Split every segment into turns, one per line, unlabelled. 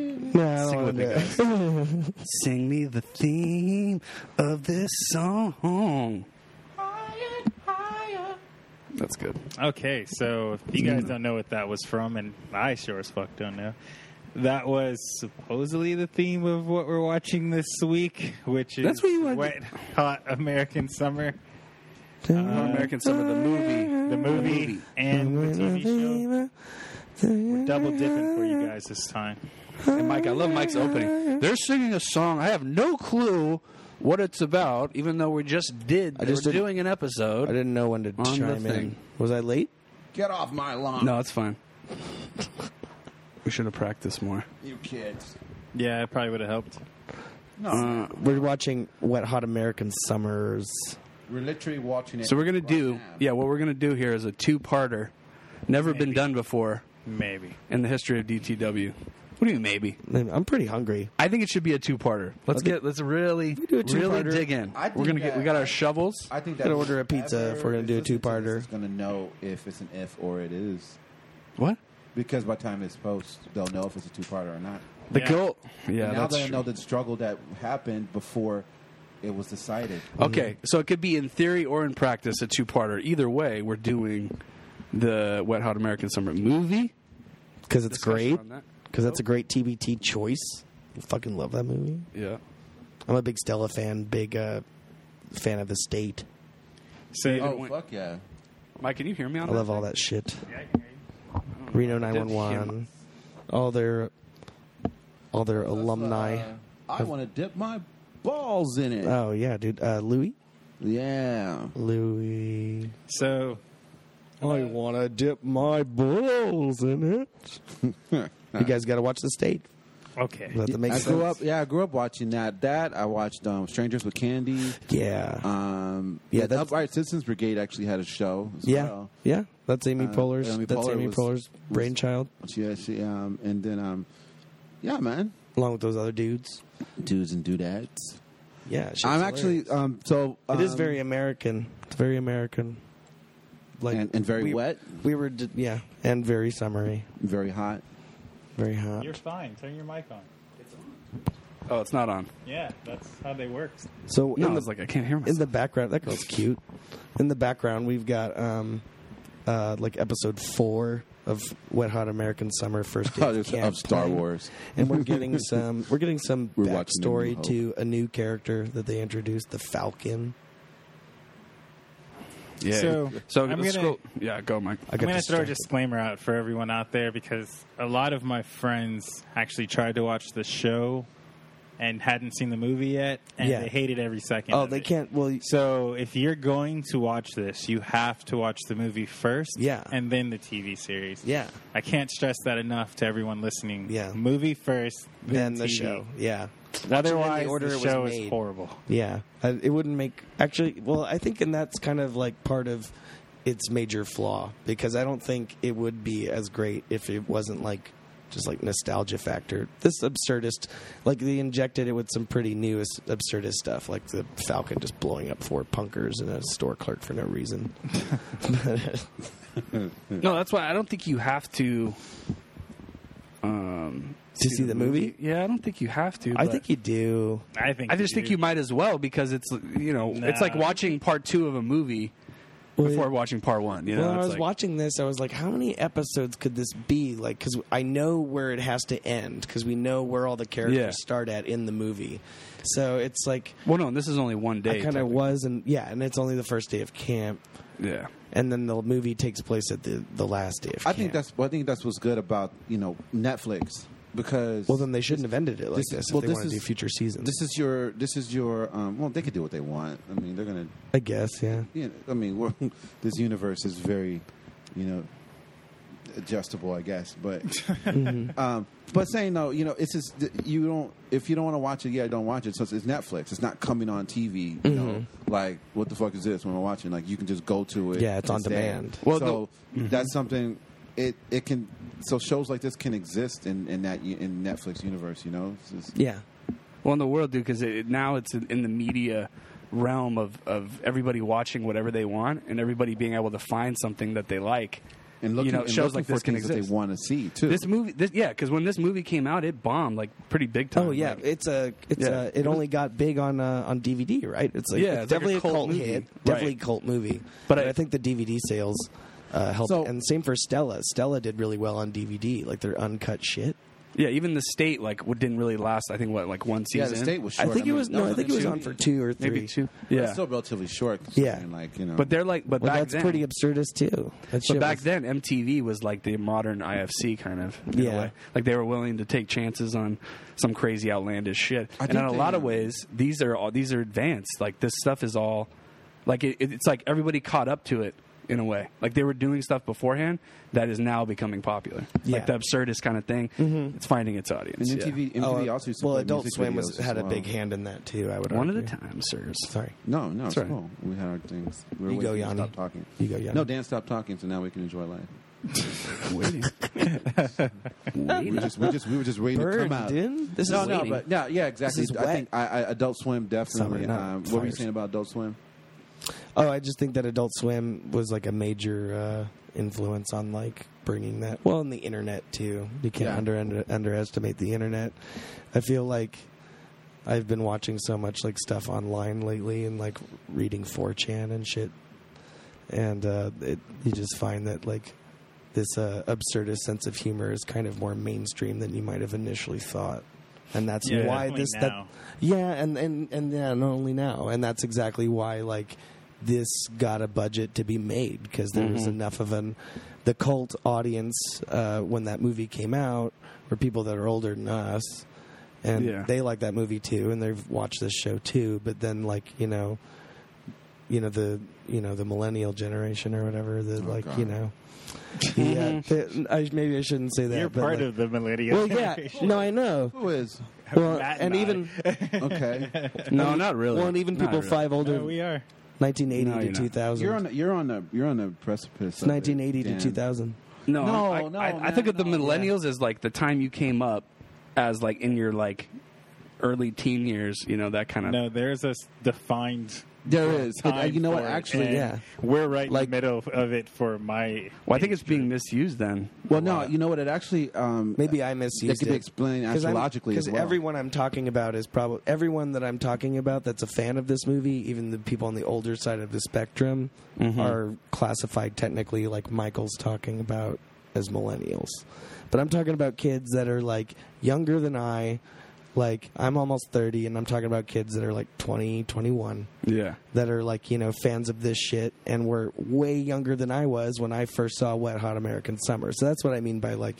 don't
Sing
Oh,
with me,
wanna-
guys. Sing me the theme of this song. That's good.
Okay, so if you guys don't know what that was from, and I sure as fuck don't know, that was supposedly the theme of what we're watching this week, which is
That's what you wanted-
Wet Hot American Summer,
American Summer, the movie.
the movie, and the TV show. We're double dipping for you guys this time.
And Mike, I love Mike's opening. They're singing a song. I have no clue what it's about, even though we just did.
I
they
just
were
didn't-
doing an
I
episode.
didn't know when to
the
chime in.
thing.
Was I late?
Get off my lawn,
No, it's fine. we should have practiced more.
you kids.
Yeah, it probably would have helped.
Uh,
We're watching Wet Hot American Summers.
We're literally watching it.
so we're gonna
right
do.
now.
Yeah, what we're gonna do here is a two-parter. Never been done before
Maybe.
in the history of DTW. What do you mean, maybe?
I'm pretty hungry.
I think it should be a two-parter. Let's get let's really
do a
really
two-parter.
dig in.
I
We're
think
gonna get we
that-
got our shovels.
I think that
Gotta order a pizza if we're gonna do a two-parter.
Is gonna know if it's an if or it is
What
because by the time it's post, they'll know if it's a two-parter or not.
the
Yeah.
goal? Yeah,
now
that's
they
true.
know the struggle that happened before it was decided.
Okay, so it could be in theory or in practice a two-parter. Either way, we're doing the Wet Hot American Summer movie.
Because it's
Discussion
great.
on that.
Because that's a great TBT choice. I fucking love that movie.
Yeah.
I'm a big Stella fan, big uh, fan of the state.
So
Oh fuck yeah!
Mike, can you hear me on
I
that?
love all that shit.
Yeah, I can hear you.
Reno
I didn't hear
911, all their all their alumni.
uh,
uh, I want to dip my balls in it.
Oh yeah, dude. Uh, Louis,
yeah.
Louis.
So
I want to dip my balls in it. you guys got to watch the state.
okay,
Does that make
I
sense?
grew up. Yeah, I grew up watching that. That I watched um, Strangers with Candy.
Yeah.
Um,
Yeah,
yeah, the
that's-
Upright Citizens Brigade actually had a show. As
yeah.
well.
Yeah. That's Amy
Uh,
Poehler's.
Amy
that's
Poehler
Amy
was-
Poehler's brainchild,
Yeah, she, um, and then um, yeah, man,
along with those other dudes.
dudes and dudettes.
Yeah. she's
I'm
hilarious.
actually um, so um,
It is very American. It's very American. Like
and, and very
we-
wet,
We were, d- yeah, and very summery,
very hot.
very hot.
you're fine. Turn your mic on.
Oh, it's not on.
Yeah, that's how they work.
So
No,
in
I
the
was like, I can't hear
in
myself.
the background, that girl's cute. In the background, we've got um, uh, like episode four of Wet Hot American Summer First Day of
Of-
Camp
Oh, of Star
playing.
Wars.
and we're getting some we're getting some
We're watching the New
backstory
Hope.
to a new character that they introduced, the Falcon.
yeah.
So,
so
I'm
let's
gonna-
go. Yeah, go, Mike.
I
I'm going to throw a
distracted.
disclaimer out for everyone out there because a lot of my friends actually tried to watch the show and hadn't seen the movie yet, and
Yeah.
they hated every second.
Oh,
of
they
it.
can't. Well,
So if you're going to watch this, you have to watch the movie first,
Yeah.
and then the TV series.
yeah,
I can't stress that enough to everyone listening.
Yeah.
movie first,
then
then,
the
TV.
show. Yeah, Watch it in
Otherwise,
the order it
the
was
show is
made.
horrible.
Yeah, I, it wouldn't make actually. Well, I think, and that's kind of like part of its major flaw because I don't think it would be as great if it wasn't like just like nostalgia factor. This absurdist, like they injected it with some pretty new as- absurdist stuff, like the Falcon just blowing up four punkers and a store clerk for no reason.
No, that's why I don't think you have to. Um,
To see the movie?
Yeah, I don't think you have to.
I
but
think you do.
I think.
I just think you might as well because it's you know it's like
Nah.
watching part two of a movie before watching part one. You know,
Well, when I
It's
was
like-
watching this, I was like, how many episodes could this be? Like, because I know where it has to end, because we know where all the characters
Yeah.
start at in the movie. So it's like,
Well, no, this is only one day.
I kind of
technically.
was, and yeah, and it's only the first day of camp,
Yeah.
and then the movie takes place at the, the last day of
I
camp.
think that's I think that's what's good about you know Netflix because
Well, then they shouldn't have ended it like
this-
this, if
well,
they
this
want to
is-
do future seasons.
this is your this is your um, well they could do what they want. I mean they're gonna
I guess, yeah.
you know, I mean we're, this universe is very you know adjustable I guess but
Mm-hmm.
um, but saying no you know it's just that you don't if you don't want to watch it yeah don't watch it so it's, it's Netflix it's not coming on TV you know like what the fuck is this when we're watching like you can just go to it
Mm-hmm. Yeah, it's on
there.
demand.
well so
Mm-hmm.
that's something it it can so shows like this can exist in in that u- in Netflix universe you know it's just,
Yeah.
Well, in the world, dude, because it, it- now it's in, in the media realm of, of everybody watching whatever they want and everybody being able to find something that they like.
and looking,
you know
and
shows
looking
like
for
this can
things that
exist.
they want to see too.
This movie, this, yeah, because when this movie came out, it bombed like pretty big time.
Oh yeah,
Like,
it's a it's
Yeah.
a, it, only got big on uh, on DVD, right? It's like
Yeah,
it's
it's like a
definitely
cult
cult,
movie.
hit,
Right.
definitely a cult movie.
But
But,
I-
I, think the DVD sales uh, helped,
So-
and same for Stella. Stella did really well on DVD, like their uncut shit.
yeah. Even the state like w- didn't really last. I think what like one
yeah,
season.
the state was short.
I think it was
mean,
no, I think it was
two.
on for two or three.
maybe two.
but
Yeah,
it's still relatively short.
Yeah.
and like you know,
but they're like, but
Well,
back
that's
then,
pretty absurdist too. That
But
shit
back
was-
then, MTV was like the modern IFC kind of. in a
Yeah.
way. Like they were willing to take chances on some crazy outlandish shit.
I
and in
think
a
they,
lot of
um,
ways, these are all these are advanced. Like this stuff is all, like it, it- it's like everybody caught up to it in a way. Like they were doing stuff beforehand that is now becoming popular.
Yeah. Mm-hmm.
Like the absurdist kind of thing. It's finding its audience.
and
yeah.
MTV, MTV
Oh,
also used to
well,
play
Adult
music
Swim
videos
was
as
had a
well.
big hand in that too. I would
One at
argue.
a time, sirs.
Sorry,
No, no, it's
Sorry.
cool. We had our things. We were
You go,
waiting for you to
Yanni.
Stop talking.
You go, Yanni.
No, Dan stopped talking, so now we can enjoy life.
Waiting.
We were just, we just, we were just waiting to
Burned
come out.
in? This
no,
is
no,
waiting.
but no, yeah, exactly.
This is
I think I, I, Adult Swim definitely.
Summer, not
um, what were you
fires.
saying about Adult Swim?
Oh, I just think that Adult Swim was like a major uh, influence on like bringing that. Well, and the internet too. You can't
Yeah.
under, under underestimate the internet. I feel like I've been watching so much like stuff online lately and like reading 4chan and shit, and uh, it, you just find that like this uh, absurdist sense of humor is kind of more mainstream than you might have initially thought. And that's
Yeah,
why
definitely
this
now.
that yeah, and and and yeah, not only now, and that's exactly why like this got a budget to be made because there
Mm-hmm.
was enough of an the cult audience uh, when that movie came out were people that are older than us, and
Yeah.
they like that movie too, and they've watched this show too. But then like you know, you know the you know the millennial generation or whatever the
Oh,
like
God.
you know. yeah, the- I, maybe I shouldn't say that.
You're
but
part
like-
of the millennial
Well, yeah,
generation.
no, I know.
Who is?
Well,
Matt
and
I.
even
Okay,
no, not really.
well, and even
Not
people
really.
five older,
No, we are.
1980
No, you're
to
not.
2000.
you're on. The, you're on the. You're on the precipice. of it,
1980
Dan.
to 2000.
No,
No,
I,
no,
I, I
man,
think of the
no.
millennials as like the time you came up as like in your like early teen years, you know, that kind of.
No, there's a s- defined
There is. And, uh,
time
you know what?
for it,
Actually,
and
yeah.
we're right
Like-
in the middle of it for my.
Well, I think it's being misused then.
well, no. You know what? It actually. Um,
Maybe I misused
That could be explained astrologically as
Because
well.
everyone I'm talking about is probably everyone that I'm talking about that's a fan of this movie, even the people on the older side of the spectrum,
Mm-hmm.
are classified technically like Michael's talking about as millennials. But I'm talking about kids that are like younger than I. Like I'm almost 30 and I'm talking about kids that are like 20, 21.
Yeah.
that are like you know fans of this shit and were way younger than I was when I first saw Wet Hot American Summer. So that's what I mean by like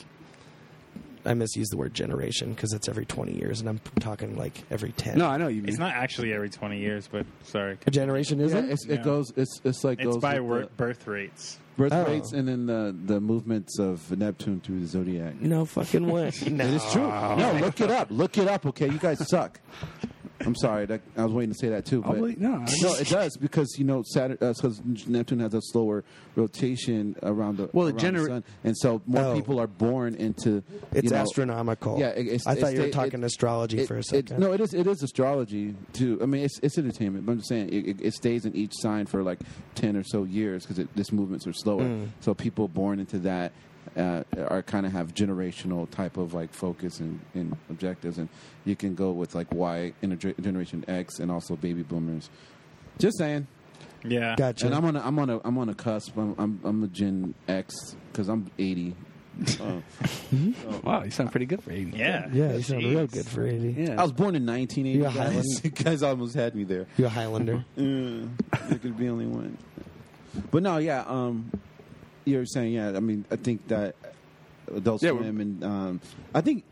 I misuse the word generation because it's every twenty years, and I'm talking like every ten.
No, I know you mean.
It's not actually every 20 years, but sorry.
a generation
Yeah,
isn't.
it's,
No.
it goes. It's it's like
It's
goes
by
with
wor- birth rates.
the birth
Oh.
rates and then the the movements of Neptune through the zodiac.
no fucking way. no,
It is true. No, look it up. Look it up. Okay, you guys suck. I'm sorry. That, I was waiting to say that too.
I'll
But
believe- no, I-
no, it does because you know Saturn because Neptune has a slower rotation around the
Well, it
around
gener-
the sun, and so more
Oh.
people are born into
it's
you know,
astronomical.
Yeah, it- it's-
I thought
it's-
you were
it-
talking
it-
astrology
it-
for a
it-
second.
no, it is it is astrology too. I mean, it's it's entertainment, but I'm just saying it, it, it stays in each sign for like ten or so years because this movements are slower.
Mm.
So people born into that uh, are kind of have generational type of like focus and, and objectives, and you can go with like Y, interge- generation X, and also baby boomers. Just saying.
Yeah.
gotcha.
And I'm on a I'm on a I'm on a cusp. I'm I'm, I'm a Gen X because I'm 80. Uh,
wow, you sound pretty good for 80.
Yeah.
yeah, you sound real
Jeez.
good for eighty.
Yeah.
I was born in 1980.
You're a
guys.
Highland.
You guys almost had me there.
You're a Highlander.
Mm-hmm. Yeah, there could be only one. But no, yeah. Um, you're saying, yeah. I mean, I think that Adult
Yeah,
Swim and um, I think.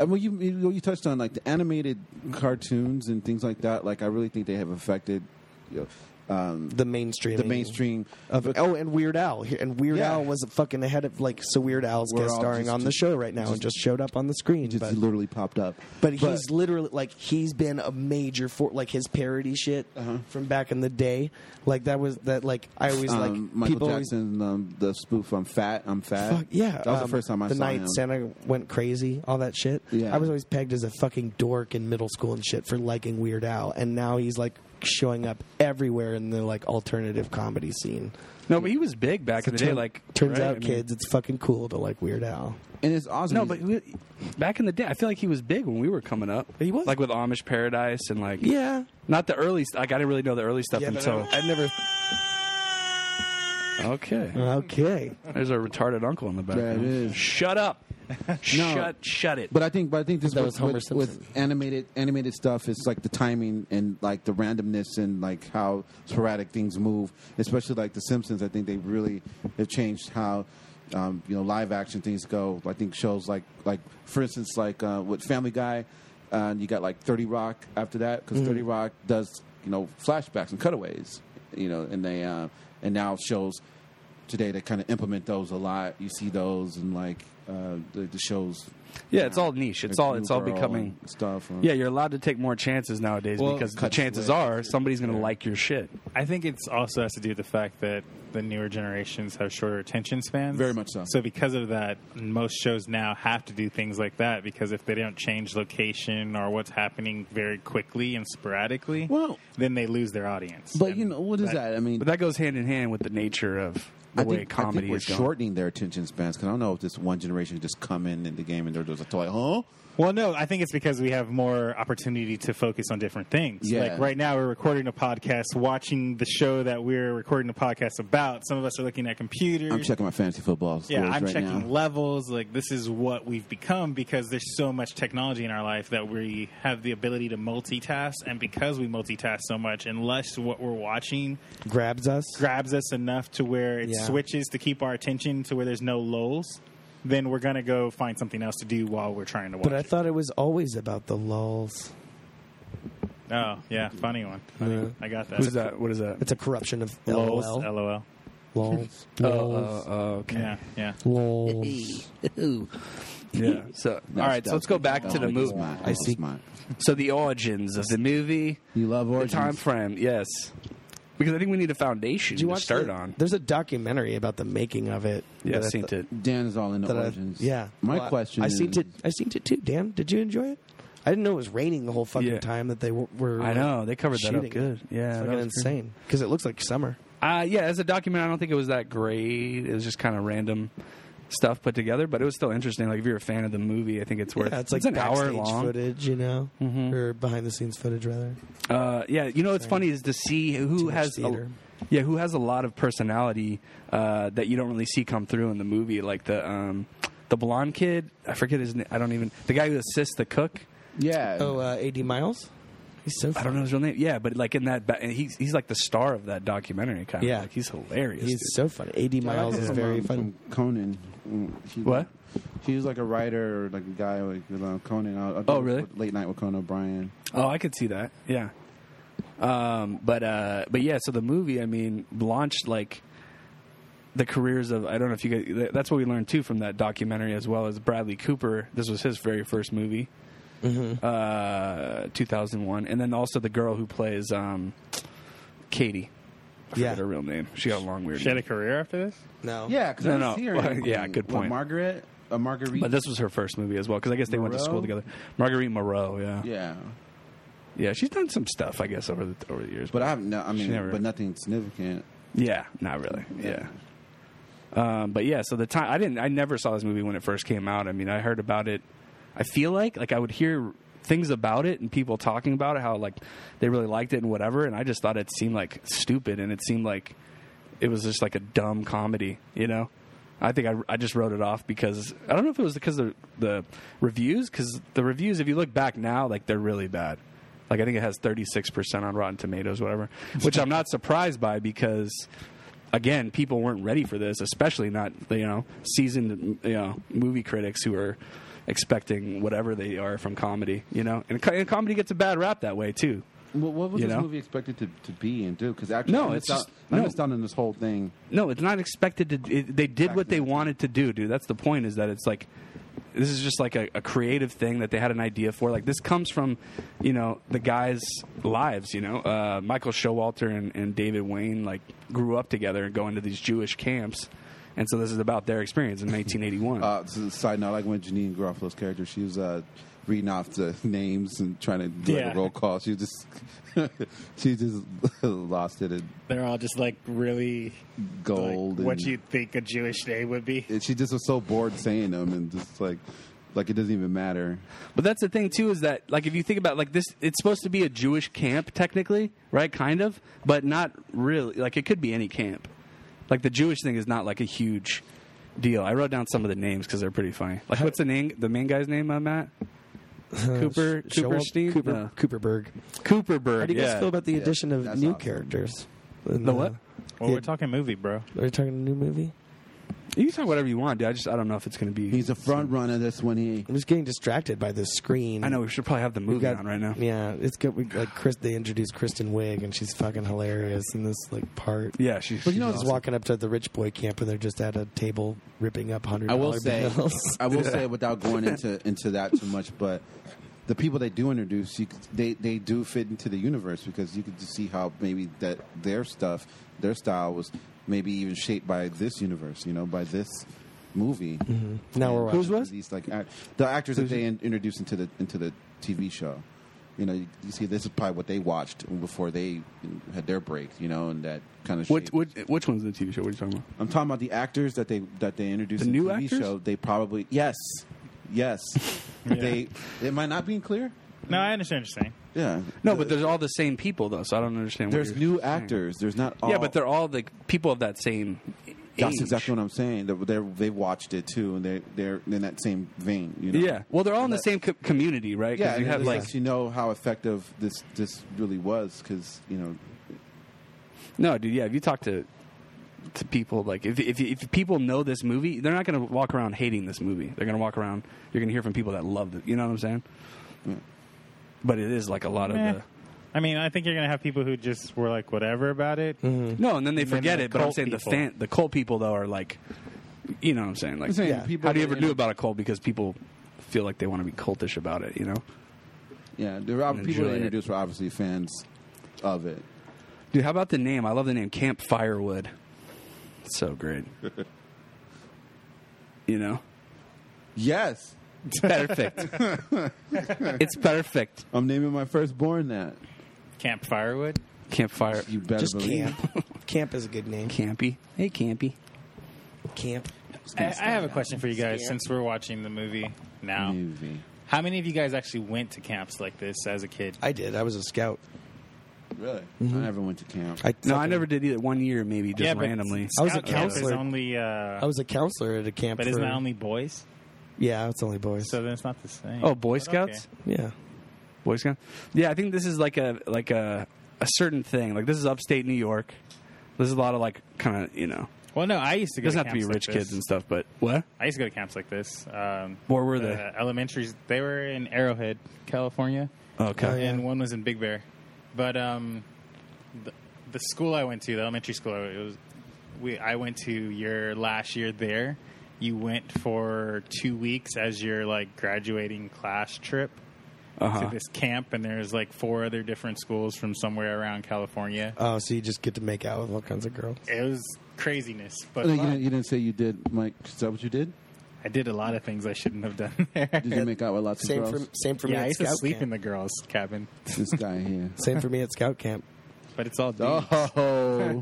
uh, Well, you you you touched on like the animated cartoons and things like that. Like, I really think they have affected you know, um,
the mainstream.
the mainstream.
Of,
But-
oh, and Weird Al, Here- and Weird
Yeah.
Al was fucking ahead of like so. Weird Al's
We're
guest
all
starring
just-
on the
just-
show right now and
just-
just showed up on the screen.
Just
but,
literally popped up.
but he's literally like he's been a major for like his parody shit
Uh-huh.
from back in the day. Like that was that like I always
um,
like
Michael
people always-
Jackson, um, the spoof "I'm Fat, I'm Fat."
Fuck yeah!
that was
um,
the first time I
the
saw
night
him.
Santa went crazy, all that shit.
Yeah.
I was always pegged as a fucking dork in middle school and shit for liking Weird Al, and now he's like showing up everywhere in the like alternative comedy scene.
No, but he was big back in the day.
Turn-
Like
turns
right?
out,
I mean-
kids, it's fucking cool to like Weird Al.
and it's awesome.
No, but he- back in the day, I feel like he was big when we were coming up.
He was.
like with Amish Paradise and like
Yeah,
not the early. st- Like I didn't really know the early stuff
yeah. But
until
I've never.
okay.
Okay,
There's a retarded uncle in the background.
That is.
Shut up. Shut shut it.
But I think, but I think this
That
with-
was Homer
with,
Simpson.
with animated animated stuff is like the timing and like the randomness and like how sporadic things move, especially like the Simpsons. I think they really have changed how. Um, you know, live action things go. I think shows like, like for instance, like uh, with Family Guy, uh, you got like Thirty Rock after that because
Mm-hmm.
Thirty Rock does you know flashbacks and cutaways. You know, and they uh, and now shows today that kind of implement those a lot. You see those and like uh, the, the shows
yeah, it's all niche. It's
like
all
New
it's all
Girl
becoming.
and stuff.
Yeah, you're allowed to take more chances nowadays because the
cuts
chances
away.
are somebody's going to like your shit.
I think it's also has to do with the fact that the newer generations have shorter attention spans.
Very much so.
So because of that, most shows now have to do things like that because if they don't change location or what's happening very quickly and sporadically,
Well-
then they lose their audience.
but
And
you know what is that? I mean,
But that goes hand in hand with the nature of the
I
way
think, I
comedy
think we're
is going.
shortening their attention spans because I don't know if this one generation just come in in the game and they're just like, huh?
Well, no, I think it's because we have more opportunity to focus on different things.
Yeah.
Like right now, we're recording a podcast, watching the show that we're recording a podcast about. Some of us are looking at computers.
I'm checking my fantasy football scores
yeah, I'm
right
checking
now.
levels. Like this is what we've become because there's so much technology in our life that we have the ability to multitask, and because we multitask so much, unless what we're watching
grabs us.
grabs us enough to where it
Yeah.
switches to keep our attention to where there's no lulls, then we're gonna go find something else to do while we're trying to watch.
But I
it.
thought it was always about the lulls.
Oh yeah, funny one. Funny.
Yeah.
I got that.
Who's that? What is that?
It's a corruption of
Lulz,
LOL.
LOL.
Lulz. Lulz.
Oh, oh, oh, okay.
Yeah, yeah.
Lulz.
Yeah. So,
No,
all right. So
stop.
let's go back to
Oh,
the
he's
movie.
smart.
I
He's
see.
smart.
So the origins of the movie,
You love
the
origins.
time frame, yes. Because I think we need a foundation
Did you
to
watch
start
the-
on.
There's a documentary about the making of it.
Yeah,
that I
seen
th-
it.
Dan is all in the
that I-
origins.
yeah.
My
Well, I-
question.
I,
is,
seen it. I seen it too. Dan, did you enjoy it? I didn't know it was raining the whole fucking
Yeah.
time that they w- were.
I know they covered that up
shooting.
good. Yeah,
It's
that
fucking
was great.
insane because it looks like summer.
Uh, yeah, as a document, I don't think it was that great. It was just kind of random stuff put together, but it was still interesting. Like if you're a fan of the movie, I think it's worth.
Yeah, it's like
an hour
backstage
long. Mm-hmm.
footage, you know, or behind the scenes footage rather.
Uh, yeah, you know what's funny is to see
Too
who
much
has a,
theater.
yeah who has a lot of personality uh, that you don't really see come through in the movie, like the um, the blonde kid. I forget his name. I don't even the guy who assists the cook.
Yeah.
Oh, uh, AD Miles. He's so.
I don't know his real name. Yeah, but like in that, ba- and he's he's like the star of that documentary. Kind of
Yeah.
like, he's hilarious.
He's
dude.
so funny. AD
Yeah, I
Miles
heard
is
from,
very
um,
funny.
from Conan. Mm, She,
What?
She was like a writer, or like a guy like with uh, Conan. I, I
Oh, really?
Late night with Conan O'Brien.
Oh, I could see that. Yeah. Um, but uh, but yeah. So the movie, I mean, launched like the careers of I don't know if you guys. th- That's what we learned too from that documentary, as well as Bradley Cooper. This was his very first movie,
Mm-hmm.
uh, two thousand one, and then also the girl who plays um, Katie. I forget
Yeah.
her real name. She got a long weird.
She had
Name.
a career after this?
No.
Yeah, because
No,
I didn't
no.
see her.
Well,
in-
yeah, good
what,
point.
Margaret, uh, Marguerite.
But this was her first movie as well, because I guess they went to
Moreau?
school together. Marguerite Moreau, yeah, yeah,
yeah,
She's done some stuff, I guess, over the over the years.
but I have no. I mean,
never-
but nothing significant.
Yeah, not really. Yeah. Um, but yeah, so the time I didn't, I never saw this movie when it first came out. I mean, I heard about it. I feel like like I would hear things about it and people talking about it, how like they really liked it and whatever, and I just thought it seemed like stupid and it seemed like it was just like a dumb comedy, you know. I think I, I just wrote it off because I don't know if it was because of the reviews because the reviews if you look back now like they're really bad like I think it has 36% on Rotten Tomatoes whatever which I'm not surprised by because again, people weren't ready for this, especially not you know seasoned you know movie critics who are expecting whatever they are from comedy. You know, and, co- and comedy gets a bad rap that way too.
What, what was
You
this
know?
movie expected to, to be and do? Because actually,
No,
I
it's
missed
just-
out, I
no.
missed out on this whole thing.
No, it's not expected to. It, they did what they wanted to do, dude. That's the point. Is that it's like this is just like a, a creative thing that they had an idea for. Like this comes from you know the guys' lives. You know, uh, Michael Showalter and, and David Wayne like grew up together and go into these Jewish camps. And so this is about their experience in 1981.
Uh, this is a side note. I like when Janine Garofalo's character. She was uh, reading off the names and trying to do
Yeah.
a roll call. She just she just lost it at
They're all just like really
gold.
Like, what
and-
you think a Jewish name would be?
and she just was so bored saying them and just like like it doesn't even matter.
But that's the thing too is that like if you think about like this, it's supposed to be a Jewish camp technically, right? Kind of, but not really. Like it could be any camp. Like the Jewish thing is not like a huge deal. I wrote down some of the names because they're pretty funny. Like what's the name? The main guy's name on that? Cooper
Sh-
Cooper
Showalter-
Steve
Uh, Cooper,
No.
Cooperberg.
Cooper Bird.
How do you
yeah.
guys feel about the addition of
that's
new
awesome.
characters? In
The what?
Well,
Yeah.
we're talking movie, bro.
Uh, Are you talking a new movie?
you can talk whatever you want, dude. I just I don't know if it's going to be.
He's a front runner. That's when he.
I'm just getting distracted by this screen.
I know we should probably have the
We
movie on right now.
Yeah, it's good. We, like Chris, they introduced Kristen Wiig, and she's fucking hilarious in this like part.
Yeah, she's.
But you know,
She's walking up to the rich boy camp, and they're just at a table ripping up hundred.
I will say,
bills.
I will say, without going into into that too much, but the people they do introduce, you, could- they they do fit into the universe because you could just see how maybe that their stuff, their style was maybe even shaped by this universe, you know, by this movie.
now we're
Who's
watching.
what? These like act- the actors that they in, introduced into the into the TV show. You know, you, you see, this is probably what they watched before they had their break. You know, and that kind of
What, what, which one's the TV show? What are you talking about?
I'm talking about the actors that they that they introduced
The
in
new
TV
actors?
show. They probably yes, yes. They am I not being clear?
No, I understand what you're saying.
Yeah.
No, but there's all the same people though, so I don't understand.
There's
what you're
new
saying.
actors. There's not all.
Yeah, but they're all the people of that same. Age.
That's exactly what I'm saying. They're, they're they've watched it too, and they they're in that same vein. You know.
Yeah, well, they're all in the same co- community, right? 'Cause
Yeah.
you
and
have
it
like
lets you know how effective this this really was because you know
no, dude. Yeah, if you talk to to people, like if if if people know this movie, they're not going to walk around hating this movie. They're going to walk around. You're going to hear from people that love it. You know what I'm saying? But it is like a lot
Meh.
of
Eh. I mean, I think you're gonna have people who just were like whatever about it.
Mm-hmm.
the no, and then they
then
forget
the
it. But I'm
cult
saying the
people.
fan, the cult people though are like, you know what I'm saying? Like,
I'm saying
Yeah.
people
how do you
that
ever
are
do
in-
about a cult because people feel like they want to be cultish about it? You know?
Yeah, there are people
Enjoy
that
it.
introduced were obviously fans of it.
Dude, how about the name? I love the name Camp Firewood. It's so great. you know?
Yes,
Perfect. it's perfect.
I'm naming my firstborn that.
Camp Firewood.
Camp Fire.
You better
Just
believe.
camp. camp is a good name.
Campy. Hey, Campy.
Camp.
I, I have a question for you guys since we're watching the movie now.
Movie.
How many of you guys actually went to camps like this as a kid?
I did. I was a scout.
Really? I never went to camp.
Mm-hmm. I
No, I
fucking-
never did either. One year, maybe, just
but
randomly.
Scout
I was a
camp is
counselor.
only, uh,
I was a counselor at a camp.
but isn't
for-
that only boys?
Yeah, it's only boys.
So then it's not the same.
Oh, Boy
But okay.
Scouts?
yeah.
Boy Scouts? Yeah, I think this is like a like a, a certain thing. Like, this is upstate New York. There's a lot of, like, kind of, you know,
Well, no, I used to
it
go.
doesn't
to
have to be
camps like
rich
this.
kids and stuff, but what?
I used to go to camps like this. Um,
Where were
the
they?
Elementaries. They were in Arrowhead, California,
Okay.
Oh, yeah.
and one was in Big Bear. But um, the, the school I went to, the elementary school, it was we. I went to your last year there. You went for two weeks as your like graduating class trip
Uh-huh.
to this camp, and there's like four other different schools from somewhere around California.
Uh,
Oh, so you just get to make out with all kinds of girls.
It was craziness, but
you, didn't, you didn't say you did, Mike. Is that what you did?
I did a lot of things I shouldn't have done there.
Did you make out with lots
Same
of
for
girls?
same for me.
Yeah,
at
I used to
scout
sleep
camp.
in the girls' cabin,
This guy here.
Same for me at scout camp.
but it's all dudes.
Oh.
Oh,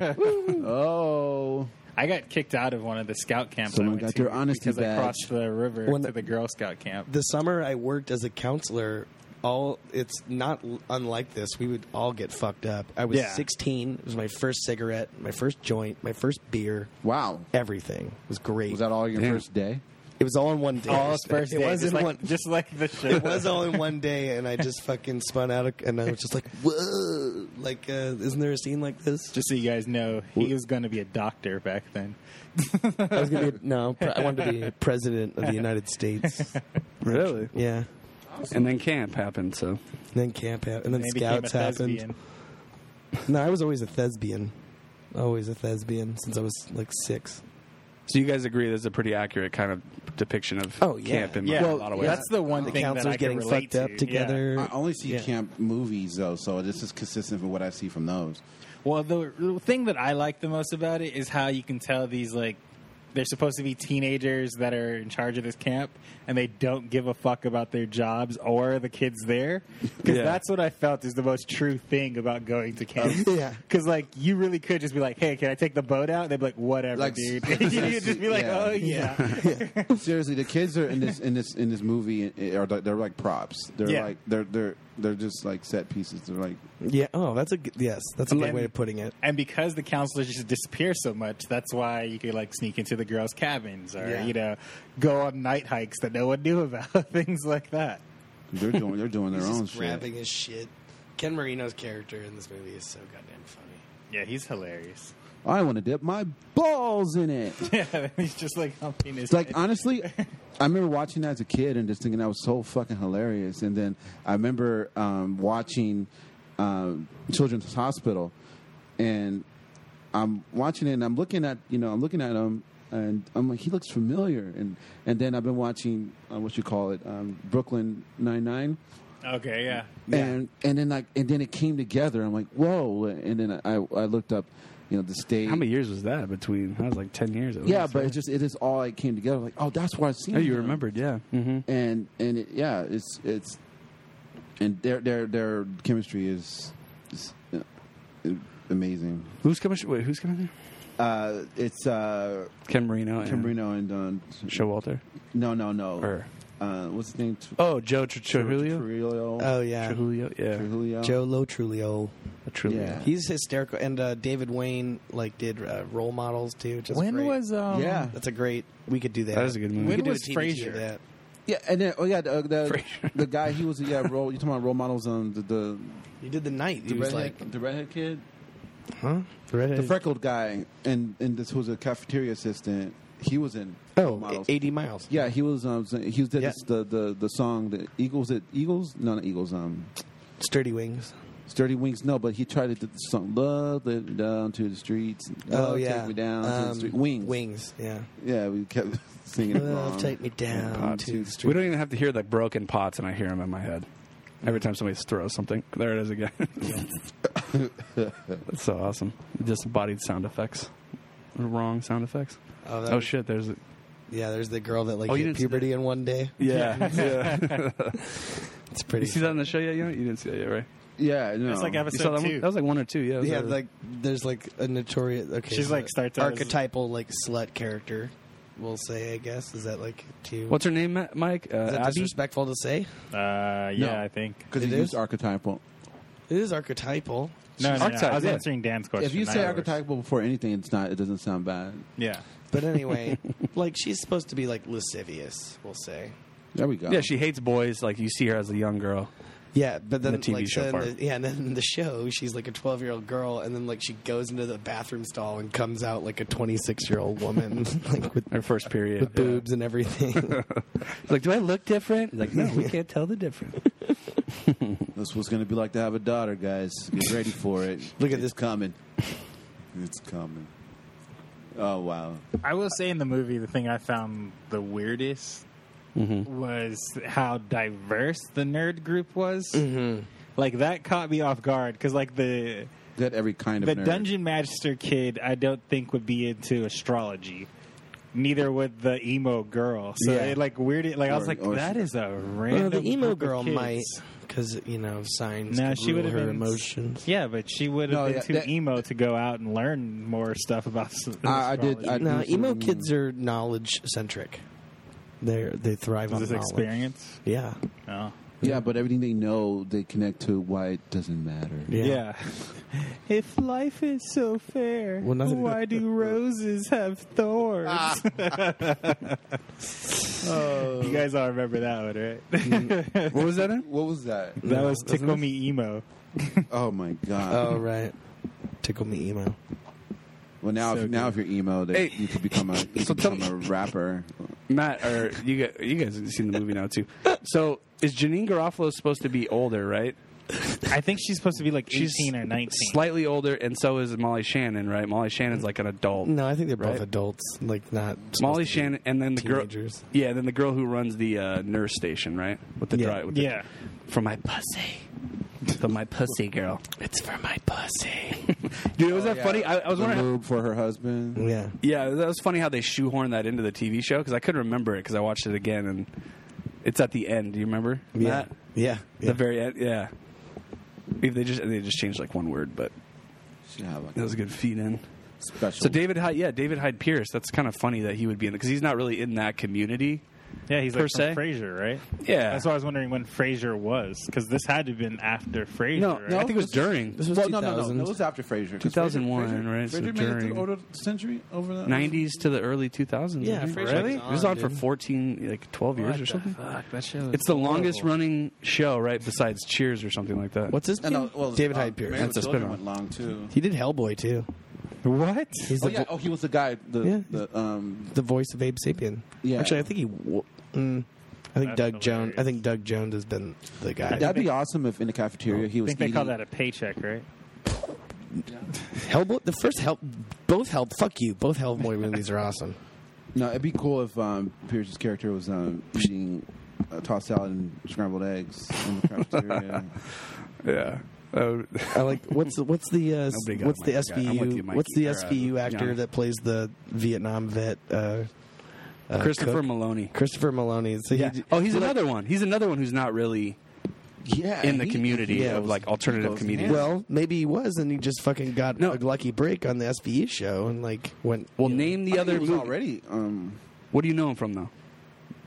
oh!
I got kicked out of one of the scout camps. I
Someone
went
got
to
their honesty
because I
badge.
crossed the river
When
to
the-
the Girl Scout camp.
The summer I worked as a counselor, all it's not l- unlike this. We would all get fucked up. I was
Yeah.
16. It was my first cigarette, my first joint, my first beer.
Wow.
Everything It was great.
Was that all your
Damn.
first day?
it was all in one day.
All first
it
day,
was
just
in
like,
one.
just like the show.
It was all in one day, and I just fucking spun out, of, and I was just like, "Whoa!" Like, uh, isn't there a scene like this?
Just so you guys know, he was going to be a doctor back then.
I was gonna be no. pre- I wanted to be president of the United States.
Really?
Yeah.
And then camp happened, so.
And then camp happened, and then
And he
scouts
became a
happened.
thespian.
No, I was always a thespian. Always a thespian since I was like six.
So you guys agree that's a pretty accurate kind of depiction of
Oh, yeah.
camp in
Yeah,
a lot of ways.
that's the one
The
thing that I
counselors
could
getting fucked
relate to.
up
yeah.
together.
I only see
Yeah.
camp movies though, so this is consistent with what I see from those.
Well, the the thing that I like the most about it is how you can tell these like they're supposed to be teenagers that are in charge of this camp, and they don't give a fuck about their jobs or the kids there. Because
Yeah.
that's what I felt is the most true thing about going to camp.
Yeah.
Because like you really could just be like, "Hey, can I take the boat out?" They'd be like, "Whatever,
Like,
dude." You'd just be like,
yeah.
"Oh yeah."
Seriously, the kids are in this in this in this movie eh, are like- they're like props. They're
Yeah.
like they're they're they're just like set pieces. They're like
Yeah. Oh, that's a g- yes. That's a good
then-
way of putting it.
and because the counselors just disappear so much, that's why you could like sneak into the girls' cabins or
Yeah.
you know go on night hikes that no one knew about, things like that.
they're doing they're doing their
He's
own
just
shit.
grabbing his shit. Ken Marino's character in this movie is so goddamn funny.
Yeah, he's hilarious.
I want to dip my balls in it.
Yeah, he's just like humping his.
It's like honestly, I remember watching that as a kid and just thinking that was so fucking hilarious. And then I remember um, watching um, Children's Hospital, and I'm watching it and I'm looking at you know I'm looking at him and I'm like he looks familiar. And and then I've been watching uh, what you call it um, Brooklyn Nine Nine.
okay, yeah,
And and then like and then it came together. I'm like, whoa! And then I I looked up, you know, the stage.
How many years was that between? That was like ten years. At
Yeah,
least,
but
right?
it just it just all like came together. Like, oh, that's why I seen.
oh, you
him
remembered, yeah. Mm-hmm.
and and it, yeah, it's it's and their their their chemistry is, is uh, amazing.
Who's coming? Wait, who's coming there?
Uh, it's uh,
Ken
Oh,
Marino. and
Tim Reno and um,
Showalter.
no no no.
Her.
Uh, what's his name? Tr-
Oh, Joe Tr- Trujillo.
Trujillo.
Oh yeah,
Trujillo. Yeah.
Trujillo.
Joe Lo Trulio.
Trujillo.
Yeah.
He's hysterical, and uh, David Wayne like did uh, role models too. Which is
When
great.
was um?
Yeah.
that's a great. We could do that.
That is a good movie.
We
When
could do a
was
TV
Frasier?
of That.
Yeah, and then oh yeah, the the,
Frasier.
the guy he was yeah role. You talking about role models? Um, the the,
You did the night.
the
He was like,
redhead the redhead kid,
huh? The
the
redhead.
freckled guy, and and this was a cafeteria assistant. He was in Role
oh,
models.
80 miles.
Yeah, he was. Um, he was did
Yeah.
this, the the the song the Eagles. It Eagles? No, not Eagles. Um,
Sturdy Wings.
Sturdy Wings. No, but he tried to do the song "Love Let Me Down to the Streets."
Oh,
Love,
yeah.
take me down to the
Um,
street. Wings.
Wings. Yeah.
Yeah, we kept singing it wrong.
Love, take me down
Pod
to
two.
the street.
We don't even have to hear the broken pots, and I hear them in my head every time somebody throws something. There it is again. That's so awesome. Disembodied sound effects. Wrong sound effects.
Oh, that
Oh
was-
shit! There's a,
Yeah, there's the girl that like
Oh, you
hit
didn't see
puberty in one day.
yeah. yeah.
It's
you
pretty.
see that on the show yet? You, know? you didn't see that yet, right?
Yeah, no.
It's like
You saw
episode
that one?
two.
That was like one or two. Yeah. it was
Yeah,
a-
like there's like a notorious. Okay,
She's,
so
like, starts out as-
archetypal like slut character. We'll say, I guess, is that like too?
What's her name, Ma- Mike? Uh,
is that
Abby?
disrespectful to say?
Uh, yeah,
No.
I think.
because
It
he
is?
used archetypal.
It is archetypal.
No, no, no,
Archetype,
I was
yeah.
answering Dan's question.
If you
not
say
yours.
archetypal before anything, it's not. It doesn't sound bad.
yeah,
But anyway, like she's supposed to be like lascivious. We'll say.
There we go.
Yeah, she hates boys. Like you see her as a young girl.
Yeah, but then
The TV
like
show
then
part.
the, yeah, and then in the show she's like a twelve year old girl, and then like she goes into the bathroom stall and comes out like a twenty six year old woman, like with
Her first period.
with boobs and everything.
She's like, do I look different? He's like, no, we can't tell the difference.
That's what's gonna be like to have a daughter, guys. Get ready for it.
Look at
It's
this-
coming. It's coming. Oh wow.
I will say in the movie, the thing I found the weirdest
Mm-hmm.
was how diverse the nerd group was. Like that caught me off guard because like the
Got every kind of
the
nerd.
dungeon master kid I don't think would be into astrology. Neither would the emo girl. So
Yeah.
it like weirded. Like I was
Or-
like,
or-
that is a random.
well, the emo
group of
girl
kids.
might because you know signs.
No,
could
she
rule
would have
her
been
emotions.
Yeah, but she would have
No,
been
yeah,
too
that-
emo to go out and learn more stuff about. s-
I- I did-
astrology.
I-
No,
Mhm.
emo kids are knowledge centric. They are they thrive
Was
on
this
knowledge.
experience?
Yeah,
Oh.
Yeah, but everything they know, they connect to why it doesn't matter.
yeah.
if life is so fair,
Well, nothing- why
do roses have thorns?
Ah.
Uh,
you guys all remember that one, right?
Mm.
what was that in?
What was that?
that was Tickle Me Emo.
Oh my god!
Oh right, tickle me emo.
well, now
so
if, now if you're emo, that
Hey.
you could become a you
So
could
tell
become
me-
a rapper.
Matt, or you guys, you guys have seen the movie now too. So is Janine Garofalo supposed to be older, right?
I think she's supposed to be like 18
She's
or 19.
slightly older, and so is Molly Shannon, right? Molly Shannon's like an adult.
No, I think they're both
Right.
adults. Like not supposed
Molly
to be
Shannon, and then the
teenagers.
girl, yeah, then the girl who runs the uh, nurse station, right? With the
Yeah.
dry, with the,
yeah.
for my pussy. But my pussy girl.
It's for my pussy.
Dude, was that
Oh, yeah.
funny? I, I was
The
wondering.
lube for her husband.
yeah.
Yeah, that was funny how they shoehorned that into the TV show because I couldn't remember it because I watched it again and it's at the end. Do you remember?
Yeah.
Matt?
Yeah.
the very end. Yeah, if they just they just changed like one word, but
Should have like
that was a good feed in.
special.
So David Hyde, yeah, David Hyde Pierce. That's kind of funny that he would be in because he's not really in that community.
Yeah, he's
Per
like
se?
from Frasier, right?
Yeah.
That's why I was wondering when Frasier was, because this had to have been after Frasier.
No,
right?
I think it was during
This was
well,
2000.
no, no, no, no. It was after Frasier. 'cause
2001,
Frasier-
right? So
Frasier made it to
during-
the older century over the
'90s to the early 2000s.
Yeah,
I think.
Frasier was Really?
It was on
on,
for
dude.
14, like 12 years or something.
Fuck, that show.
It's the longest running show, right? Besides Cheers or something like that.
What's his
No,
name?
no, well,
David
uh,
Hyde Pierce.
Married with
That's a
Children
spinoff.
Went long too.
He did Hellboy too.
What?
He's
Oh
the
yeah.
vo-
Oh, he was the guy. The,
Yeah.
the um.
the voice of Abe Sapien.
Yeah.
Actually, I think he. w- Mm, I think
That's
Doug Jones. I
hilarious.
think Doug Jones has been the guy.
That'd be awesome if in the cafeteria he
I
was.
think they
eating-
call that a paycheck, right?
Hellboy. The first help. Both help. Fuck you. Both Hellboy movies are awesome.
No, it'd be cool if um, Pierce's character was um, eating a tossed salad and scrambled eggs in the cafeteria.
yeah. Oh,
I like what's the, what's the uh, s-
Nobody got
what's
my-
the
I got- I'm with
SVU
you, Mikey.
what's the
Or, uh,
SVU actor
Johnny.
that plays the Vietnam vet uh, uh,
Christopher
Cook?
Maloney.
Christopher Maloney. So
Yeah.
he,
Oh, he's another one. He's another one who's not really
yeah,
in the
Uh, he-
community
yeah, it
of
was-
like alternative
goes-
comedians.
well, maybe he was, and he just fucking got
No.
a lucky break on the SVU show and like went.
well,
you know,
name the
I think
other
he was
movie.
already. Um,
What do you know him from though?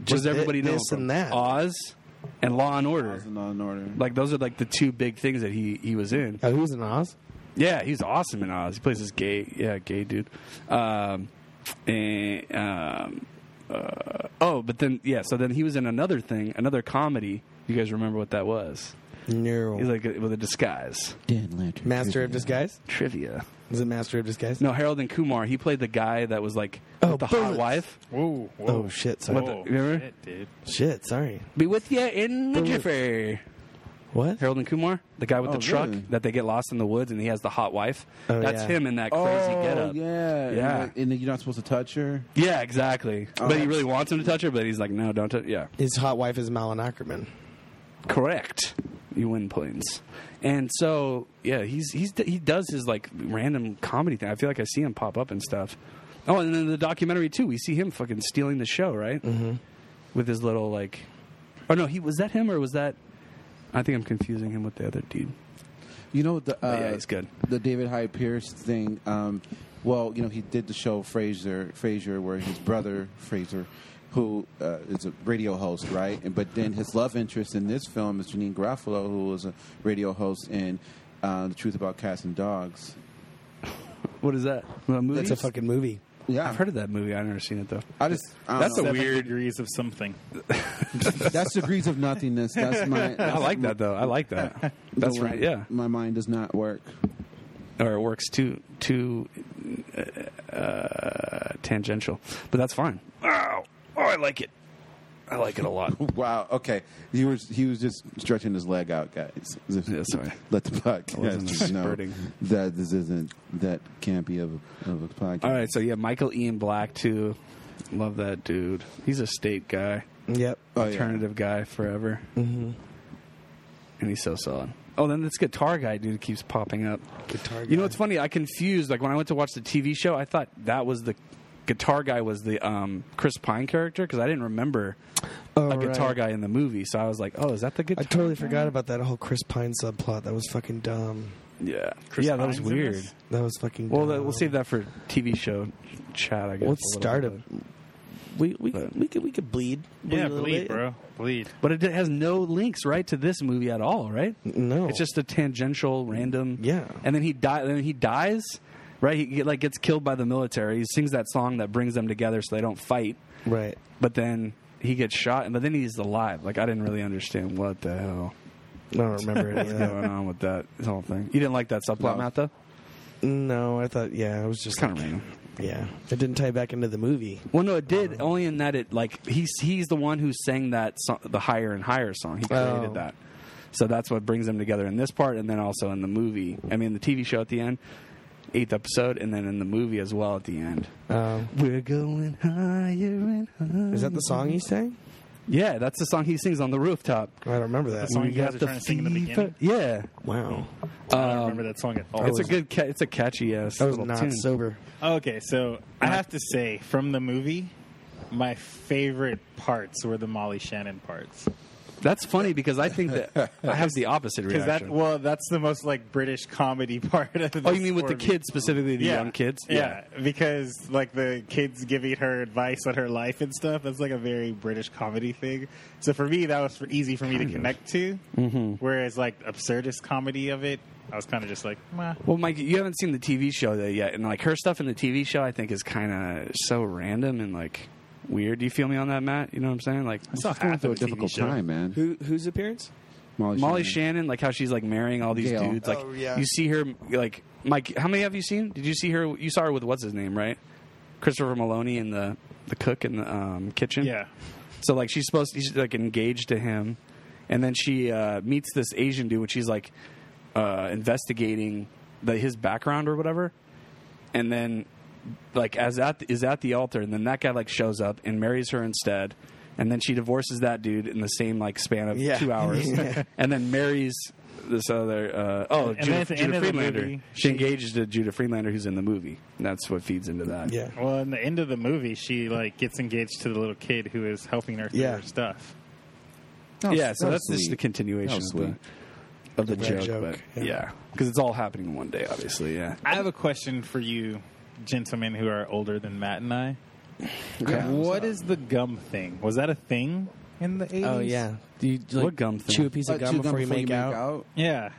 Just
Just
everybody
thi-
know him
this
from?
and that.
Oz and Law and Order.
was in Law and Order.
Like those are like the two big things that he he was in.
Oh, he was in Oz.
Yeah, he's awesome in Oz. He plays this gay, yeah, gay dude. Um, and, um, uh, oh, but then yeah, so then he was in another thing, another comedy. You guys remember what that was?
No.
He's like with a disguise.
Dan Lantern.
Master of Disguise?
Trivia.
Is it Master of Disguise?
No, Harold and Kumar. He played the guy that was like
Oh,
with the hot
bullets.
wife.
Whoa, whoa.
Oh, shit, sorry.
Whoa,
the- remember?
shit, dude.
Shit, sorry.
Be with you in the
Bullets.
jiffy.
What?
Harold and Kumar, the guy with
Oh,
the truck
really?
that they get lost in the woods and he has the hot wife.
Oh,
That's
yeah.
him in that
Oh
crazy getup.
yeah,
Yeah.
And, like, and then you're not supposed to touch her.
Yeah, exactly. but he
Oh, that's-
really wants him to touch her, but he's like, no, don't touch. Yeah.
His hot wife is Malin Ackerman.
Correct. You win points. And so, yeah, he's he's he does his like random comedy thing. I feel like I see him pop up and stuff. Oh, and then the documentary too. We see him fucking stealing the show, right? Mm-hmm. With his little like, oh no, he was that him or was that? I think I'm confusing him with the other dude.
You know the uh,
But yeah, he's good.
The David Hyde Pierce thing. Um, well, you know he did the show Frasier, Frasier, where his brother Fraser, who uh, is a radio host, right? And but then his love interest in this film is Janine Garofalo, who was a radio host in uh, The Truth About Cats and Dogs.
What is that? A movie?
That's a fucking movie.
Yeah,
I've heard of that movie. I've never seen it though.
I just I don't
That's
know.
a
Seven
weird-
degrees of something.
that's degrees of nothingness. That's my.
I like that though. I like that. That's right. Yeah.
My mind does not work.
or it works too too uh, uh, tangential, but that's fine. Ow. Oh, I like it. I like it a lot.
Wow. Okay. He was he was just stretching his leg out, guys.
Yeah, sorry.
Let the
wasn't
podcast know
spurting.
that this isn't that can't be of a, of a podcast.
All right, so yeah, Michael Ian Black too. Love that dude. He's a state guy,
Yep.
Oh, yeah.
alternative guy forever, mm-hmm. and he's so solid. Oh, then this guitar guy dude keeps popping up.
Guitar
You know
guy.
what's funny? I confused. Like when I went to watch the TV show, I thought that was the guitar guy was the um, Chris Pine character because I didn't remember
Oh,
a
right.
guitar guy in the movie. So I was like, oh, is that
I
the guitar?
totally forgot about that whole Chris Pine subplot. That was fucking dumb.
yeah, yeah, that was
Pine's in
weird.
this?
That was fucking
Well,
dumb.
that, we'll save that for TV show chat. I guess.
Let's
a little
start a.
bit.
We we we could we could bleed.
Yeah,
a little
bleed,
bit.
bro. Bleed.
But it has no links, right, to this movie at all, right?
No.
It's just a tangential, random.
Yeah.
And then he die. Then he dies, right? He get- like gets killed by the military. He sings that song that brings them together, so they don't fight.
right.
But then he gets shot, and but then he's alive. Like I didn't really understand what the hell
I don't remember any
was
of that.
going on with that whole thing. You didn't like that subplot,
No.
Matt, though.
No, I thought yeah, it was
It's
just
kind of
like-
random.
yeah. It didn't tie back into the movie.
Well, no, it did. Only in that it like he's he's the one who sang that song, the higher and higher song. He created
Oh.
that, so that's what brings them together in this part, and then also in the movie. I mean, the TV show at the end, eighth episode, and then in the movie as well at the end.
Um,
We're going higher and higher.
is that the song he sang?
Yeah, that's the song he sings on the rooftop.
I don't remember that.
song
We
you guys
got
are
the
trying to sing in the
fever-
beginning?
Yeah,
Wow.
I don't remember that song at all. Oh,
it's a good, ca- it's a catchy ass.
I was
little
not
tune.
sober.
Okay, so I
Uh-huh.
have to say, from the movie, my favorite parts were the Molly Shannon parts.
That's funny because I think that I have the opposite
Because that,
reaction.
well, that's the most like British comedy part of the.
oh, you mean with the kids specifically, the
Yeah.
young kids?
Yeah. because like the kids giving her advice on her life and stuff. That's like a very British comedy thing. So for me, that was for, easy for me to connect to. Mm-hmm. Whereas like absurdist comedy of it, I was kind of just like, Meh.
Well, Mike, you haven't seen the TV show though yet, and like her stuff in the TV show, I think is kind of so random and like weird. Do you feel me on that, Matt? You know what I'm saying? Like
saw
She's going
half
through a
of the TV
difficult
show.
time, man.
Who whose appearance?
Molly,
Molly Shannon, like how she's like marrying all these
Gail.
dudes. Like
Oh, yeah.
you see her, like Mike. How many have you seen? Did you see her? You saw her with what's his name, right? Christopher Maloney and the the cook in the um, kitchen.
yeah,
So like she's supposed to, she's like engaged to him, and then she uh, meets this Asian dude, which she's like uh, investigating the, his background or whatever, and then like as that is at the altar, and then that guy like shows up and marries her instead, and then she divorces that dude in the same like span of
Yeah.
two hours, and then marries. This other uh, oh
And then
Judah,
at the end
Judah
of the
Friedlander.
movie,
she
she-
engages to Judah Friedlander, who's in the movie. That's what feeds into that.
Yeah.
Well, in the end of the movie, she like gets engaged to the little kid who is helping her through
Yeah.
her stuff.
That was-
yeah, so
that was
that's just the
sweet. That
continuation
was
of the,
sweet.
of the
Right
joke,
joke,
but
yeah.
yeah, because it's all happening in one day, obviously. Yeah,
I have a question for you, gentlemen who are older than Matt and I.
Okay.
What is the gum thing? Was that a thing in the eighties?
Oh yeah. Do you like,
What gum thing?
chew a piece
Uh,
of gum
chew
before, you make, out?
yeah.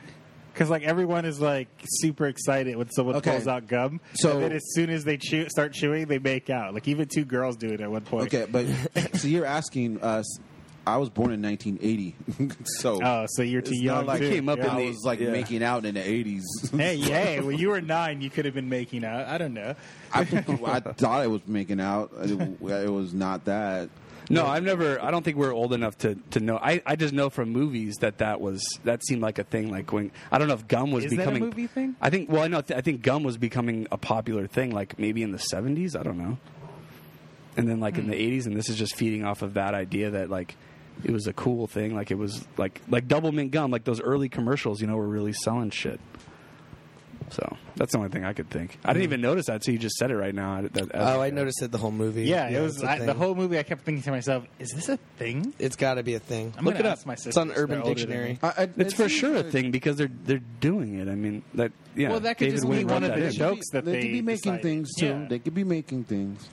Because like everyone is like super excited when someone
Okay.
pulls out gum.
So-
and then as soon as they chew, start chewing, they make out. Like even two girls do it at one point.
Okay, but so you're asking us. I was born in 1980, so
Oh, so you're too
it's
young.
not like
too.
came up
Yeah.
in
I
the-
was like
yeah.
making out in the 80s.
Hey, hey! When you were nine, you could have been making out. I don't know.
I, I thought I was making out. It, it was not that.
no, I've never. I don't think we're old enough to, to know. I, I just know from movies that that was that seemed like a thing. Like when I don't know if gum was
Is that a
becoming
movie thing?
I think. Well, I know. I think gum was becoming a popular thing. Like maybe in the seventies. I don't know. And then like in the eighties, and this is just feeding off of that idea that like it was a cool thing. Like it was like like double mint gum. Like those early commercials, you know, were really selling shit. So that's the only thing I could think. I
Hmm.
didn't even notice that. So you just said it right now. I- that-
Oh, I noticed it the whole movie.
Yeah, it was
it's a
I, the
thing.
whole movie. I kept thinking to myself, "Is this a thing?"
It's got to be a thing.
I'm
Look it
gonna
up.
ask my
it's on
sisters. They're
Urban
older than
Dictionary.
me.
I, I,
It's for sure a thing because they're they're doing it. I mean, that yeah.
Well, that could
David
just be
Wayne
one
wrote
of the
in.
show- jokes that
they, could
they
be making
decided.
things too.
Yeah.
They could be making things.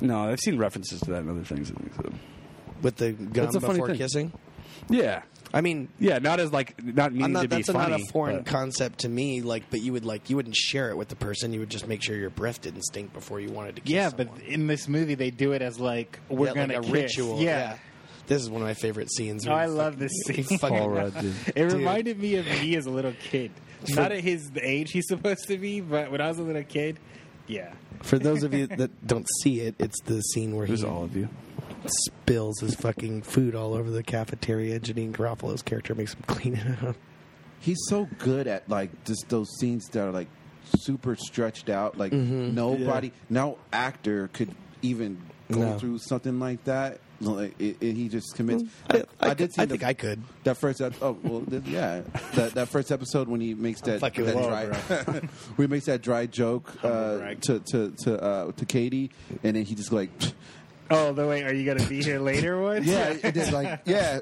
No, I've seen references to that and other things. So.
With the gum
That's a funny
before
thing.
kissing.
Yeah,
I mean,
yeah. Not as like not meaning
I'm
to
not.
be
That's
funny.
not a foreign
but-
concept to me. Like, but you would like you wouldn't share it with the person. You would just make sure your breath didn't stink before you wanted to. kiss
Yeah,
someone.
but in this movie, they do it as like we're
Yeah, like
gonna
a
kiss.
ritual.
Yeah.
This is one of my favorite scenes.
Oh,
where
I
he
love this
fucking- he
scene.
fucking-
Paul Rudd did.
It reminded me of me as a little kid. Not at his the age he's supposed to be, but when I was a little kid, yeah.
For those of you that don't see it, it's the scene where
There's
he
all of you.
spills his fucking food all over the cafeteria. Janine Garofalo's character makes him clean it up.
He's so good at like just those scenes that are like super stretched out. Like
Mm-hmm.
nobody, no actor could even go
No. Mm,
through something like that. Like it, it- he just commits.
I, I,
did. See
I
the-
think I could.
That first, ep- oh well, th- yeah, that, that first episode when he makes that,
fucking
that
with you,
dry, we makes that dry joke
Humble
uh,
brag.
to to to uh, to Katie, and then he just like,
Oh, the way are you gonna be here later? One.
yeah, and then like yeah,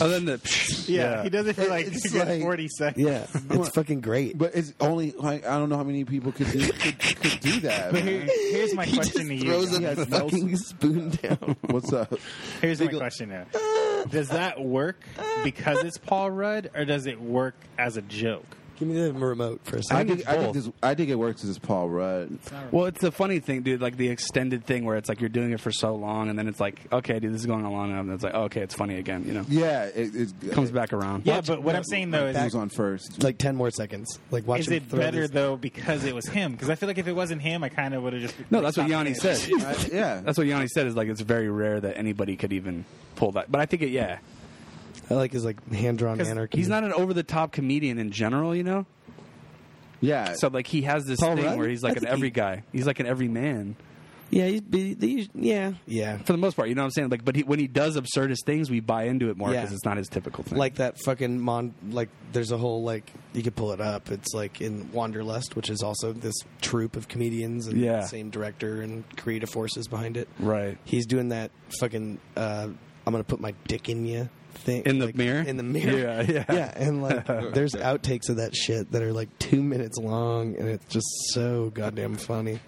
Oh, then the
yeah, He does it for like,
It's
a good
like-
forty seconds.
Yeah, it's fucking great.
but it's only like I don't know how many people could do, could, could do that.
But here,
man.
here's my question to you.
a
guys.
fucking
spoon down.
What's up?
Here's my question now. Does that work because it's Paul Rudd, or does it work as a joke?
Give me the remote for a
I
second.
think I think, this, I think it works as Paul Rudd.
well, it's the funny thing, dude. Like the extended thing where it's like you're doing it for so long, and then it's like, okay, dude, this is going on long enough. And it's like, oh, okay, it's funny again. You know,
Yeah, it, it
comes back around.
Yeah, but what I'm saying though
Who's
is,
on first?
like ten more seconds. Like watch.
is
him
it
throw
better
this-
though because it was him? Because I feel like if it wasn't him, I kind of would have just.
No, that's what Yanni
stopped saying
said.
it.
I- yeah,
That's what Yanni said is like it's very rare that anybody could even pull that. But I think it, yeah,
I like his like hand drawn
'Cause
anarchy.
he's not an over the top comedian in general, you know.
yeah.
So like he has this
Paul
thing
Rudd?
where he's
I
like an
think he-
every guy. He's like an every man.
Yeah, he's, be- they- yeah, yeah.
for the most part. You know what I'm saying? Like, but he, when he does absurdist things, we buy into it more
Yeah.
because it's not his typical thing.
Like that fucking mon. Like there's a whole like you could pull it up. It's like in Wanderlust, which is also this troupe of comedians and
Yeah.
same director and creative forces behind it.
right?
He's doing that fucking. Uh, I'm gonna put my dick in you thing
In the
like,
mirror?
In the mirror.
Yeah, yeah.
yeah. And like, there's outtakes of that shit that are like two minutes long, and it's just so goddamn funny.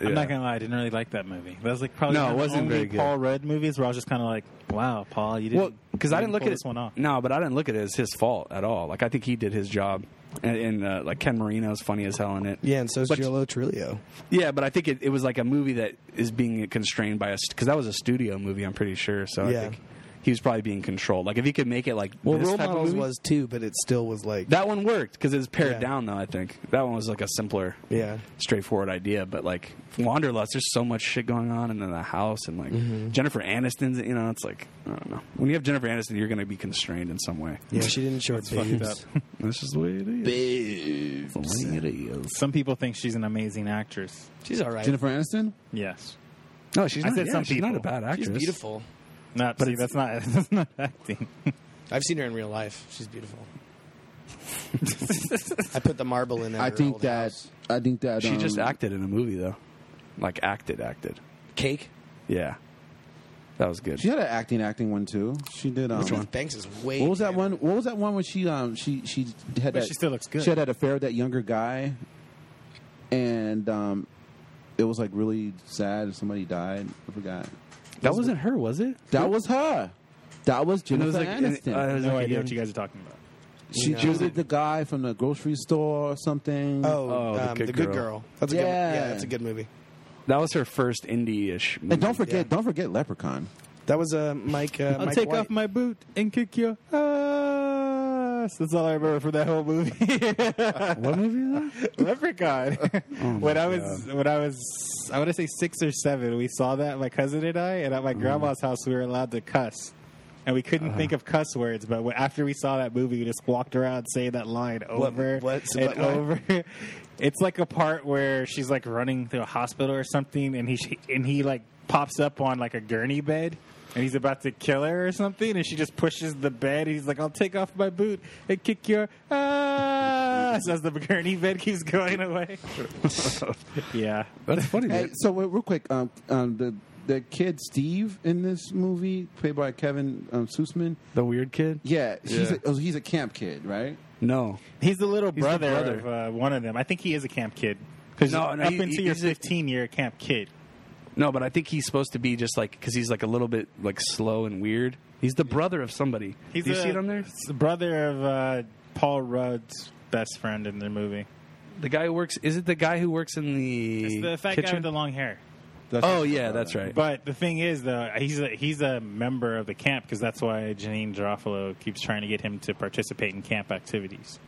I'm
Yeah.
not gonna lie, I didn't really like that movie. That was like probably
No,
one
it
of the
wasn't
only
very good.
Paul Rudd movies where I was just kind of like, wow, Paul, you didn't.
Well, because I
you
didn't look
pull
at
this
it.
one off.
No, but I didn't look at it as his fault at all. Like I think he did his job, and, and uh, like Ken Marino's funny as hell in it.
Yeah, and so's
But-
Jolo Trillo.
yeah. But I think it, it was like a movie that is being constrained by us because that was a studio movie. I'm pretty sure.
Yeah.
So I think he was probably being controlled. Like if he could make it like
Well,
this
Role
type of
Models
movie-
was too, but it still was like
that one worked because it was pared
Yeah.
down though. I think that one was like a simpler.
yeah.
straightforward idea, but like Wanderlust, there's so much shit going on in the house, and like Jennifer Aniston's, you know, it's like I don't know. When you have Jennifer Aniston, you're going to be constrained in some way.
Yeah, she didn't show her boobs.
That's just the way it is. Babes. The way it is.
Some people think she's an amazing actress.
She's all right.
Jennifer Aniston.
Yes.
No, she's
I
not.
said
yeah,
some
she's not a
people.
bad actress.
She's beautiful.
Not, but see, that's not that's not acting.
I've seen her in real life. She's beautiful. I put the marble in. At
I
her
think
old
that.
house.
I think that
She
um,
just acted in a movie though, like acted, acted.
cake.
Yeah, that was good.
She had an acting acting one too. She did. Um,
Which Banks is way.
What was that
better.
one? What was that one when she um she she had
But
that
she still looks good.
She had that affair with that younger guy, and um, it was like really sad. and Somebody died. I forgot.
that wasn't her, was it?
That was her. That was
And
Jennifer Aniston.
uh, it was
No
like
idea
again-
what you guys are talking about.
she
No.
she was with the guy from the grocery store or something.
Oh,
Oh, The
um,
Good
the good
Girl.
girl. That's a good.
Yeah.
Yeah, that's a good movie.
that was her first indie-ish. Movie.
and don't forget,
yeah.
don't forget Leprechaun.
That was uh, Mike. Uh,
I'll
Mike
take
White.
off my boot and kick your ass. That's all I remember from that whole movie.
what movie is that?
Leprechaun.
Oh
when I was
God.
when I was I want to say six or seven, we saw that my cousin and I, and at
Mm.
my grandma's house, we were allowed to cuss, and we couldn't
Uh-huh.
think of cuss words. But when, after we saw that movie, we just walked around saying that line over
what's-
and
what line?
over. It's like a part where she's like running through a hospital or something, and he she- and he like pops up on like a gurney bed. And he's about to kill her or something, and she just pushes the bed. He's like, "I'll take off my boot and kick your ass." As the gurney bed keeps going away. yeah,
That's funny.
Hey,
dude.
so wait, real quick, um, um, the the kid Steve in this movie, played by Kevin um, Sussman.
The weird kid.
Yeah, he's
Yeah.
a, oh, he's a camp kid, right?
No,
he's the little
the
brother,
brother.
of uh, one of them. I think he is a camp kid. Because
No, no,
up
he-
until
he-
you're
he's a-
15, you're a camp kid.
No, but I think he's supposed to be just like because he's like a little bit like slow and weird. He's the brother of somebody.
He's
Do you
a-
see it on there?
it's the brother of uh, Paul Rudd's best friend in the movie.
The guy who works is it the guy who works in the
It's the fat guy
kitchen?
with the long hair.
That's
oh yeah, that's right.
But the thing is, though, he's a, he's a member of the camp because that's why Janine Garofalo keeps trying to get him to participate in camp activities.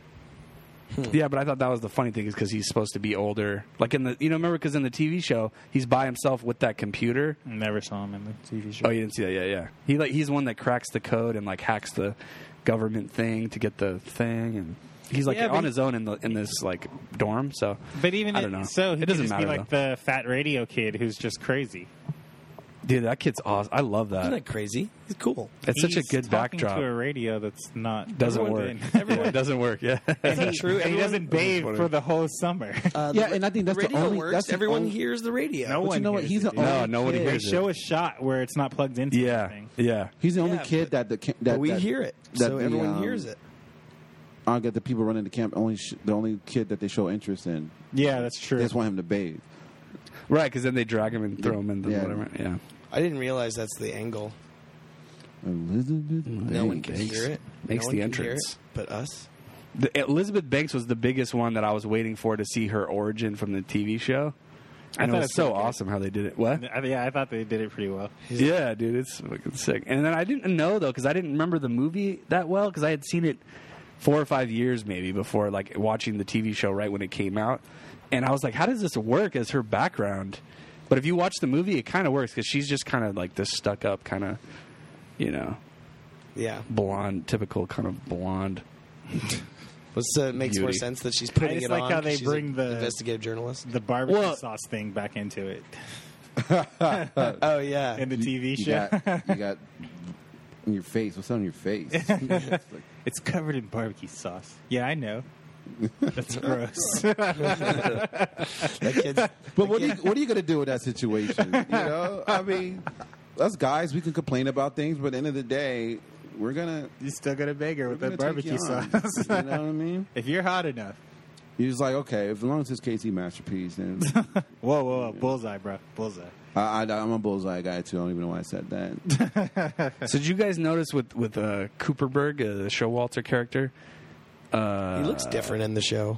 yeah, but I thought that was the funny thing is because he's supposed to be older. Like in the you know remember because in the TV show he's by himself with that computer.
Never saw him in the TV show.
Oh, you didn't see that? Yeah, yeah. He like he's the one that cracks the code and like hacks the government thing to get the thing and. He's like
Yeah, but
on
he-
his own in the in this like dorm, so
But even
I don't know.
so, he
it
could
doesn't
just
matter.
be like
though.
the fat radio kid who's just crazy.
Dude, that kid's awesome. I love that.
Isn't that crazy? He's cool.
It's such a
He's
good
talking
backdrop.
to a radio that's not
doesn't
Everyone
work.
did.
Yeah, it doesn't work. Yeah.
And he,
true.
and he
Everyone-
doesn't bathe
funny.
for the whole summer.
Uh,
Yeah, and I think that's the
radio
only-
Works.
that's the
Everyone
only-
hears the radio.
No
But you
one
know what?
hears
He's
it,
the
dude.
only
No, no one
kid-
hears
They
it.
show a shot where it's not plugged into
yeah.
anything.
Yeah.
He's the only
Yeah,
kid that the camp, that
But we
that-
hear it,
that
so
the,
everyone
um,
hears it.
I get the people running the camp. Only sh- the only kid that they show interest in.
Yeah, that's true.
They just want him to bathe.
Right, because then they drag him and throw him in the
Yeah.
whatever. Yeah.
I didn't realize that's the angle.
Elizabeth
No one can
Banks.
hear it.
makes
no
the
one can hear
entrance.
it but us.
The, Elizabeth Banks was the biggest one that I was waiting for to see her origin from the TV show. And it
thought it
was
was
so
pretty good.
awesome how they did it. What?
I, yeah, I thought they did it pretty well.
Yeah, dude, it's fucking sick. And then I didn't know though because I didn't remember the movie that well because I had seen it four or five years maybe before like watching the TV show right when it came out, and I was like, how does this work as her background? But if you watch the movie, it kind of works because she's just kind of like this stuck up kind of, you know,
Yeah.
blonde, typical kind of blonde.
Well, so it makes more
Beauty.
sense that she's putting
I just
it
like
on.
how
'cause
they
she's an
bring the-
investigative journalist.
The barbecue
Well-
sauce thing back into it.
Oh yeah.
in the TV
you
show.
got, you got in your face. What's on your face? It's like,
It's covered in barbecue sauce. Yeah, I know. That's gross.
that kid's
but what are you, what are you going to do with that situation? You know, I mean, us guys, we can complain about things, but at the end of the day, we're gonna
you still got to beg her
we're
with that
gonna take
barbecue
you on.
sauce.
You know what I mean?
if you're hot enough.
You're just like, okay, if as long as it's KT masterpiece, then
Whoa, whoa, whoa. Bullseye, bro. Bullseye.
I, I, I'm a bullseye guy too. I don't even know why I said that.
So did you guys notice with with uh, Cooperberg, uh, the Showalter character?
he looks different in the show.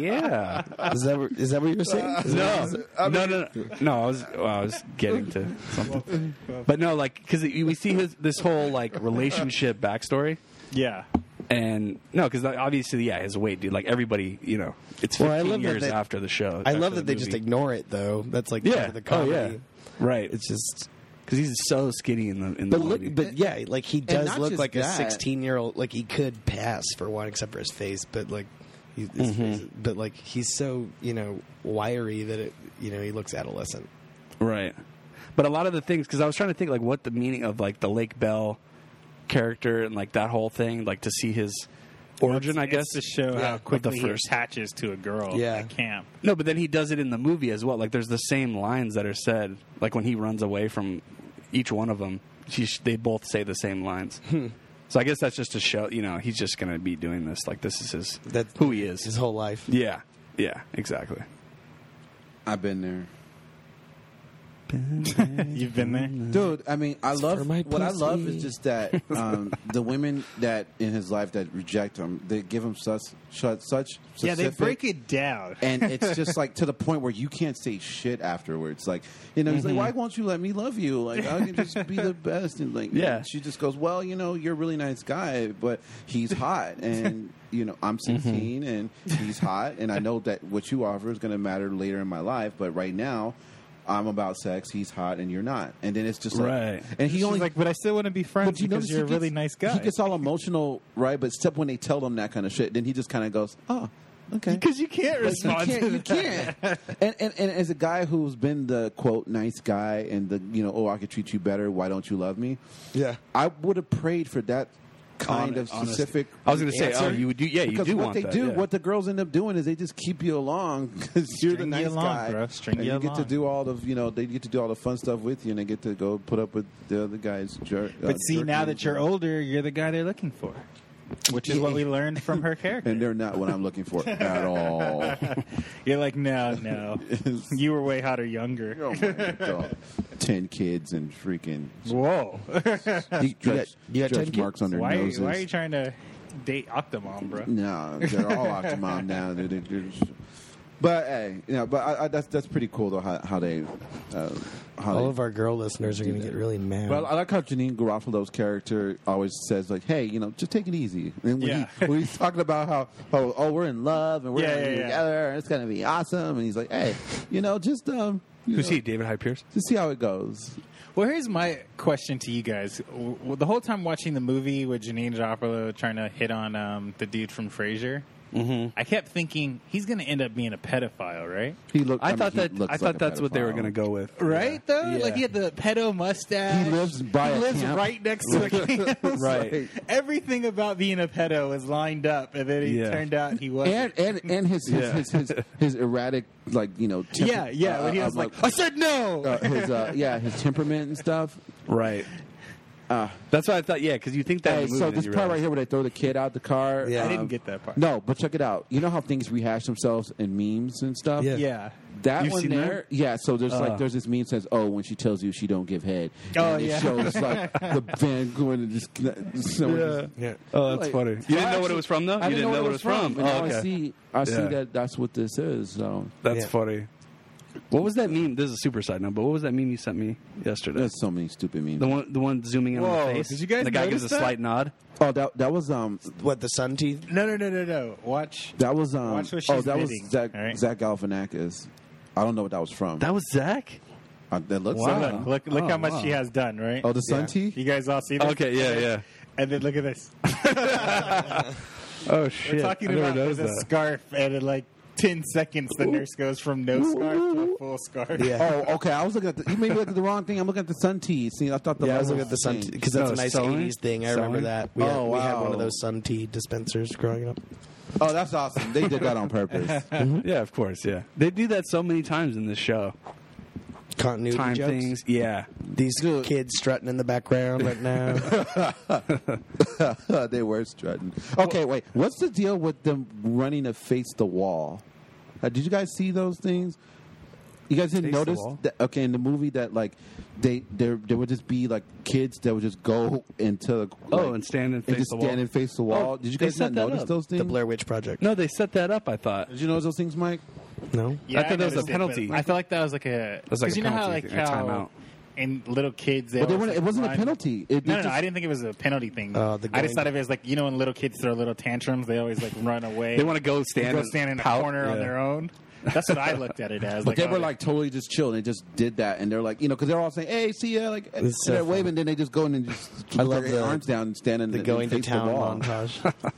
Yeah.
Is that what- is that what you were saying? Is that-
No, no, no, no, no. I was, well, I was getting to something, but no, like because we see his this whole like relationship backstory,
Yeah.
and no, because obviously, yeah, his weight, dude. Like everybody, you know, it's
Well,
fifteen
I love that
years
they-
after the show.
I
after
love
the
that they just
movie.
ignore it though. That's like part
yeah,
of the
oh
comedy.
yeah, right.
It's just
because he's so skinny in the in
But
the
look,
movie.
but yeah, like he does
not
look
just
like a
that.
sixteen-year-old. Like he could pass for one, except for his face. But like, he, his
Mm-hmm.
face, but like he's so you know wiry that it you know he looks adolescent.
Right. But a lot of the things, because I was trying to think like what the meaning of like the Lake Bell character and like that whole thing, like to see his origin, I guess.
It's to show
Yeah.
how quickly
With the
he
first-
attaches to a girl
Yeah.
at camp.
no, but then he does it in the movie as well. Like there's the same lines that are said, like when he runs away from each one of them, she, they both say the same lines. So I guess that's just to show, you know, he's just going to be doing this. Like this is his,
That's
who he is.
His whole life.
yeah. Yeah, exactly.
I've been there.
You've been there?
dude i mean i
for
love
my
what i love
pussy.
is just that um, the women that in his life that reject him they give him such such such
Yeah, they
specific-
break it down.
and it's just like to the point where you can't say shit afterwards like you know he's
Mm-hmm.
like why won't you let me love you like i can just be the best and like
Yeah.
and she just goes well you know you're a really nice guy but he's hot and you know i'm
Mm-hmm.
16 and he's hot and i know that what you offer is going to matter later in my life but right now i'm about sex he's hot and you're not and then it's just like
Right.
and
He's
he only
like, but I still want to be
but
friends
you
because
notice
you're a
he
really
gets-
nice guy.
He gets all emotional, right? But except when they tell him that kind of shit, then he just kind of goes, "Oh, okay."
Because you can't
But you
respond
can't.
to
You can't. and, and and as a guy who's been the quote nice guy and the you know oh I could treat you better, why don't you love me?
Yeah.
I would have prayed for that kind of
honest-
specific.
I was going to say, oh,
answer.
you would do, yeah, you
because
do
what
want
they
that,
do,
yeah.
what the girls end up doing is they just keep you along because you're the
String you
nice
along,
guy,
bro. String
and
you
you get to
along.
do all of you know they get to do all the fun stuff with you, and they get to go put up with the other guys. Jer- uh,
But see, now
jerking
that you're
and-
older, you're the guy they're looking for, which is what we learned from her character.
and they're not what I'm looking for at all.
You're like, no, no, you were way hotter younger.
Oh my god! Ten kids and freaking
Whoa,
you,
got- you got 10 kids?
marks on their
why,
noses.
why are you trying to date Octomom, bro?
No, they're all out to mom now. They're, they're, they're just- but hey, you know, but I, I, that's that's pretty cool though. How, how they, uh, how
All
they,
of our girl listeners are going to get really mad.
Well, I like how Janine Garofalo's character always says, like, "Hey, you know, just take it easy." And when,
Yeah.
he, when he's talking about how, how, oh, we're in love and we're
Yeah,
gonna
yeah,
be
yeah.
together and it's gonna be awesome, and he's like, "Hey, you know, just um, you
Who's
know,
he? David Hyde Pierce?
Just see how it goes."
Well, here's my question to you guys. W- w- The whole time watching the movie with Janine Garofalo trying to hit on um, the dude from Frasier, mm-hmm. I kept thinking he's going to end up being a pedophile, right?
He looked.
I,
mean,
thought
he
that. I
looks
thought
like a
that's what they were
pedophile.
going to go with.
Right though,
Yeah.
like he had the pedo mustache.
He lives by
He
a
lives
camp.
right next to the camp.
Right.
Everything about being a pedo was lined up, and then it
Yeah.
turned out he was.
and and and his his,
Yeah.
his, his his erratic like you know temper-
yeah, yeah.
uh,
when he was
uh,
like, "I said no."
uh, his uh, yeah his temperament and stuff.
Right. That's what I thought. Yeah, because you think that.
Hey,
movie,
so
then
this
you
part right
realize-
here where they throw the kid out the car.
Yeah.
I
um,
didn't get that part.
No, but check it out. You know how things rehash themselves in memes and stuff.
Yeah.
Yeah.
That
You've
one
seen
there, yeah. So there's
Uh.
like there's this meme says, "Oh, when she tells you she don't give head."
Oh,
and
yeah.
It shows like the van going and just someone just
yeah.
Oh, that's
Like-
funny. You didn't know what it was from, though.
I
you
didn't know where
what it was from.
but
Oh,
now I
okay.
see. I see
Yeah.
that that's what this is. So
That's
Yeah.
funny. What was that meme? This is a super side note, but what was that meme you sent me yesterday?
there's so many stupid memes.
the one, the one zooming in on
Whoa,
the face.
did you guys
And the guy gives
notice
a
that?
slight nod.
Oh, that that was um
What the sun teeth?
No, no, no, no, no. Watch.
That was um.
Watch what
oh,
she's
that
bidding,
was Zach,
all right?
Zach Galifianakis. I don't know what that was from.
That was Zach.
Uh, that looks
So
like.
look, look, look
Oh,
how much
wow.
she has done, right?
Oh, the sun
You
tea.
guys all see this?
Okay, yeah, yeah.
And then look at this.
Oh
We're
shit!
talking about the scarf and it, like ten seconds, the nurse goes from no scarf to a full scarf.
Yeah.
Oh, okay. I was looking at the. You maybe looked at the wrong thing. I'm looking at the sun tea. See, I thought the.
yeah, I was
level
looking at the
was
sun
changed.
because that's
No,
a nice
selling?
'80s thing. I remember
Selling?
that. We, had,
Oh,
we had one
wow.
of those sun tea dispensers growing up.
oh, that's awesome. They did that on purpose.
Yeah, of course. Yeah, Mm-hmm. they do that so many times in this show.
Continuity
Time
jokes.
things. Yeah,
These kids strutting in the background right now.
they were strutting. Okay, wait. What's the deal with them running to face the wall? Uh, did you guys see those things? You guys didn't
Face the
notice
wall?
that? Okay, in the movie that like they there there would just be like kids that would just go into the
Oh,
like,
and stand and face
just
the wall.
stand and face the wall.
Oh,
did you
they
guys
set
not
that
notice
up.
those things?
the Blair Witch Project.
no, they set that up. I thought
Did you notice those things, Mike?
No.
I thought that was a
noticed it,
penalty.
but I felt like that was like a
was like
because
a
you know how
penalty,
like
a timeout.
how in little kids they
But they
always,
weren't-
like,
it wasn't a
run-
penalty. It- they
no, no, no,
just-
I didn't think it was a penalty thing.
Uh, the
I
going-
just thought of it as like you know when little kids throw little tantrums, they always like run away.
they want to go stand.
go
and
stand in a
pout.
corner on
Yeah.
their own. That's what I looked at it as.
But
like,
they
oh,
were like totally just chill. and They just did that, and they're like, you know, because they're all saying, "Hey, see ya!" Like and
It's so
they're
funny.
waving. Then they just go in and just
uh, I
put
love
their
the-
arms down and stand in
The
and
going to
face the
town
wall.
montage.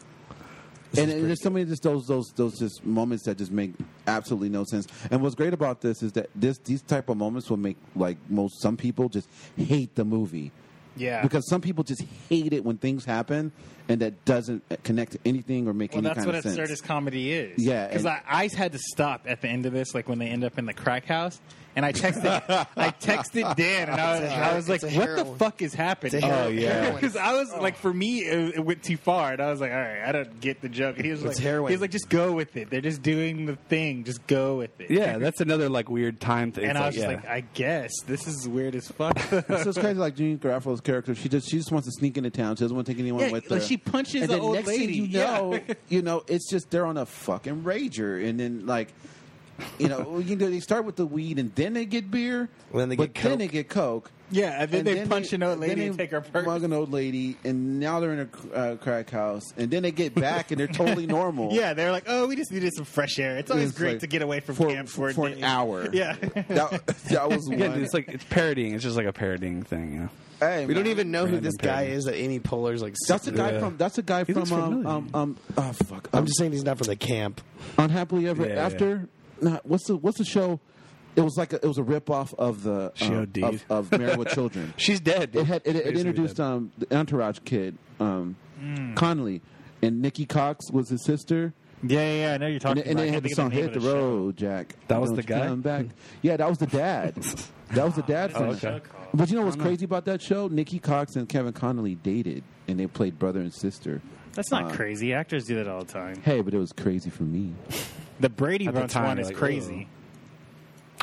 and, and there's so many just those those those just moments that just make absolutely no sense. And what's great about this is that this these type of moments will make like most some people just hate the movie.
Yeah.
because some people just hate it when things happen and that doesn't connect to anything or make
Well,
any
that's
kind
what
of sense.
absurdist comedy is.
Yeah,
because
and-
I, I had to stop at the end of this, like when they end up in the crack house, and I texted, I texted Dan, and I was,
It's a
I was like,
hero- it's a
"What the
heroin.
fuck is happening?"
It's a hero- Oh, yeah. heroin.
because I was like, for me, it, it went too far, and I was like, "All right, I don't get the joke." And he was
It's
like,
heroin.
"He was like, just go with it. They're just doing the thing. Just go with it."
Yeah, that's another like weird time thing.
and
It's
I was just
yeah.
like, "I guess this is weird as fuck."
so it's crazy. Like Jean Garofalo's character, she just she just wants to sneak into town. She doesn't want to take anyone
Yeah,
with her.
like she punches
and
the
then
old
next
lady,
Thing you
yeah.
know, you know, it's just they're on a fucking rager, and then like. You know, you know, they start with the weed, and then they get beer.
Then they
but
get
then
Coke.
they get coke.
yeah, and then they punch an old lady
then
and
they
take her purse.
Mug an old lady, and now they're in a uh, crack house, and then they get back, and they're totally normal.
Yeah, they're like, "Oh, we just needed some fresh air. It's always
It's
great
like
to get away from
for,
camp for, a
for an
day."
hour.
Yeah.
that, that was one.
yeah, dude, it's like it's parodying. It's just like a parodying thing. You know?
Hey,
we don't
man.
even know who
Random
this guy
parody.
is that Amy Poehler's like.
That's a
sitting
guy
with.
from. That's a guy
He looks
from. Um,
familiar.
um, um, oh fuck!
I'm just saying he's not from the camp.
unhappily ever
Yeah, yeah,
after. Nah, what's the what's the show? It was like a, it was a rip off of the
She
um,
OD'd.
of, of Married with Children.
She's dead.
It had it, it
Basically
introduced
dead.
um the Entourage kid um Connolly and Nikki Cox was his sister.
Yeah, yeah, yeah, I know you're
And,
talking
and
about.
they had the song "Hit the, Road, Jack."
That was
Don't
the
you
guy?
come back. Yeah, that was the dad. that was the dad. from
Oh,
it.
okay.
But you know what's crazy about that show? Nikki Cox and Kevin Connolly dated, and they played brother and sister.
That's not
Uh,
crazy. Actors do that all the time.
Hey, but it was crazy for me.
The Brady
At the
Bunch
time,
one is
like,
crazy.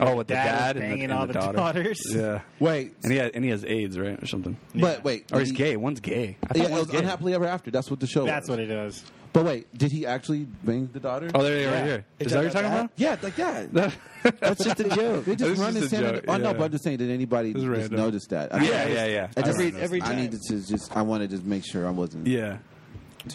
Oh, with the
Dad was
dad, and the,
banging
and
all
the
the
daughter.
daughters.
Yeah,
Wait,
and he had, and he has AIDS, right, or something.
but wait,
Or he's
did he-
gay. One's gay. I thought
Yeah, it
one's
was
gay.
unhappily ever after. That's what the show.
That's
was.
what it is.
But wait, did he actually bang the daughter?
Oh, there you are, right here.
You're
Is that what you're
talking
talking
about
about?
yeah, like that.
That-
That's just a joke. They
That's
just run
just
and
a
stand. on-
joke,
Oh no,
yeah.
but I'm just saying. Did anybody
was
just
random.
noticed that? I
yeah, yeah, yeah.
I just
I remember
every
this.
I needed to just. I wanted to just make sure I wasn't.
Yeah.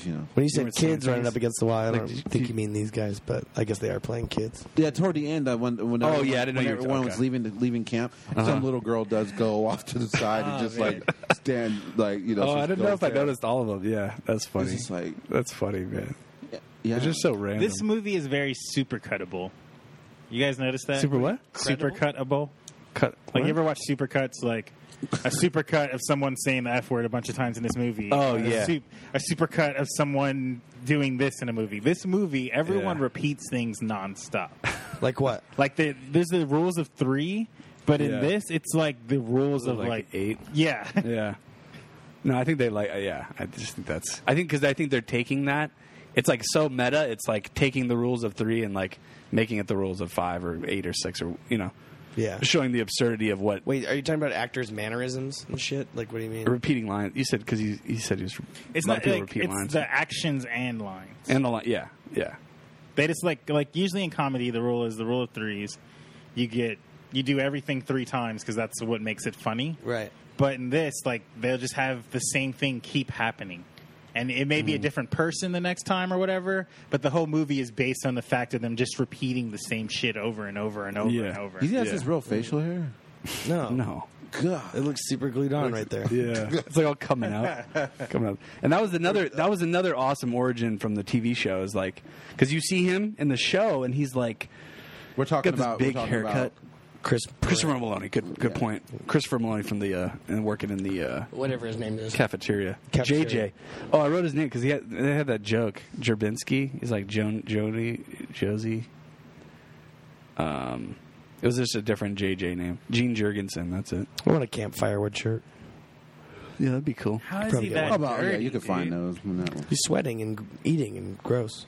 You know.
When you
You were
said
saying
kids running
things?
up against the wall, I
Like,
don't
did you-
think you mean these guys, but I guess they are playing kids.
Yeah, toward the end, I when, when
Oh,
everyone-
yeah, I didn't know
when
you were- Uh-huh.
everyone was
okay.
leaving the, leaving camp, some little girl does go off to the side and
Oh,
just
man.
like stand like you know.
Oh,
just
I didn't know
goes
if I
there.
noticed all of them. Yeah, that's funny.
just like-
that's funny, man.
Yeah,
It's just so random.
This movie is very super cuttable. You guys notice that?
super what?
Super cuttable.
Cut.
Like
what?
you ever watch supercuts? Like a supercut of someone saying the f word a bunch of times in this movie.
Oh,
Or
yeah.
a, sup- a supercut of someone doing this in a movie. This movie, everyone
Yeah.
repeats things nonstop.
Like what?
like the, there's the rules of three, but in
Yeah.
this, it's like the rules of
like,
like,
eight.
Yeah,
Yeah. No, I think they like. uh, Yeah, I just think that's. I think because I think they're taking that. It's like so meta. It's like taking the rules of three and like making it the rules of five or eight or six or you know,
Yeah.
showing the absurdity of what
Wait, are you talking about actors' mannerisms and shit? Like, what do you mean?
repeating lines. You said because he he said he was.
it's
a lot of
not
people
like,
repeat
it's
lines
the actions and lines.
and the line. Yeah, yeah.
They just like like usually in comedy, the rule is the rule of threes. You get you do everything three times because that's what makes it funny.
Right.
But in this, like they'll just have the same thing keep happening. And it may be a different person the next time or whatever, but the whole movie is based on the fact of them just repeating the same shit over and over and over
Yeah.
and over.
You think that's
Yeah.
his real facial hair?
No.
No,
God.
It looks super glued on right there.
Yeah, it's like all coming out, coming up. And that was another that was another awesome origin from the TV show. Is like because you see him in the show and he's like
We're talking
got this
about
big
we're talking
haircut.
about-
Chris
Christopher Maloney, good good point. Christopher Maloney from the uh, and working in the uh,
whatever his name is.
cafeteria.
Cafeteria.
JJ. Oh, I wrote his name because he had they had that joke. Jerbinski. He's like Joan, Jody, Josie. Um, it was just a different JJ name. Gene Jurgensen. That's it.
I want a Camp Firewood shirt.
Yeah, that'd be cool.
How is
Probably
he
get
that
one.
How Oh, about- yeah,
dirty,
you can find
dude?
those. from that one.
He's sweating and g- eating and gross.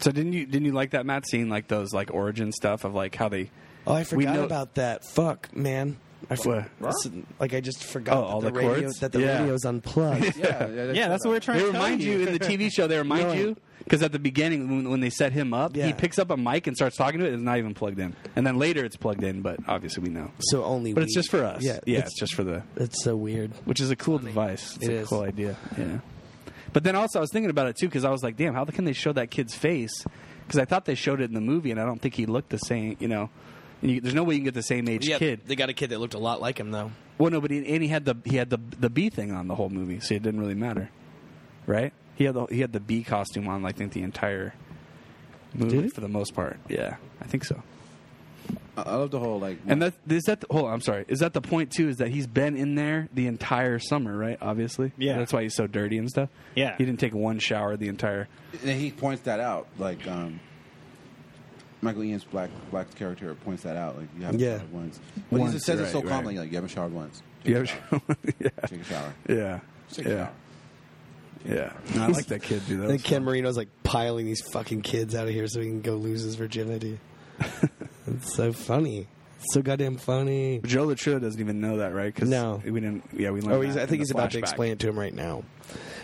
So didn't you didn't you like that Matt seeing like those like origin stuff of like how they
Oh, I forgot
know-
about that. Fuck, man. I for-
What?
Listen, like I just forgot
Oh, all
that the,
the
radio,
chords?
that the
Yeah.
radio's unplugged.
Yeah, yeah,
Yeah, that's what we're trying
they
to
remind
tell
you in the TV show they remind
No.
you because at the beginning when, when they set him up
Yeah.
he picks up a mic and starts talking to it it's not even plugged in and then later it's plugged in but obviously we know
So only.
but it's
we-
just for us
Yeah,
yeah yeah
It's,
it's just for the
it's so weird.
which is a cool device. It's
It
a
is.
cool idea. Yeah. But then also, I was thinking about it too because I was like, damn, how can they show that kid's face? Because I thought they showed it in the movie, and I don't think he looked the same. You know, And you, there's no way you can get the same age kid.
they got a kid that looked a lot like him though.
Well, no, but he, and he had the he had the the bee thing on the whole movie, so it didn't really matter, right? He had the he had the bee costume on, I think, the entire movie
he?
for the most part. Yeah, I think so.
I I love the whole like.
And that is that. The, hold on, I'm sorry. Is that the point too? Is that he's been in there the entire summer, right? Obviously,
Yeah.
That's why he's so dirty and stuff.
Yeah.
he didn't take one shower the entire.
and he points that out, like um, Michael Ian's black black character points that out, like you haven't
Yeah.
showered once. But
Once,
he just says
right,
it so
right.
calmly, like you haven't showered once.
You ever yeah,
Take a shower.
yeah,
Take a
yeah,
shower.
yeah. No, I like that kid, dude. That
Then
was
Ken Marino's like piling these fucking kids out of here so he can go lose his virginity. it's so funny. It's so goddamn funny.
fun. Joe Latruda doesn't even know that, right? 'Cause
No.
we didn't. Yeah, we. learned
Oh, he's,
that
I
in
think
the
he's about to
flashback.
explain it to him right now.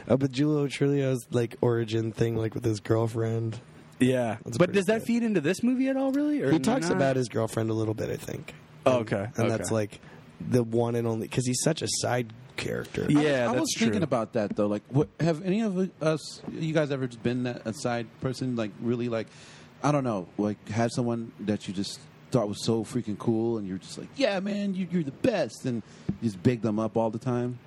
Uh, but Julio Trulio's like origin thing, like with his girlfriend.
Yeah,
That's
but
pretty
does that
good.
feed into this movie at all? Really? Or
He talks
not?
about his girlfriend a little bit, I think.
Oh, okay,
and
okay.
that's like the one and only because he's such a side character.
Yeah,
I
that's
was thinking
true.
about that though. Like, what, have any of us, you guys, ever just been that- a side person? Like, really, like, I don't know, like, had someone that you just thought was so freaking cool, and you're just like, yeah, man, you, you're the best, and you just big them up all the time.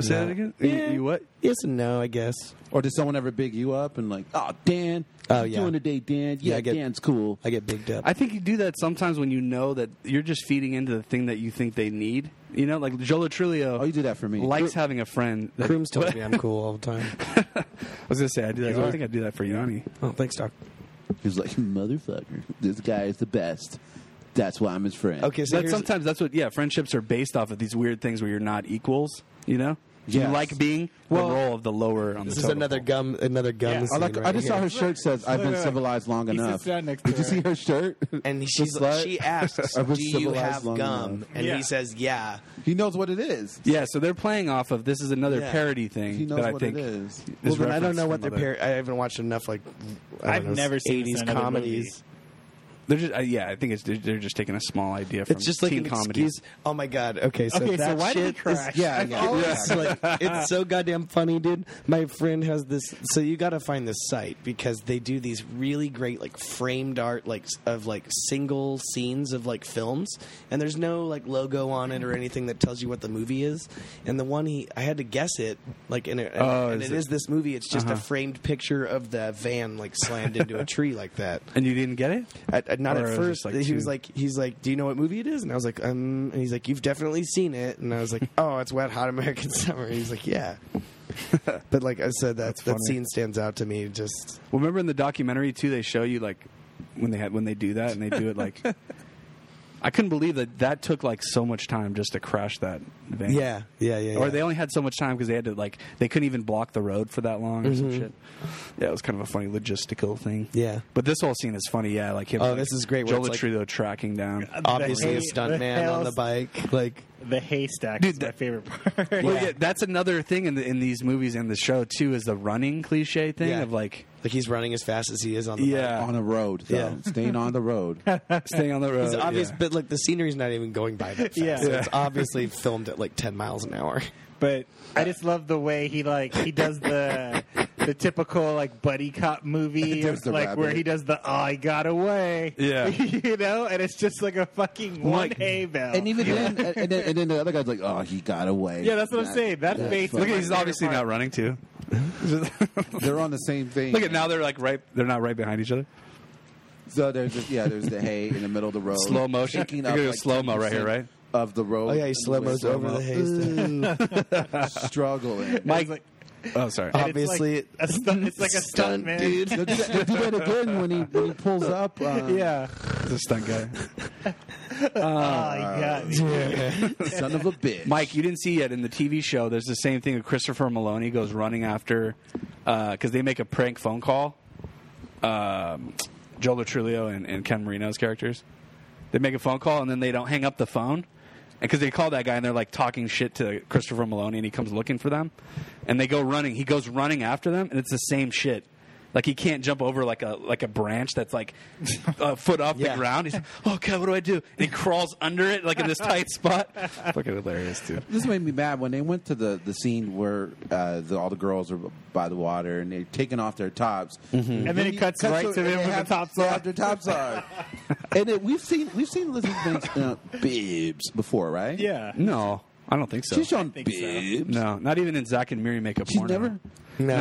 Say that again. You-
Yeah.
you what?
Yes and no, I guess.
Or did someone ever big you up and like, oh, Dan,
Oh,
what you
yeah.
doing today, Dan?
Yeah,
Yeah,
I get-
Dan's cool.
I get bigged up.
I think you do that sometimes when you know that you're just feeding into the thing that you think they need. You know, like Joe Trulio.
Oh, you do that for me.
Likes having a friend. That,
Crooms tells me I'm cool all the time.
I was gonna say I do that. I think I do that for Yanni.
Oh, thanks, Doc.
He's like, motherfucker, this guy is the best. That's why I'm his friend.
Okay, so
But
here's,
sometimes that's what. Yeah, friendships are based off of these weird things where you're not equals. You know, you
Yes.
like being the role of the lower on
this
the.
is
totem
another
pole.
gum, another gum.
Yeah. I
I,
scene
like,
right
I just saw
here.
her shirt says, I've
Look,
been
look.
civilized long
sits
enough.
down next
Did
to
you see
her.
her shirt?
And
The
she's
slut?
she asks,
I've been
"Do you
civilized
have
long
gum?"
enough.
And
Yeah.
he says, "Yeah."
He knows what it is.
Yeah, so they're playing off of this is another
Yeah.
parody thing
He knows
that I
what
think.
it is.
Well, then I
referenced
don't know
from
what their
other-
parent. I haven't watched enough like. I don't
I've
know,
never seen
80s
this in another
comedies.
They're just uh, yeah, I think it's they're, they're just taking a small idea from
It's just like
teen
an
comedy.
excuse. Oh my god. Okay, so
Okay, so
that
why did
shit
he crash?
is-
Yeah, yeah.
Oh, it's like- it's so goddamn funny, dude. My friend has this. So you got to find this site because they do these really great like framed art, like s- of like single scenes of like films, and there's no like logo on it or anything that tells you what the movie is. And the one he, I had to guess it, like, and, it, and,
Oh,
and
is
it
it-
is this movie. It's just a framed picture of the van like slammed into a tree like that.
And you didn't get it?
At, at- not at
Or it was
first.
just, like,
he was
too-
like, he's like, do you know what movie it is? And I was like, um, and he's like, you've definitely seen it. And I was like, oh, it's Wet Hot American Summer. And he's like, yeah. but like I said, that that
funny.
scene stands out to me. Just
Well, remember in the documentary too, they show you like when they had when they do that and they do it like. I couldn't believe that that took like so much time just to crash that van.
yeah, yeah, yeah.
Or they only had so much time because they had to like they couldn't even block the road for that long or some shit. Yeah, it was kind of a funny logistical thing.
Mm-hmm. Yeah.
but this whole scene is funny. Yeah, like him.
Oh,
like,
this is great where
Joe
it's like-
Latrudo tracking down.
obviously
the
a
hay-
stunt
the
man on the
hells-
bike. Like
The haystack
Dude,
is
that-
my favorite part.
Well, yeah, that's another thing in the, in these movies and the show too is the running cliche thing
Yeah.
of like
like he's running as fast as he is on the bike.
yeah
On a road, though.
Yeah.
Staying on the road.
staying on the road.
It's obvious,
Oh, yeah.
but like the scenery's not even going by that fast.
Yeah.
So it's obviously filmed at like ten miles an hour.
but I just love the way he like he does the the typical like buddy cop movie,
There's the
like where
rabbit.
he does the "I got away,"
Yeah.
you know, and it's just like a fucking one
Like-
hay bell.
And even then, and, and then, and then the other guy's like, "Oh, he got away."
yeah, that's what I'm saying. That
that's
face.
funny.
Look at he's obviously not running too.
They're on the same thing.
Look at now they're like right. They're not right behind each other.
So there's this, yeah, there's the hay in the middle of the road.
Slow motion.
Picking
You're
up,
gonna
like,
slow mo right here,
10%
right?
Of the road.
Oh yeah, he slow mo's over the haze.
hay. Struggling.
Mike. Like,
Oh, sorry.
and
Obviously-
it's like a stunt. It's like a stunt, man.
They'll do, that, they'll do that again when he, when he pulls up. Uh,
Yeah.
It's a stunt guy.
oh, yeah.
Son of a bitch.
Mike, you didn't see yet in the TV show. There's the same thing. with Christopher Maloney goes running after because they make a prank phone call. Um, Joel Trulio and, and Ken Marino's characters. They make a phone call and then they don't hang up the phone because they call that guy and they're like talking shit to Christopher Maloney and he comes looking for them and they go running. He goes running after them and it's the same shit. Like he can't jump over like a like a branch that's like a foot off
Yeah.
the ground. He's like, oh god, what do I do? And he crawls under it like in this tight spot. Fucking hilarious, dude.
This made me mad when they went to the, the scene where uh, the, all the girls are by the water and they're taking off their tops,
Mm-hmm.
And then it cuts right to
and
them
they
with the
have-
tops
they
off.
have their tops on. and it, we've seen we've seen Lizzie Banks uh, bibs before, right?
Yeah.
No, I don't think so.
she's shown
think so.
bibs.
no, not even in Zach and Miri make a
She's
porno.
never-
No.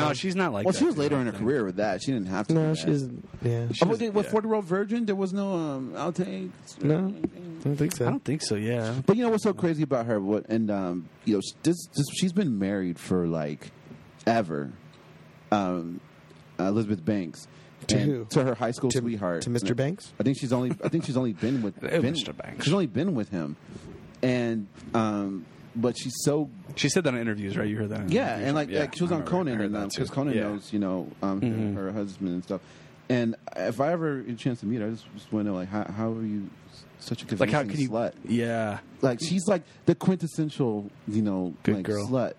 No.
she's not like.
Well,
that,
she was
dude,
later
I
in her
don't think.
career with that. She didn't have to.
No,
do that.
she's yeah.
She
Oh,
was-
but with
yeah.
Forty Year Old Virgin, there was no um, outtakes.
No, I don't think
I
so.
don't think so. Yeah,
But you know what's so crazy about her? What and um, you know, this, this, she's been married for like ever. Um, Elizabeth Banks
To
And-
who?
To her high school
To-
sweetheart.
to Mr. Banks?
I think she's only. I think she's only been with
Oh,
been-
Mr. Banks.
She's only been with him, and um, but she's so
she said that in interviews, right? You heard that? in
yeah,
interviews,
and
right?
like,
Mm-hmm. Yeah,
like she was
I
on
remember. I
Conan,
heard
and
that
um,
too.
'cause Conan
Yeah. Mm-hmm.
knows, you know, um, her- her husband and stuff. And if I ever get a chance to meet her, I just, just want to know, like, how, how are you s- such a
Like
convincing
how can you?
slut?
Yeah.
Like, she's like the quintessential, you know,
Good
like
girl.
slut.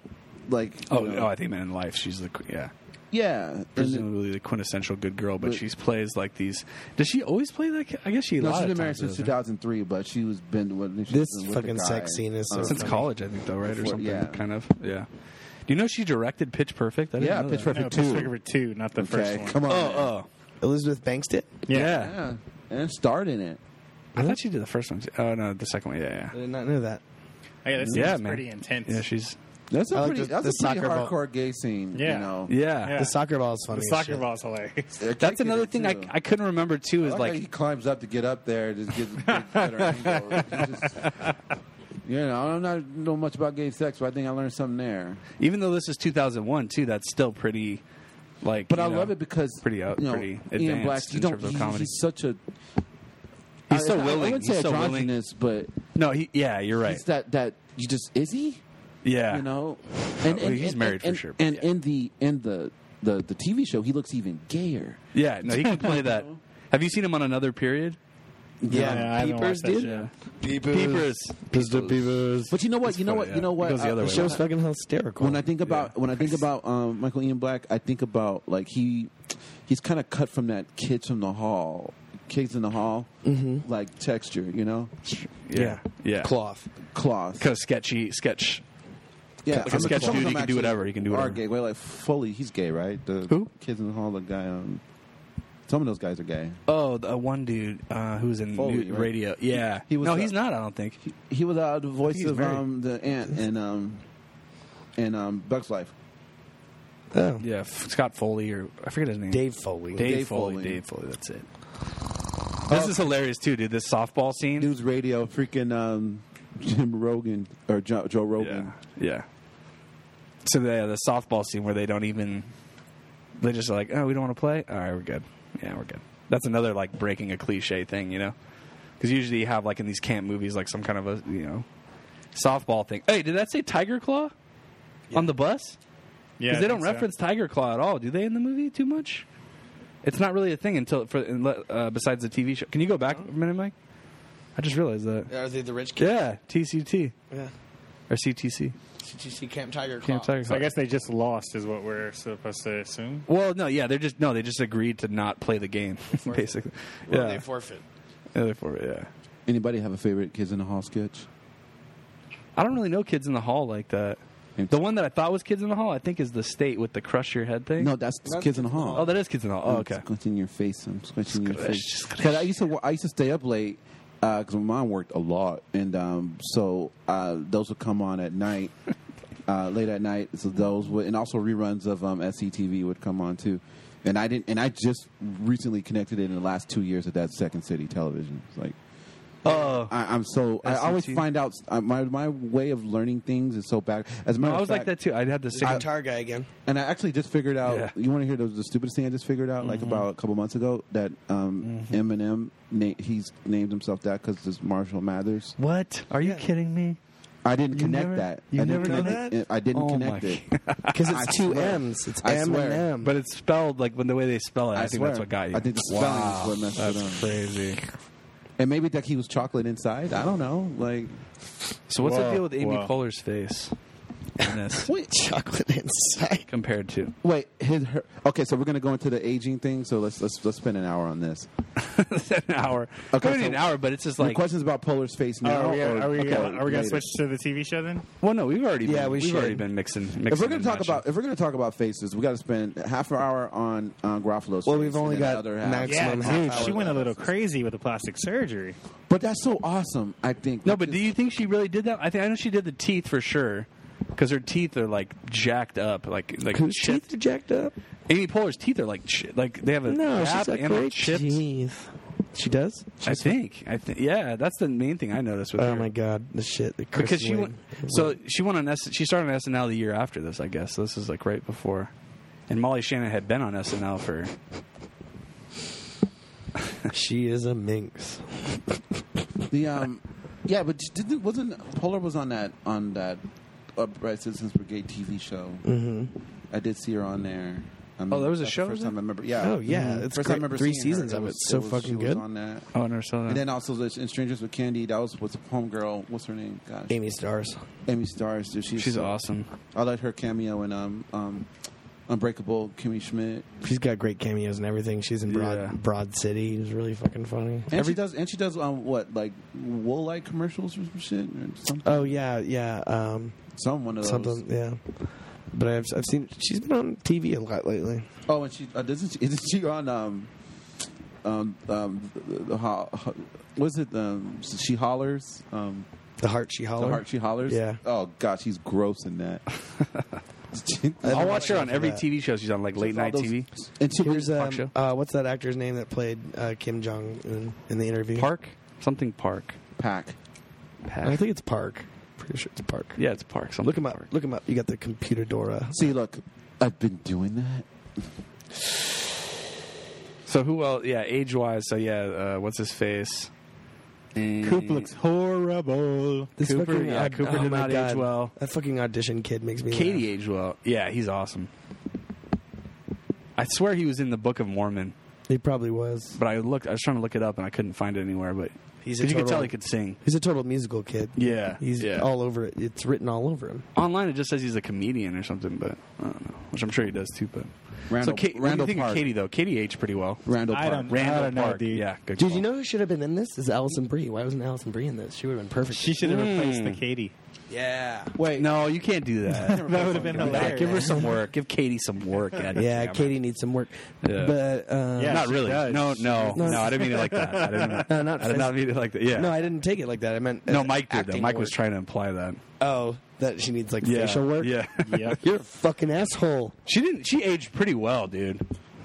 Like,
Oh,
you know,
oh, I think man in life she's the qu- yeah
yeah. And then-
presumably the quintessential good girl, but
But-
she plays like these. Does she always play like? I guess she. a
no,
lot
she's
of
been married
times
since
does, right?
2003, but she was been with she's
This
been with
fucking
a guy,
sex scene is so
uh,
funny.
Since college, I think though, right, or
Before-
something,
yeah.
kind of. Yeah. Do you know she directed Pitch Perfect? I didn't
Yeah,
know
Pitch
that.
No,
Perfect
Pitch
two.
Perfect two, not the first
Okay,
one.
come on.
Oh,
man.
oh,
Elizabeth Banks did.
yeah.
yeah, and starred in it.
I thought she did the first one. too. Oh no, the second one. Yeah,
I
yeah.
did not know Uh, that.
Yeah, this
yeah,
is
man.
pretty intense.
Yeah, she's.
That's a
I like
pretty,
the-
that's
the
a pretty
soccer ball.
hardcore gay scene.
Yeah.
you know.
Yeah.
Yeah.
The soccer ball is funny.
the
as
soccer
shit.
ball's hilarious.
They're
That's
kicking
another
it,
thing I,
too.
I couldn't remember too. Is
I
like
how he climbs up to get up there, just gives a big, better angle. It's just- you know, I'm not know much about gay sex, but I think I learned something there.
even though this is 2001 too, that's still pretty like.
But
you
I
know,
love it because
pretty out-
you know,
pretty
Ian
advanced
Black,
in
you don't,
terms of
he-
comedy.
He's such a
He's
I-
so
I- I
willing.
wouldn't say
He's so willing.
androgynous, but
No, he, yeah, you're right.
he's that that you just is he?
yeah, Uh,
You know,
well, he's married for
and-
sure, but
And
yeah.
in the in the, the the TV show, he looks even gayer.
yeah. No, he can play that. Have you seen him on another period?
Yeah, I haven't
Peepers
watched that
did?
show.
Peepers.
Mr. Beavers.
But you know what? You know
funny,
what?
yeah.
You know
It
what?
goes the
Uh,
other
The
way.
show-
show's fucking hysterical.
When I think about when I think about um, Michael Ian Black, I think about like he he's kind of cut from that kids from the hall, kids in the hall
Mm-hmm.
like texture, you know,
Yeah, yeah.
cloth.
cloth.
Kind of sketchy sketch.
Yeah,
like a
I'm-
sketch
some of
dude,
them
he can do
actually
whatever, he can do
Are
whatever.
gay? Well, like Foley, he's gay, right? The
Who?
kids in the hall? The guy. Um, some of those guys are gay.
Oh, the uh, one dude uh, who's in
Foley,
new-
right?
radio. Yeah,
He was
no,
the-
he's not. I don't think.
He, he was uh, the voice
he's
of
married.
um, the ant and um, and um, Bugs Life.
Oh,
Yeah, F- Scott Foley or I forget his name.
Dave Foley.
Dave,
Dave
Foley.
Foley.
Dave Foley. That's it.
Oh.
This is hilarious too, dude. This softball scene.
News radio, freaking um, Jim Rogan or jo- Joe Rogan.
Yeah. So the the softball scene where they don't even they just are like, oh, we don't want to play. All right, we're good. Yeah, we're good. That's another like breaking a cliche thing, you know? Because usually you have like in these camp movies like some kind of a you know softball thing. Hey, did that say Tiger Claw on the bus?
Yeah,
Because
I
they don't
think so.
reference Tiger Claw at all, do they? In the movie too much. It's not really a thing until for unle- uh, besides the TV show. Can you go back a minute, Mike? I just realized that.
Are they the rich
Yeah, TCT
Yeah.
or CTC.
CTC Camp Tiger.
Camp Tiger
So
Claw.
I guess they just lost, is what we're supposed to assume.
Well, no, yeah, they're just no, they just agreed to not play the game, basically. yeah,
forfeit.
Yeah, they forfeit, yeah.
Anybody have a favorite Kids in the Hall sketch?
I don't really know kids in the hall like that. The one that I thought was Kids in the Hall, I think, is the state with the crush your head thing.
No, that's, Kids in the Hall.
oh, that is Kids in the Hall. Oh,
I'm
okay.
Squinting your face. I'm squinting your
Squish,
face. 'Cause I used to wo- I used to stay up late because my mom worked a lot, and um, so uh, those would come on at night, uh, late at night. So those would, and also reruns of um, SCTV would come on too. And I didn't. And I just recently connected it in the last two years of that Second City Television. It's like
Oh,
I, I'm so. I always
SCTV.
find out uh, my my way of learning things is so bad. As a matter
I
of
was
fact,
like that too. I'd have the same.
guitar guy again.
and I actually just figured out.
Yeah. Mm-hmm.
You want to hear the, the stupidest thing I just figured out? Like about a couple months ago, that um, Eminem na- he's named himself that because it's Marshall Mathers.
What? Are you kidding me?
I didn't connect
never-
that.
you
I didn't
never knew
connect
that?
it. I didn't
Oh
connect
my
it.
Because it's
I
two
swear.
M's. It's
I
M
swear.
and M.
But it's spelled like when the way they spell it. I,
I
think
swear.
that's what got you.
I think the spelling is what messed it
That's
up.
crazy.
And maybe that he was chocolate inside. I don't know. Like
So what's the
Whoa,
deal with Amy
whoa.
Poehler's face? in this
wait,
Chocolate inside.
compared to
wait. His, her, okay, so we're gonna go into the aging thing. So let's let's let's spend an hour on this.
an hour.
Okay,
Okay,
so-
an hour, but it's just
Your
like.
questions about Polar's face
Oh,
now.
are we,
or-
are we,
uh,
okay,
are we going
later.
to switch to the TV show then?
Well, no, we've already
Yeah,
been,
we
have already
should.
been mixing. mixing
If we're going
and
to talk
matching.
about if we're going to talk about faces, we got to spend half an hour on on Garofalo's.
Well,
face
we've only
and then
got
another half.
max- Maximum half
dude,
hour
she went a little crazy with the plastic surgery.
but that's so awesome. I think
no, but do you think she really did that? I think I know she did the teeth for sure. Because her teeth are like jacked up, like like
Whose
chipped.
teeth are jacked up?
Amy Poehler's teeth are like chi- like they have a
No,
gap
she's got
and they're
great
chipped.
teeth. She does.
I think I think yeah, that's the main thing I noticed with
Oh
her.
my god, the shit. The
because
Chris
she went,
Wing.
so she went on S, she started on SNL the year after this, I guess. So this is like right before, and Molly Shannon had been on SNL for
she is a minx.
the um, yeah, but didn't wasn't Polar was on that on that Upright Citizens Brigade TV show? Mm-hmm. I did see her on there. I mean,
there was a
that's the
show,
First
was
time I remember. Yeah.
Oh, yeah,
Mhm.
it's
first time I
great.
remember
Three
seeing her,
seasons of it.
was-
So
was-
fucking
she was
good. Uh-huh.
on that.
oh, I never saw that.
And then also the- in Strangers with Candy, that was what's homegirl. What's her name? God,
Amy Stars.
Amy Stars. Dude, she's
She's
so-
awesome.
I like her cameo in um, um, Unbreakable Kimmy Schmidt.
She's got great cameos and everything. She's in Broad,
Yeah.
Broad City. It was really fucking funny.
And she does and she does um what like wool like commercials or some shit or some,
Oh yeah, yeah. Um,
some one of those.
something. Yeah. But I've I've seen she's been on TV a lot lately.
Oh, and she uh, doesn't she, isn't she on um um um the, the, ho- ho- was it um she hollers um
The heart she
the
hollered.
heart she hollers
Yeah.
oh god she's gross in that.
I'll
never
watch her
watched
on
her for
every
that.
TV show she's on, like late night TV.
and she
Here's
Talk
um,
show.
uh, what's that actor's name that played uh, Kim Jong in, in the interview?
Park something Park.
pack
Pack.
I think it's Park. Pretty sure it's Park.
yeah, it's Park. Something
Look him up.
Park.
Look him up. You got the computer Dora.
see look I've been doing that
So who else? Yeah, age wise. So yeah, uh, what's his face? And
Coop looks horrible.
This
Cooper,
fucking oh
yeah, Cooper did
my
not age well.
That fucking audition kid makes me.
Katie
laugh.
aged well. Yeah, he's awesome. I swear he was in the Book of Mormon,
he probably was.
but I looked. I was trying to look it up and I couldn't find it anywhere. But
He's a
'cause you could
total-
tell he could sing.
He's a total musical kid.
Yeah,
he's
yeah.
all over it. It's written all over him.
Online, it just says he's a comedian or something, but I don't know. Which I'm sure he does too. But
Randall-
so, Kate, what do
Randall
you think
Park.
of Katie though? Katie aged pretty well.
Randall
I
Park
don't-
Randall
know,
Park,
dude.
yeah, good
Dude,
call.
you know who should have been in this? Is Allison Brie? Why wasn't Allison Brie in this? She would have been perfect.
She should have replaced the Katie.
yeah.
wait
No, you can't do that.
That would have been
Yeah,
hilarious.
give her some work. Give Katie some work. God
Yeah,
damn it.
Katie needs some work.
Yeah.
But um,
Yeah.
Not
she
really.
does.
No, no,
No.
no, I didn't mean it like that. I didn't.
No, not
I did not mean it like that. Yeah.
no, I didn't take it like that. I meant
No,
uh,
Mike did though.
acting
Mike
work.
was trying to imply that.
Oh, that she needs like
Yeah.
facial work.
Yeah.
Yep.
You're a fucking asshole.
she didn't. She aged pretty well, dude.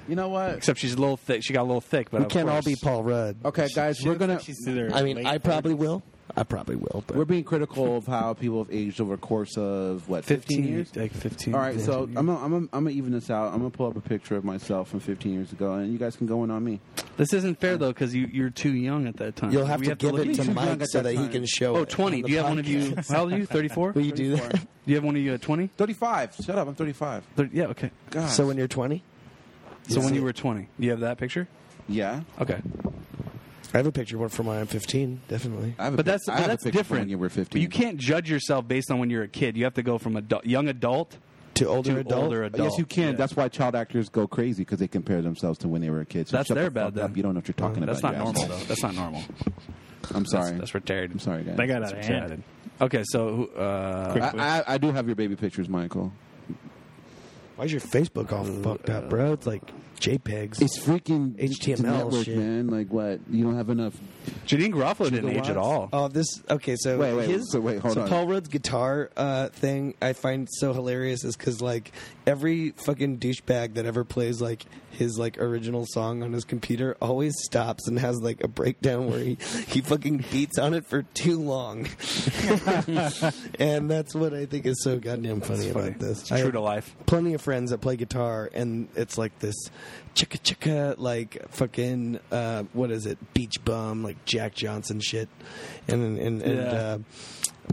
you know what
Except she's a little thick. She got a little thick, but
We
of
can't all
course-
be Paul Rudd.
okay guys
She
we're
looks
gonna
like she's in her
I mean,
late
I
30s.
probably will. I probably will. But
we're being critical of how people have aged over the course of what
15
15 years
Like 15.
All right, so
15.
I'm gonna, I'm gonna, I'm gonna even this out. I'm gonna pull up a picture of myself from 15 years ago, and you guys can go in on me.
This isn't fair though, because you you're too young at that time.
You'll have
We
to give
look
it
at
to
you.
young
Mike
at
so
that
that he
time.
can show.
Oh,
it
20.
the
Do you have one of you?
podcast.
How old are you? 34.
Will
Do
you do that?
you have one of you at 20?
35. Shut up. I'm 35.
Yeah. Okay.
God.
So when you're 20,
So
Yeah.
when you were 20, you have that picture?
yeah,
Okay.
I have a picture one from when I'm 15, definitely.
I have a
But
pic-
that's
I
but
have a
that's
picture from
different.
When you were 15.
But you can't judge yourself based on when you're a kid. You have to go from adult, young adult
To older
to
adult.
older adult.
Yes, you can.
Yeah.
That's why child actors go crazy because they compare themselves to when they were kids. So
That's
shut the
their bad,
fuck up.
then.
You don't know what you're talking
That's
about.
not
you
normal,
asshole.
though. That's not normal.
I'm sorry.
That's, that's retired.
I'm sorry, guys.
That got out
That's
of
retarded.
hand.
Okay, so who- uh,
Quick-
I, I, I do have your baby pictures, Michael.
Why's your Facebook all
Uh,
fucked up, bro? It's like JPEGs.
It's freaking
HTML
network,
shit.
man. Like what? You don't have enough.
Janine Garofalo didn't age at all.
Oh, this okay. So
Wait, wait,
his
so wait, hold on.
Paul Rudd's guitar uh, thing I find so hilarious is because like every fucking douchebag that ever plays like his like original song on his computer always stops and has like a breakdown where he he fucking beats on it for too long, and that's what I think is so goddamn funny,
That's funny.
about this.
It's
I-
true to life.
plenty of friends that play guitar and it's like this chicka chicka like fucking uh, what is it beach bum like Jack Johnson shit and and, and
Yeah.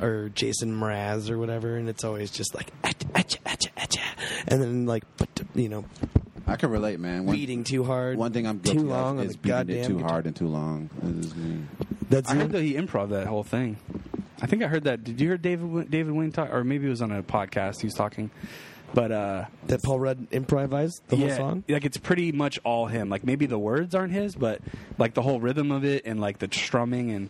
uh, or Jason Mraz or whatever and it's always just like ah, "Atcha, atcha, atcha, atcha," ah. and then like put the- you know
I can relate, man. One,
beating too hard
one thing I'm guilty
too long
of
on
is
the
beating
goddamn
it too
guitar.
hard and too long. That is me.
that's
I
your-
heard that he improv that whole thing. I think I heard that. Did you hear David Wi- David Wayne talk, or maybe it was on a podcast he was talking, but uh,
that Paul Rudd improvised the whole song
Like it's pretty much all him. Like maybe the words aren't his, but like the whole rhythm of it and like the strumming and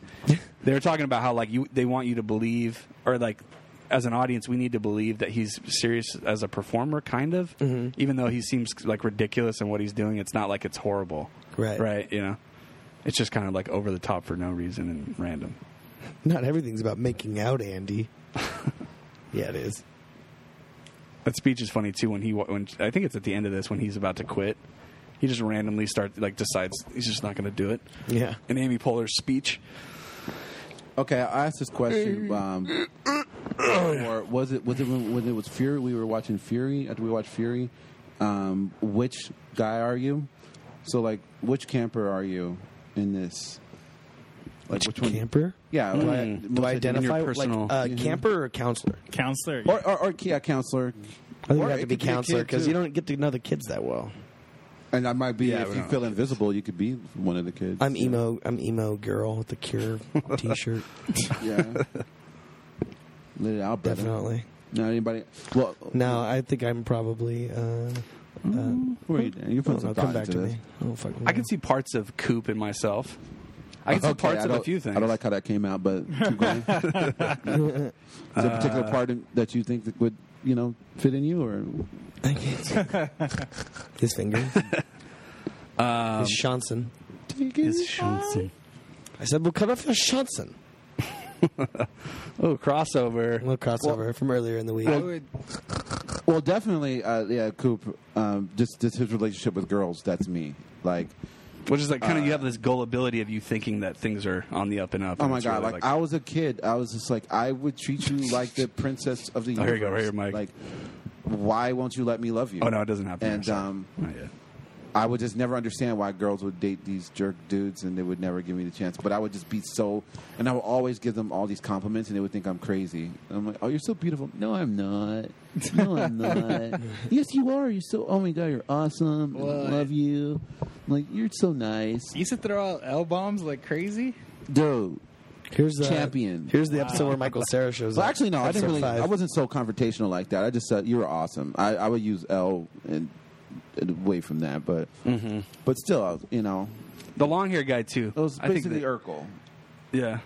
they were talking about how like you they want you to believe or like as an audience we need to believe that he's serious as a performer kind of
Mm-hmm.
even though he seems like ridiculous in what he's doing it's not like it's horrible
Right.
right you know it's just kind of like over the top for no reason and random
not everything's about making out Andy yeah it is
That speech is funny too. When he wa- when I think it's at the end of this when he's about to quit, he just randomly starts like decides he's just not going to do it.
yeah
And Amy Poehler's speech.
Okay, I asked this question. Um, or was it was it when, when it was Fury? We were watching Fury after we watched Fury. Um, which guy are you? So like, which camper are you in this? Like which, one?
camper
Yeah,
Mm.
like,
Do
most
do I Hmm. identify
personal-
like uh,
Mhm.
camper or counselor
Counselor.
or or, or yeah, counselor.
I think you
Or
have
it
to be
could be a
counselor
kid,
because
too.
you don't get to know the kids that well.
And I might be
Yeah, we
if you
don't
feel invisible, you could be one of the kids.
I'm emo. I'm emo girl with the Cure T-shirt.
Yeah. Let it out, brother.
Definitely.
No, anybody? Well,
No, I think I'm probably. Uh, uh,
where are you? You
I
put
don't know, come
some thought
back
into
to
this.
me. I don't fucking.
I can
know.
see parts of Coop in myself. I can see
Okay,
parts
I
of a
don't-
few things.
I don't like how that came out, but keep going. is there a particular part in, that you think that would you know fit in you, or
I can't see. his finger.
um,
his Shanson.
is Shansen.
I said, "Well, cut off your Shanson."
Oh, crossover.
Little crossover from earlier in the week.
I would.
well, definitely, uh, yeah, Coop. Um, just just his relationship with girls. That's me. Like, oh
Which is like kind of you have this gullibility of you thinking that things are on the up and up.
uh, oh
and
my
it's
god!
really
like, I was a kid, I was just like, I would treat you like the princess of the
Oh,
universe.
here you go, right here, Mike.
Like, why won't you let me love you?
oh no, it doesn't happen.
And um,
Not yet.
I would just never understand why girls would date these jerk dudes and they would never give me the chance. But I would just be so, and I would always give them all these compliments and they would think I'm crazy. And I'm like, oh, you're so beautiful. No, I'm not. No, I'm not. yes, you are. You're so, oh my God, you're awesome. I
What?
love you. I'm like, you're so nice.
You used to throw out L bombs like crazy.
Dude.
Here's the
Champion.
Here's the episode where Michael Sarah shows
Well,
up.
actually, no, I didn't
Episode
really,
five.
I wasn't so confrontational like that. I just said, you were awesome. I, I would use L and, and away from that, but, but still, I was- you know,
the long hair guy too.
it was
I think
basically
that-
Urkel.
Yeah,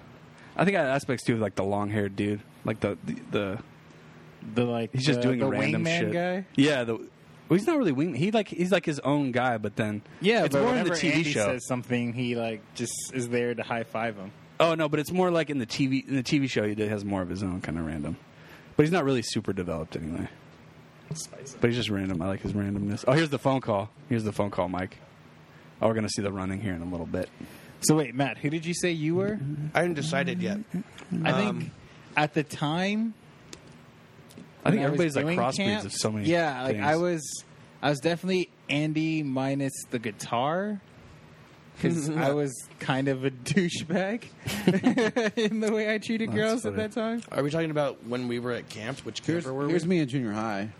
I think I had aspects too of like the long haired dude, like the the, the
The like
he's just
the-
doing
the
random
wingman
shit.
guy.
Yeah, the, well, he's not really wing. He like he's like his own guy, but then
Yeah,
it's
but
more in the
whenever
TV
Andy
show.
says something, he like just is there to high five him.
oh no, but it's more like in the TV in the TV show. He has more of his own kind of random, but he's not really super developed anyway. But he's just random. I like his randomness. Oh, here's the phone call. Here's the phone call, Mike. Oh, we're gonna see the running here in a little bit.
So wait, Matt, who did you say you were?
I haven't decided yet.
I think at the time
I think
when
everybody's
was
like
doing
crossbreeds
camp,
of so many.
Yeah, like
things.
I was, I was definitely Andy minus the guitar because I was kind of a douchebag in the way I treated
That's
girls
funny.
at that time.
Are we talking about when we were at camp? Which
Here's,
camper were we?
here's me in junior high.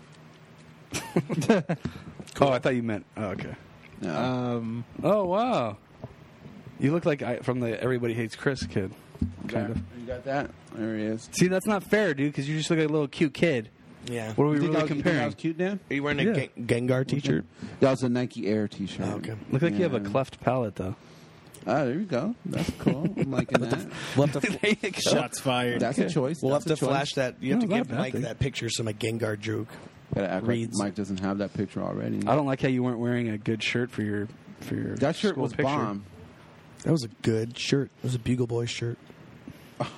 Oh, I thought you meant. Oh, okay.
No.
Um,
Oh wow, you look like I, from the Everybody Hates Chris kid. Kind of.
You got that? There he is.
See, that's not fair, dude. Because you just look like a little cute kid.
Yeah.
What are we
You think
really
I was- you think I
comparing?
was cute, Dan?
Are you wearing a
Yeah.
Gen- Gengar T-shirt?
That was a Nike Air T-shirt.
Oh, okay.
Look like you have a
Yeah.
cleft palate, though.
Oh, there you go. That's cool. I'm liking that.
We'll have to,
There you go.
Shots fired.
That's a choice.
we'll have
That's
to
a choice.
flash that. You have
No,
to give
not bad
Mike
thing.
that picture so my Gengar Juke.
Gotta act
reads.
like Mike doesn't have that picture already.
I don't like how you weren't wearing a good shirt for your for your
that shirt
school
was
picture.
bomb.
That was a good shirt. It was a Bugle Boy shirt.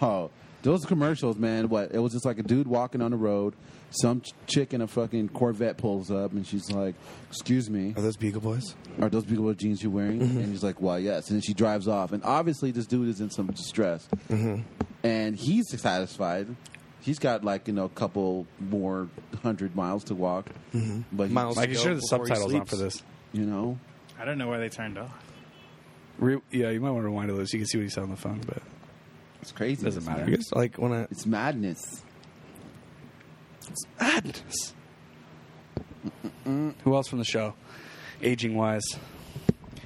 Oh, those commercials, man! What it was just like a dude walking on the road. Some ch- chick in a fucking Corvette pulls up, and she's like, "Excuse me,
Are those Bugle Boys?
are those big old jeans you're wearing?"
Mm-hmm.
And he's like, "Why, yes." And then she drives off, and obviously this dude is in some distress,
Mm-hmm.
and he's satisfied. He's got like you know a couple more hundred miles to walk,
Mm-hmm.
but he-
Miles.
Mike, you
Go
sure the
before he
subtitles on
sleeps.
for this?
you know,
I don't know why they turned off.
Re- yeah, you might want to rewind to this. You can see what he said on the phone, but
it's crazy.
Doesn't matter.
I guess like when I
It's madness.
who else from the show? Aging wise,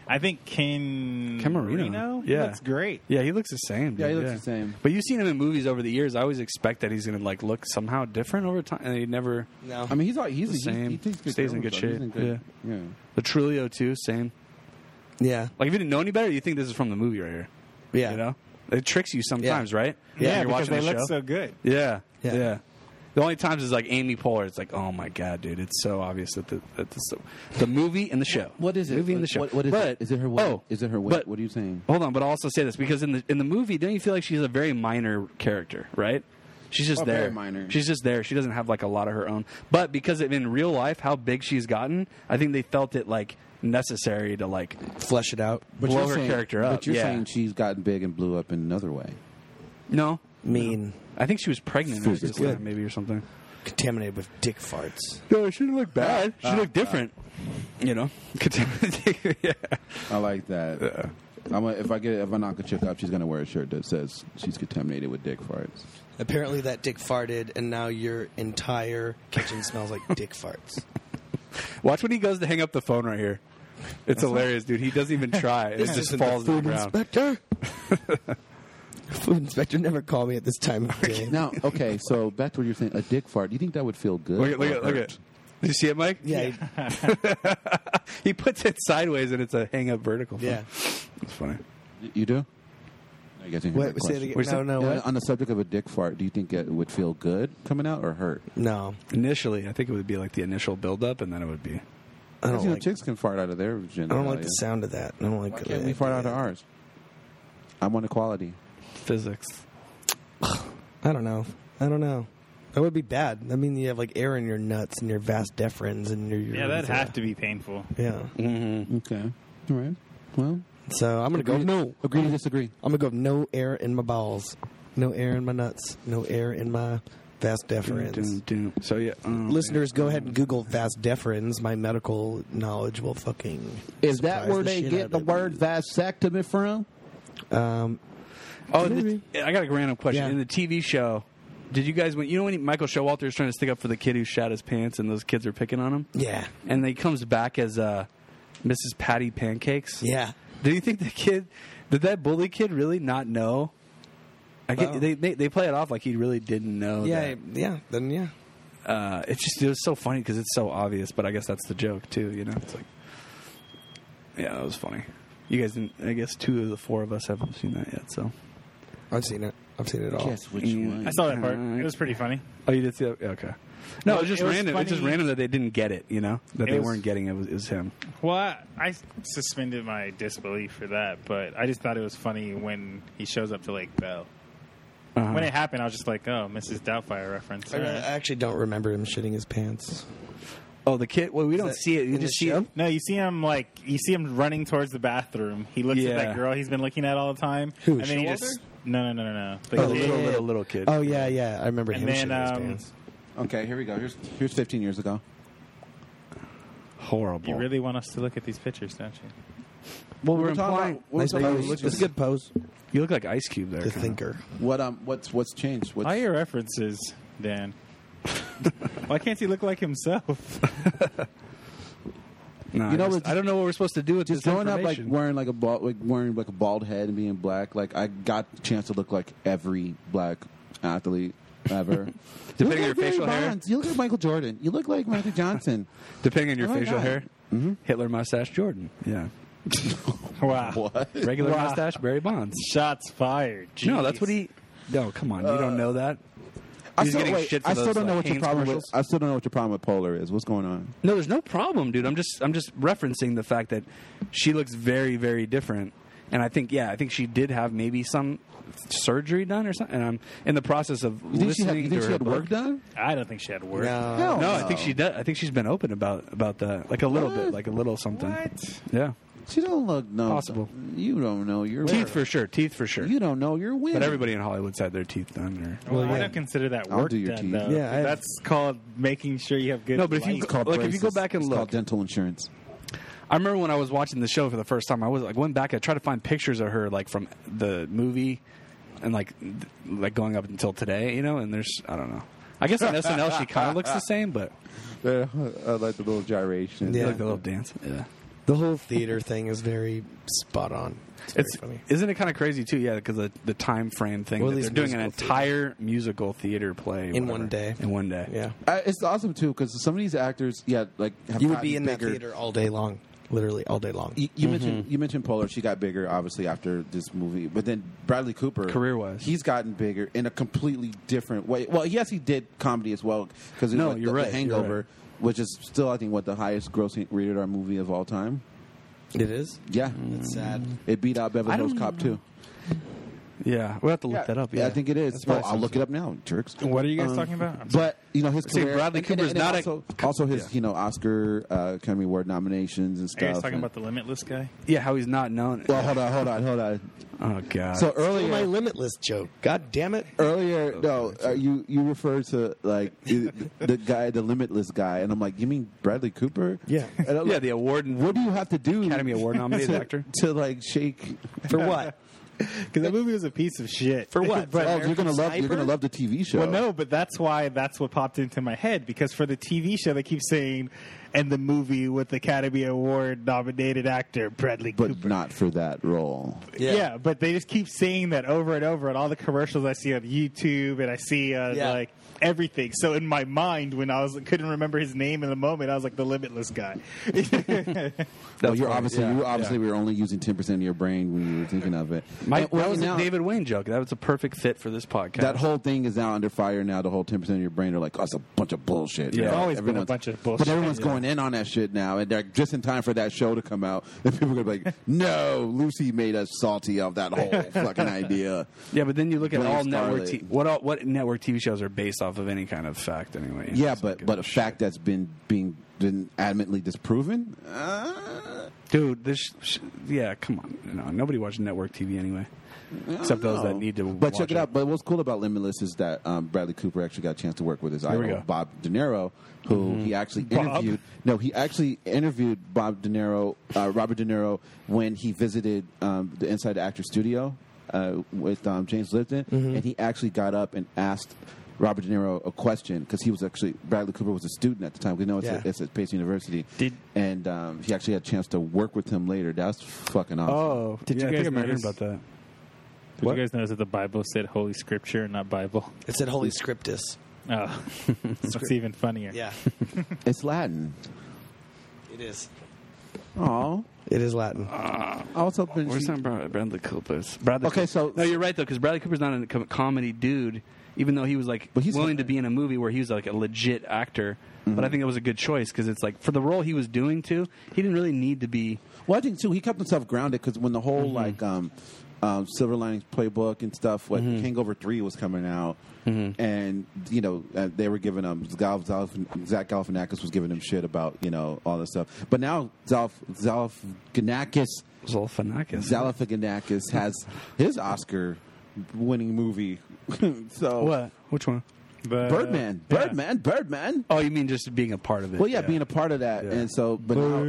I think Ken
Ken Marino.
He
Yeah.
looks great.
yeah, he looks the same.
Yeah, he
dude,
looks the same.
But you've seen him in movies over the years. I always expect that he's going to like look somehow different over time, and he never.
no.
I mean, he's all he's
The
he's-
same.
He takes good
Stays
care
in
of
good
himself. He's
shape.
in good- yeah.
The Trulio too, same.
yeah,
Like if you didn't know any better, you think this is from the movie right here.
yeah.
You know, it tricks you sometimes, right?
Yeah,
When you're
because
watching
they
the
look
show.
so good.
Yeah, yeah.
Yeah.
The only times is like Amy Poehler. It's like, oh my god, dude! It's so obvious that the that the, the movie and the show.
What is it?
Movie and the show.
What, what is
but,
it? Is it her weight?
Oh,
is it her weight?
but-
what are you saying?
Hold on, but I'll also say this because in the in the movie, don't you feel like she's a very minor character, right? She's just
Oh,
there.
very minor.
She's just there. She doesn't have like a lot of her own. But because of in real life how big she's gotten, I think they felt it like necessary to like
Flesh it out.
But blow her character up.
But you're
yeah.
saying she's gotten big and blew up in another way.
no.
Mean,
I think she was pregnant at this
Physically.
time, maybe or something.
contaminated with dick farts.
No, she didn't look bad. She looked different. you know, uh, yeah.
I like that. I'm a, if I get if I knock a chick up, she's gonna wear a shirt that says she's contaminated with dick farts.
Apparently, that dick farted, and now your entire kitchen smells like dick farts.
Watch when he goes to hang up the phone right here. It's hilarious, dude. He doesn't even try. It just falls to the ground.
inspector. food inspector never called me at this time of day.
Now, okay, so back to what you're saying, a dick fart. Do you think that would feel good?
Look at, look
or
at, look
hurt?
at. Did you see it, Mike?
Yeah,
He puts it sideways, and it's a hang up vertical. phone.
yeah.
it's funny.
Y- You do. No, You guys didn't hear
What? Say
my
it
question.
again.
What'd you
No,
say?
no,
Yeah,
what?
on the subject of a dick fart, do you think it would feel good coming out or hurt?
No,
Initially, I think it would be like the initial buildup, and then it would be.
I
Because,
don't
you know,
like.
chicks can fart out of their
I don't like
genitalia.
the sound of that. I don't like.
Oh, Why
the
can't we
idea
fart out of
that.
ours? I want equality.
Physics.
I don't know. I don't know. That would be bad. I mean, you have like air in your nuts and your vas deferens and your, your
Yeah, that'd have to be painful.
Yeah.
Mm-hmm.
Okay. All right. Well,
So I'm gonna go.
Agree-
No,
agree to disagree.
I'm gonna go. No air in my balls. No air in my nuts. No air in my vas deferens.
So yeah, um,
Listeners, go ahead and Google vas deferens. My medical knowledge will fucking.
Is
surprise the shit out of you.
vasectomy from?
Um,
Oh, the, I got a random question.
Yeah.
In the TV show, did you guys when you know when Michael Showalter is trying to stick up for the kid who shot his pants and those kids are picking on him,
yeah,
and he comes back as uh, Mrs. Patty Pancakes?
yeah.
Do you think the kid did that bully kid really not know? I get,
Wow.
they, they they play it off like he really didn't know.
Yeah, yeah, then yeah.
that. Uh, it's just it was so funny because it's so obvious, but I guess that's the joke too. You know, it's like yeah, that was funny. You guys didn't. I guess two of the four of us haven't seen that yet. So
I've seen it. I've seen it all.
Guess which
Yeah.
one?
I saw that part. It was pretty funny.
Oh, you did see that? Okay. No, it was just
It was
random. It was just
funny.
random that they didn't get it. You know that
It
they
was-
weren't getting it. Was, it was him.
Well, I, I suspended my disbelief for that, but I just thought it was funny when he shows up to Lake Bell.
Uh-huh.
When it happened, I was just like, "Oh, Mrs. Doubtfire reference."
I, I
All right.
actually don't remember him shitting his pants.
oh, the kid. Well, we don't
that
see it. You
in
just
the
see
show?
it.
No, you see him like you see him running towards the bathroom. He looks at
Yeah.
that girl he's been looking at all the time.
Who,
And then he
Showalter?
just no no no no no.
The
The kid-
Oh, little, little little kid.
Oh yeah, yeah. I remember
And
him
then,
shitting
um,
his pants.
Okay, here we go. Here's here's 15 years ago.
horrible.
You really want us to look at these pictures, don't you?
well, we're,
We're talking
implying.
about- we're
Nice
talking
pose.
about
It's a good pose.
you look like Ice Cube there.
The
kinda.
thinker.
What um what's what's changed? What's,
All your references, Dan. Why can't he look like himself?
No,
You know
I, just,
what-
I don't know what we're supposed to do with
just
this
growing up like
information.
wearing like a bald like wearing like a bald head and being black. Like I got a chance to look like every black athlete ever. You look
Depending on your
Barry
facial hair?
Bonds. You look like Michael Jordan. You look like Michael Johnson.
Depending on your
Oh my
facial
God.
hair, Hitler mustache Jordan. Yeah.
Wow.
What?
Regular
Wow.
mustache, Barry Bonds.
Shots fired.
No, that's what he. No, come on, you don't know that.
I
He's
still,
getting
wait,
shit for
I still
those,
don't know
like,
what your
Hanes
problem with.
commercials.
I still don't know what your problem with Polar is. What's going on?
No, there's no problem, dude. I'm just I'm just referencing the fact that she looks very very different, and I think yeah, I think she did have maybe some surgery done or something. And I'm in the process of
You think she
listening
had, you
to
think she
her
had work
book.
done?
I don't think she had work.
Oh, No.
Hell
No, I think she does. I think she's been open about about that, like a little bit, like a little something.
What?
Yeah,
She don't look no.
Possible.
You don't know your
teeth for sure, teeth for sure.
You don't know your women.
But everybody in Hollywood's had their teeth done. Or,
Oh, Well,
Well,
I
yeah.
don't consider that
I'll
work
do your
done,
teeth.
though.
Yeah, I-
that's called making sure you have good.
No, but if you
lighting.
go- like, if you
braces.
back and
It's
look.
called dental insurance.
I remember when I was watching the show for the first time, I was like went back. I tried to find pictures of her like from the movie, and like th- like going up until today, you know. And there's I don't know. I guess on SNL she kind of looks the same, but
I like the little gyration.
Yeah.
like the little dance. Yeah,
The whole theater thing is very spot on. It's, very
it's
funny.
isn't it kind of crazy too? Yeah, because the the time frame thing.
Well,
that
at
they're
least
doing an
musical
entire musical theater play
In
whatever,
one day.
In one day.
Yeah.
Uh, it's awesome too because some of these actors, yeah, like have
You would
gotten
be in that
bigger.
theater all day long. Literally all day long.
You, you
Mm-hmm.
mentioned you mentioned Polar. She got bigger, obviously, after this movie. But then Bradley Cooper,
Career-wise.
he's gotten bigger in a completely different way. Well, yes, he did comedy as well because
No,
like
you're
the,
right,
the
you're
Hangover,
right.
which is still, I think, what the highest grossing rated R movie of all time.
It is?
Yeah,
It's sad.
it beat out Beverly
Mm. I don't
Hills Cop too.
Yeah, we'll have to look that up. Yeah,
I think it Um, is.
That's
Oh,
probably
I'll look
something.
it up now, jerks.
what are you
um,
guys talking about? I'm sorry.
But you know his
See,
career.
Bradley Cooper's not a-
also, also his you know Oscar uh, Academy Award nominations and
are you
stuff.
guys talking
and-
about the Limitless guy?
Yeah, how he's not known.
well, hold on, hold on, hold on.
oh god.
So
Earlier. my
earlier,
limitless joke. God damn it.
earlier,
Oh,
no, uh, you you referred to like the the guy, the Limitless guy, and I'm like, you mean Bradley Cooper?
Yeah.
And I'm
yeah,
like,
the award
what do you have to do?
Academy Award nominated
to,
actor.
to like shake.
For what?
Because that movie was a piece of shit.
For what?
but,
oh, you're gonna love you're gonna love the TV show.
well, no, but that's why that's what popped into my head. Because for the TV show, they keep saying, "And the movie with Academy Award nominated actor Bradley
but
Cooper."
not for that role.
yeah. but they just keep saying that over and over, and all the commercials I see on YouTube and I see uh,
Yeah.
like everything. So in my mind, when I was couldn't remember his name in the moment, I was like the Limitless guy.
Well, you're obviously
yeah,
you obviously
yeah.
were only using ten percent of your brain when you were thinking of it.
My,
And
that
right
was
now-
a David Wayne joke. That was a perfect fit for this podcast.
That whole thing is now under fire. Now the whole ten percent of your brain are like, oh, it's a bunch of bullshit.
Yeah.
You know,
It's
always been a
everyone's-
bunch of bullshit,
But everyone's
yeah.
going in on that shit now, and they're just in time for that show to come out. And people are gonna be like, no, Lucy made us salty of that whole fucking idea.
yeah, but then you look at
Brilliant
all network
Scarlet.
t- what all, what network TV shows are based off of any kind of fact anyway.
Yeah,
It's
but
like, uh,
but a fact that's been being been adamantly disproven. Uh,
dude, this sh- yeah, come on, no, nobody watches network TV anyway, except those that
No.
need to.
Oh. But
watch
check it out. But what's cool about Limitless is that um, Bradley Cooper actually got a chance to work with his
we
idol
go. Mm-hmm.
Bob De Niro, who he actually interviewed. No, he actually interviewed Bob De Niro, uh, Robert De Niro, when he visited um, the Inside Actor Studio uh, with um, James Lipton,
Mm-hmm.
and he actually got up and asked. Robert De Niro a question because he was actually Bradley Cooper was a student at the time. We know it's,
Yeah.
at, it's at Pace University,
Did-
and um, he actually had a chance to work with him later. That's fucking awesome.
Oh,
Did
yeah,
you
I think
guys
I remember hearing
notice-
about that?
Did
What?
you guys notice that the Bible said Holy Scripture and not Bible?
It said Holy Scriptus.
Oh, that's even funnier.
Yeah.
It's Latin.
it is.
Oh,
It is Latin.
I was hoping
Where's
she-
not Brad- Bradley Cooper? Bradley
Okay, so-
no, you're right though, because Bradley Cooper's not a com- comedy dude. Even though he was like
But he's-
willing to be in a movie where he was like a legit actor, but I think it was a good choice because it's like for the role he was doing too, he didn't really need to be.
Well, I think too, he kept himself grounded because when the whole
Mm-hmm.
like um, um, Silver Linings Playbook and stuff, like
Mm-hmm.
Hangover Three was coming out, and you know uh, they were giving him Zalf, Zalf, Zach Galifianakis was giving him shit about you know all this stuff, but now Zalf Galifianakis
Zolfanakis.
Galifianakis has his Oscar winning movie, so
What? Which one?
But, uh,
Birdman,
yeah.
Birdman, Birdman.
Oh, you mean just being a part of it?
Well, yeah, being a part of that,
Yeah.
and so, but now,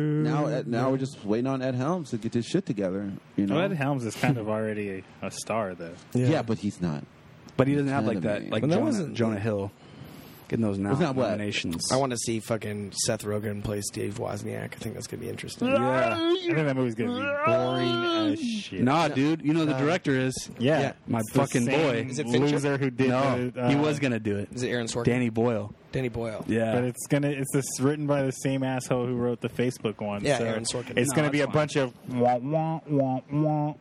now, now we're just waiting on Ed Helms to get this shit together.
Oh,
You know,
Well, Ed Helms is kind of already a, a star, though.
Yeah. but he's not.
but he doesn't have like that,
Enemy.
like
But that
Jonah,
wasn't-
Jonah Hill getting those now
It's not what?
nominations.
I want to see fucking Seth Rogen play Steve Wozniak. I think that's gonna be interesting.
Yeah. I think that movie's going to be boring as shit.
nah, dude, you know the director is.
Uh, Yeah.
Yeah.
My
It's the
fucking
same
boy.
Is it Fincher?
loser who did
No,
the, uh,
he was gonna do it.
Is it Aaron Sorkin?
Danny Boyle.
Danny Boyle.
Yeah.
But it's gonna it's this written by the same asshole who wrote the Facebook one.
Yeah,
so
Aaron Sorkin.
It's
No,
gonna be a
that's fine.
bunch of wah wah wah wah wah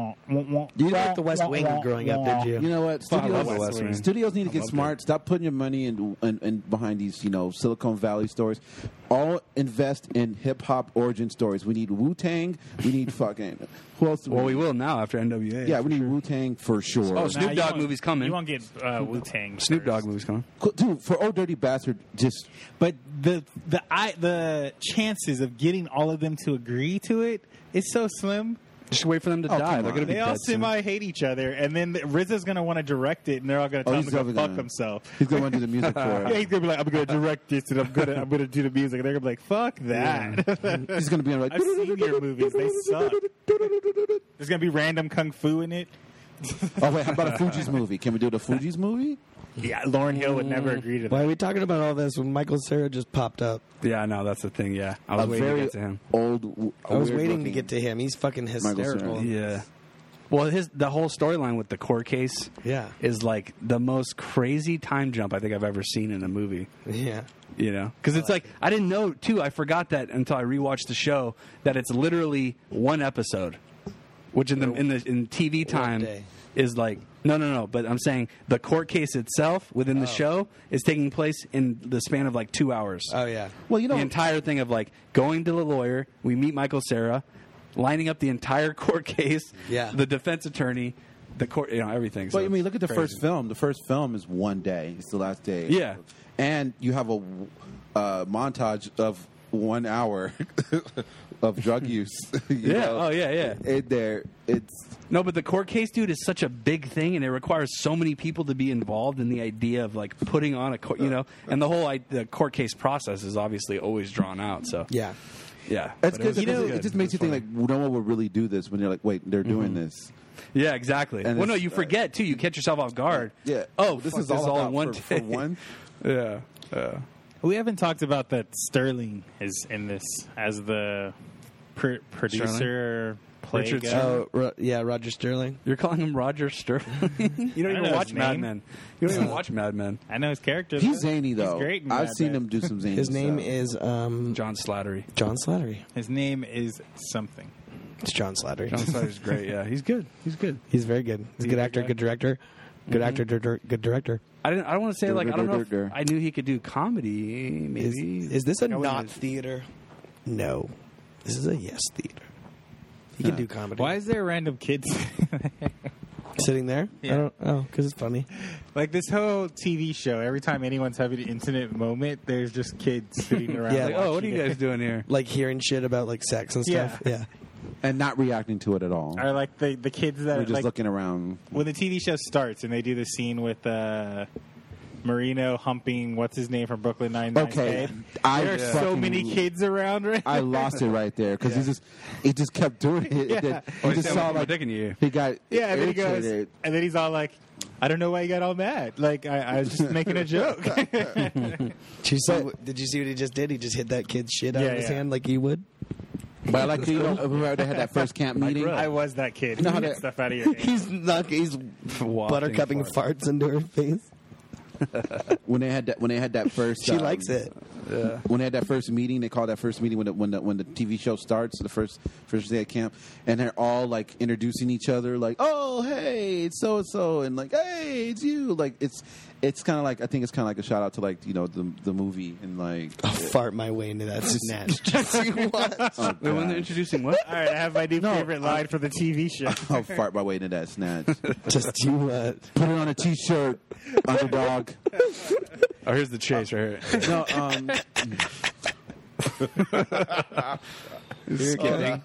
wah, wah.
You didn't like The
wah,
West
wah,
Wing
wah,
growing up,
wah.
did you?
You know what?
Fuck, I love
Studios,
The West Wing.
studios need to
I
get
loved
smart. Stop putting your money in, in, in behind these, you know, Silicon Valley stories. All invest in hip hop origin stories. We need Wu Tang. We need fucking who else? do
Well, we
need?
will now after NWA.
Yeah, we need Wu Tang for sure.
Oh,
Nah,
Snoop
you
Dogg
won't-
movie's coming.
You won't get uh, Wu Tang.
Snoop Dogg movie's coming.
Cool, dude, for old dirty bastard, just
But the the I the chances of getting all of them to agree to it is so slim.
Just wait for them to
Oh,
die.
come
They're
on.
going to be
They
dead
all
soon.
semi hate each other, and then RZA's gonna want to direct it, and they're all gonna tell
oh,
him
he's
to go
definitely
fuck
gonna-
himself.
He's gonna want to do the music for
Yeah,
it.
he's gonna be like, I'm gonna direct this, and I'm gonna I'm gonna do the music. And they're gonna be like, fuck that.
He's gonna be like,
I've seen your movies; they suck. There's gonna be random kung fu in it.
oh wait, how about a Fuji's movie? Can we do the Fuji's movie?
Yeah, Lauren Hill would never agree to
Why
that.
are we talking about all this when Michael Sarah just popped up?
Yeah, no, that's the thing. Yeah, I was
a
waiting
very
to get to him.
old.
I was waiting to get to him. He's fucking hysterical.
Cera.
Yeah. Well, his the whole storyline with the court case,
Yeah.
is like the most crazy time jump I think I've ever seen in a movie.
Yeah.
You know, because it's like I didn't know too. I forgot that until I rewatched the show that it's literally one episode, which in the in the in TV time
day.
is like no no no. But I'm saying the court case itself within the show is taking place in the span of like two hours.
Oh yeah.
Well, you know,
the entire thing of like going to the lawyer, we meet Michael Sarah, lining up the entire court case,
Yeah.
the defense attorney, the court, you know, everything.
But
So
I mean, look at the
crazy.
first film. The first film is one day. It's the last day.
Yeah.
and you have a uh, montage of one hour of drug use. you
Yeah.
know?
Oh, yeah, yeah.
It, there, it's
No, but the court case, dude, is such a big thing, and it requires so many people to be involved in the idea of like putting on a court, you know,
Uh,
and the whole I- the court case process is obviously always drawn out. So
Yeah.
yeah,
that's
But it
good.
was-
You know,
was
it
good.
just makes you
was Mm-hmm.
think like no one would really do this when you're like, wait, they're doing this.
fun. yeah, exactly.
and
Well, no,
it's,
you
uh,
forget too. You catch yourself off guard.
Yeah.
Oh, this is all,
about
in one
for, for
day.
one.
Yeah. Yeah.
We haven't talked about that Sterling is in this as the pr- producer. Play
Richard
guy.
Sterling.
Oh ro- yeah. Roger Sterling.
You're calling him Roger Sterling. you don't
I
even
know his
watch Mad
name.
Men. You don't even watch Mad Men.
I know his character.
He's
though.
zany though.
He's great. in
I've
Mad
seen
Men.
him do some zany.
His name
stuff.
is um,
John Slattery.
John Slattery.
His name is something.
It's John Slattery.
John Slattery's great. Yeah, he's good. He's good.
He's very good. He's a good actor. Good director. Good actor. dir- dir- Good director.
I didn't. I don't want to say
Dur,
like
dur,
I don't
dur,
know. If
dur, dur.
I knew he could do comedy.
Is,
Maybe
is this a
Like, I wouldn't
not
have-
theater? No. This is a yes theater. He can do comedy.
Why is there random kids?
sitting there?
Yeah.
I don't. Oh, because it's funny.
like this whole TV show. Every time anyone's having an intimate moment, there's just kids sitting around.
Yeah.
Like, oh, what are you
watching it.
guys doing here?
Like hearing shit about like sex and stuff.
Yeah.
Yeah.
and not reacting to it at all.
Are like the the kids that
We're just
like
looking around.
when the TV show starts and they do the scene with uh, Marino humping what's his name from Brooklyn Nine Nine.
Okay, I
there are so
fucking-
many kids around right.
I lost it right there because he just he just kept doing it.
Yeah.
And then
Oh,
he
he's
just
having
saw
my
like
dick in you.
he got
yeah, and then he goes,
irritated.
and then he's all like, "I don't know why you got all mad. Like I, I was just making a joke."
Did you, see, what- did you see what he just did? He just hit that kid's shit out
Yeah,
of his
yeah.
hand like he would.
But I like to, you know, remember they had that first camp meeting.
I was that kid. You
No,
get
that-
stuff out of your hand.
He's not. He's
Wafting
buttercupping farts into her face.
when they had that when they had that first
She
um,
likes it.
when they had that first meeting they call that first meeting when the, when the when the TV show starts the first first day at camp and they're all like introducing each other like oh hey it's so and so and like hey it's you like it's it's kind of like I think it's kind of like a shout out to like you know the the movie and like
I'll fart my way into that snatch. Just you watch.
oh,
Wait, when they're
God.
introducing what?
All right, I have my new favorite line for the TV show.
I'll fart my way into that snatch put
Just you what?
it on a t shirt underdog
Oh, here's the chase right here.
no um
Skipping.
Yeah,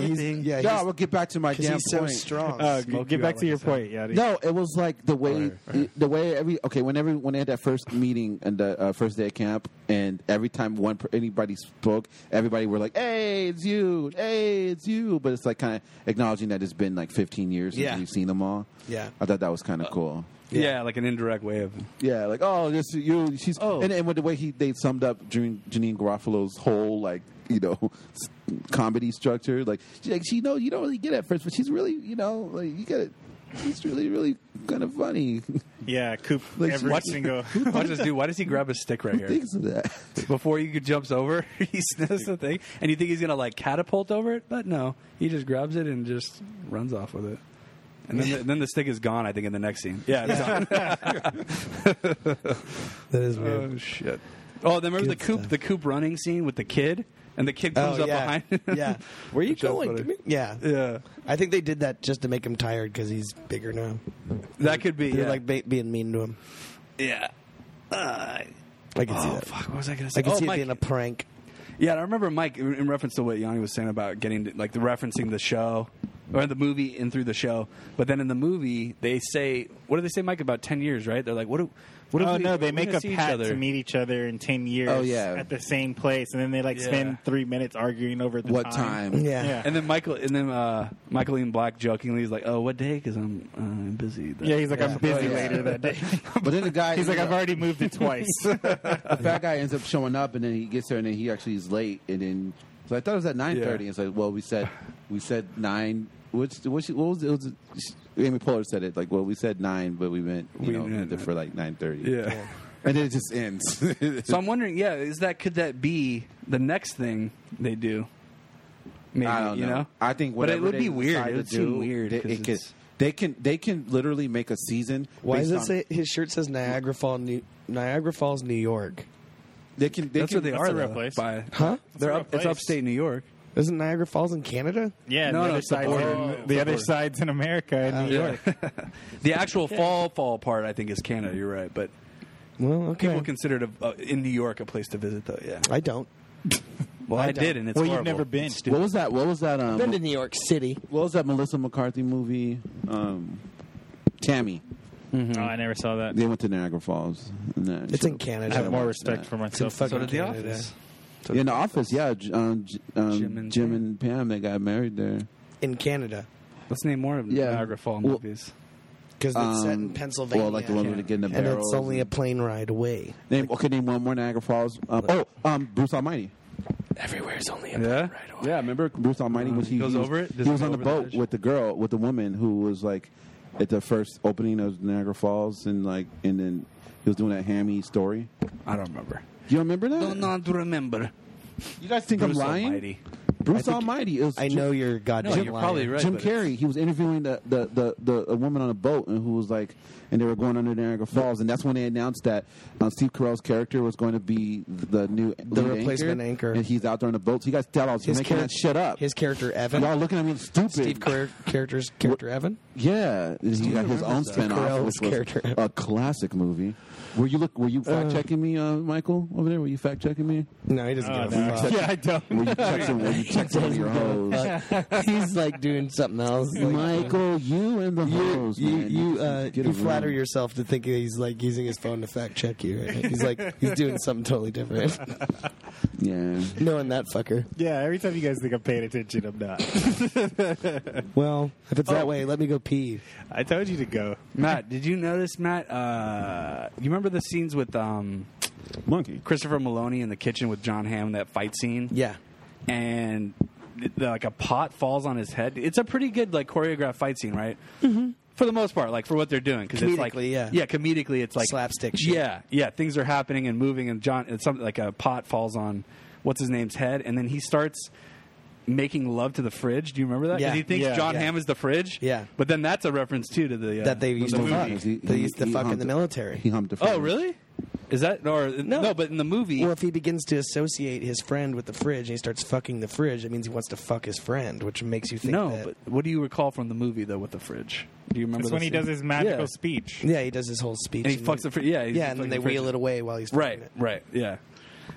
he's, yeah,
no
he's,
we'll get back to my
'cause
damn
he's so
point.
strong.
Uh,
Smoke
get
you
back
out
to
like
your
a
point, Yadi.
No, it was like the way
Alright, alright.
the way every okay whenever when they had that first meeting and the uh, first day at camp, and every time one per- anybody spoke, everybody were like, "Hey, it's you! Hey, it's you!" But it's like kind of acknowledging that it's been like 15 years since
Yeah.
we've seen them all.
Yeah. Uh,
I thought that was kind of cool.
Yeah. like an indirect way of.
Yeah, like oh, this you. She's
Oh.
and and with the way he they summed up during Janine Garofalo's whole like you know s- comedy structure, like she like she know you don't really get it at first, but she's really you know like you get it. he's really, really kind of funny.
Yeah, Coop.
Like,
every
what-
single.
Watch this dude. Why does he grab his stick right
Who
here?
thinks of that?
Before he jumps over, he sniffs the thing, and you think he's gonna like catapult over it, but no, he just grabs it and just runs off with it. And then, the, then the stick is gone. I think in the next scene. Yeah, it's gone.
That is
uh,
weird.
shit! Oh, then remember
Good
the coop,
stuff.
the coop running scene with the kid, and the kid comes
oh,
up
yeah.
behind. him.
yeah. Where you
Which is
going?
funny.
Come here. Yeah.
yeah,
I think they did that just to make him tired because he's bigger now.
that could be.
They're
yeah.
like ba- being mean to him.
yeah.
I can see
Oh
that.
fuck! What was I gonna say?
I can
oh,
see it
Mike.
being a prank.
Yeah, and I remember Mike in in reference to what Yanni was saying about getting to, like the referencing the show or the movie in through the show. But then in the movie, they say what do they say, Mike? About ten years, right? They're like, what? Do, what if
oh
we,
no,
we're
they make
gonna
a
see each
pact
other.
to meet each other in ten years.
Oh, yeah.
at the same place, and then they like
Yeah.
spend three minutes arguing over the
what time?
Yeah.
Yeah.
And then Michael, and then uh, Michael Ian Black jokingly is like, "Oh, what day? Because I'm uh, I'm busy."
Yeah, he's like,
Yeah.
I'm busy
Oh, yeah.
later that day.
But then the guy,
he's like,
you
I've
know,
already moved it twice.
the fat guy ends up showing up, and then he gets there, and then he actually is late, and then so I thought it was at nine thirty.
Yeah.
It's like, well, we said we said nine. What's what, she, what was it? Was, Amy Poehler said it like, well, we said nine, but we meant you
We
know
meant
meant it for like nine thirty.
yeah.
and then it just ends.
So I'm wondering, yeah, is that could that be the next thing they do? Maybe
I don't
you know.
I think
But it
whatever
would
they
be weird.
decide
It
to
would seem
do,
weird,
They,
'cause
it can,
it's-
they can they can literally make a season.
Why
based
does it
on-
say his shirt says Niagara Falls, New, Niagara Falls, New York?
They can. They
That's
can,
what they
that's
are.
a real
though,
place.
By,
Huh?
they're
a real
up, it's
place.
upstate New York.
Isn't Niagara Falls in Canada?
yeah,
No, no,
the other
it's the
side's
border.
in-
It's
the
the
other
border.
side's in America. In New York.
the actual fall fall part, I think, is Canada. You're right, but
Well, okay.
people consider it a, uh, in New York a place to visit, though. Yeah.
I don't.
Well, I,
I don't.
did, and it's
Well, you've
horrible.
never been.
It's
what
stupid.
was that? What was that? Um,
Been to New York City.
what was that Melissa McCarthy movie? Um, Tammy.
Oh, I never saw that.
They went to Niagara Falls. And that
It's
shit.
in
I
Canada.
have more
Yeah.
respect for myself.
fucking
so did the
Canada.
office.
in the office. Yeah, J- um, J- um,
Jim and
Jim
Pam.
and Pam. They got married there.
In Canada,
Let's name more of
Yeah.
Niagara Fall
Well-
movies.
because it's set in
Um,
Pennsylvania.
Well, like the one with the kid in the
and
barrel.
it's only a plane ride away.
name. Okay, name one more Niagara Falls. Um, oh, um, Bruce Almighty.
Everywhere's only a
Yeah.
Yeah, remember Bruce Almighty when he,
goes
he was,
over it? Does
he
it
was
go
on the
over the
boat
edge?
with the girl, with the woman who was like at the first opening of Niagara Falls, and like, and then he was doing that hammy story.
I don't remember.
You don't remember that?
not remember.
You guys think
Bruce
I'm lying?
Almighty.
Bruce
I think-
Almighty. It was
I
Jim-
know you're goddamn.
No, you're
lying.
probably right.
Jim
but it's-
Carrey, he was interviewing the, the, the, the a woman on a boat and who was like, and they were going under Niagara Falls, and that's when they announced that um, Steve Carell's character was going to be the new the
replacement anchor.
and he's out there on the boat. So you guys tell us, you're making
char-
that shit up.
His character Evan.
Y'all looking at me stupid.
Steve Carell character's character Evan.
Yeah, he got his own spin-off,
Carell's
which was
character.
a classic movie. Were you look? Were you fact checking me, uh, Michael, over there? Were you fact checking me?
No, he doesn't
Oh,
give a
no.
fuck.
Yeah, I don't.
Were you checking? were you checking one of your hoes?
Fuck. He's like doing something else. Like,
Michael, you and the
You
hoes,
you
man.
you, uh,
Get a
you flatter
room.
yourself to think he's like using his phone to fact check you. Right? He's like he's doing something totally different.
Yeah,
Knowing that fucker.
Yeah, every time you guys think I'm paying attention, I'm not.
Well, if
Oh.
it's that way, let me go pee.
I told you to go.
Matt, did you notice Matt? Uh, you remember the scenes with um,
monkey.
Christopher Maloney in the kitchen with John Hamm, that fight scene?
Yeah.
and th- like a pot falls on his head. It's a pretty good like choreographed fight scene, right? Mm-hmm. For the most part, like for what they're doing, because it's like
Comedically, yeah.
yeah, comedically, it's like
Slapstick shit.
Yeah, yeah, things are happening and moving, and John, it's something like a pot falls on what's his name's head, and then he starts. Making love to the fridge. Do you remember that? 'Cause
Yeah.
he thinks
Yeah.
John
Yeah.
Hamm is the fridge.
Yeah.
but then that's a reference too to the uh,
That they used
the
to
movie.
fuck. They used to fuck in
humped
the
a-
military.
He humped a
Oh,
friend.
really? Is that or no? but in the movie,
Well, if he begins to associate his friend with the fridge and he starts fucking the fridge, that means he wants to fuck his friend, which makes you think
no.
that-
But what do you recall from the movie though with the fridge? Do you remember?
That's
the
when he
scene?
does his magical
Yeah.
speech.
yeah, he does his whole speech.
and he fucks
then-
the fridge. Yeah, he's
Yeah, and then
fucking
they
the fridge.
wheel it away while he's fucking
Right,
it.
right, yeah.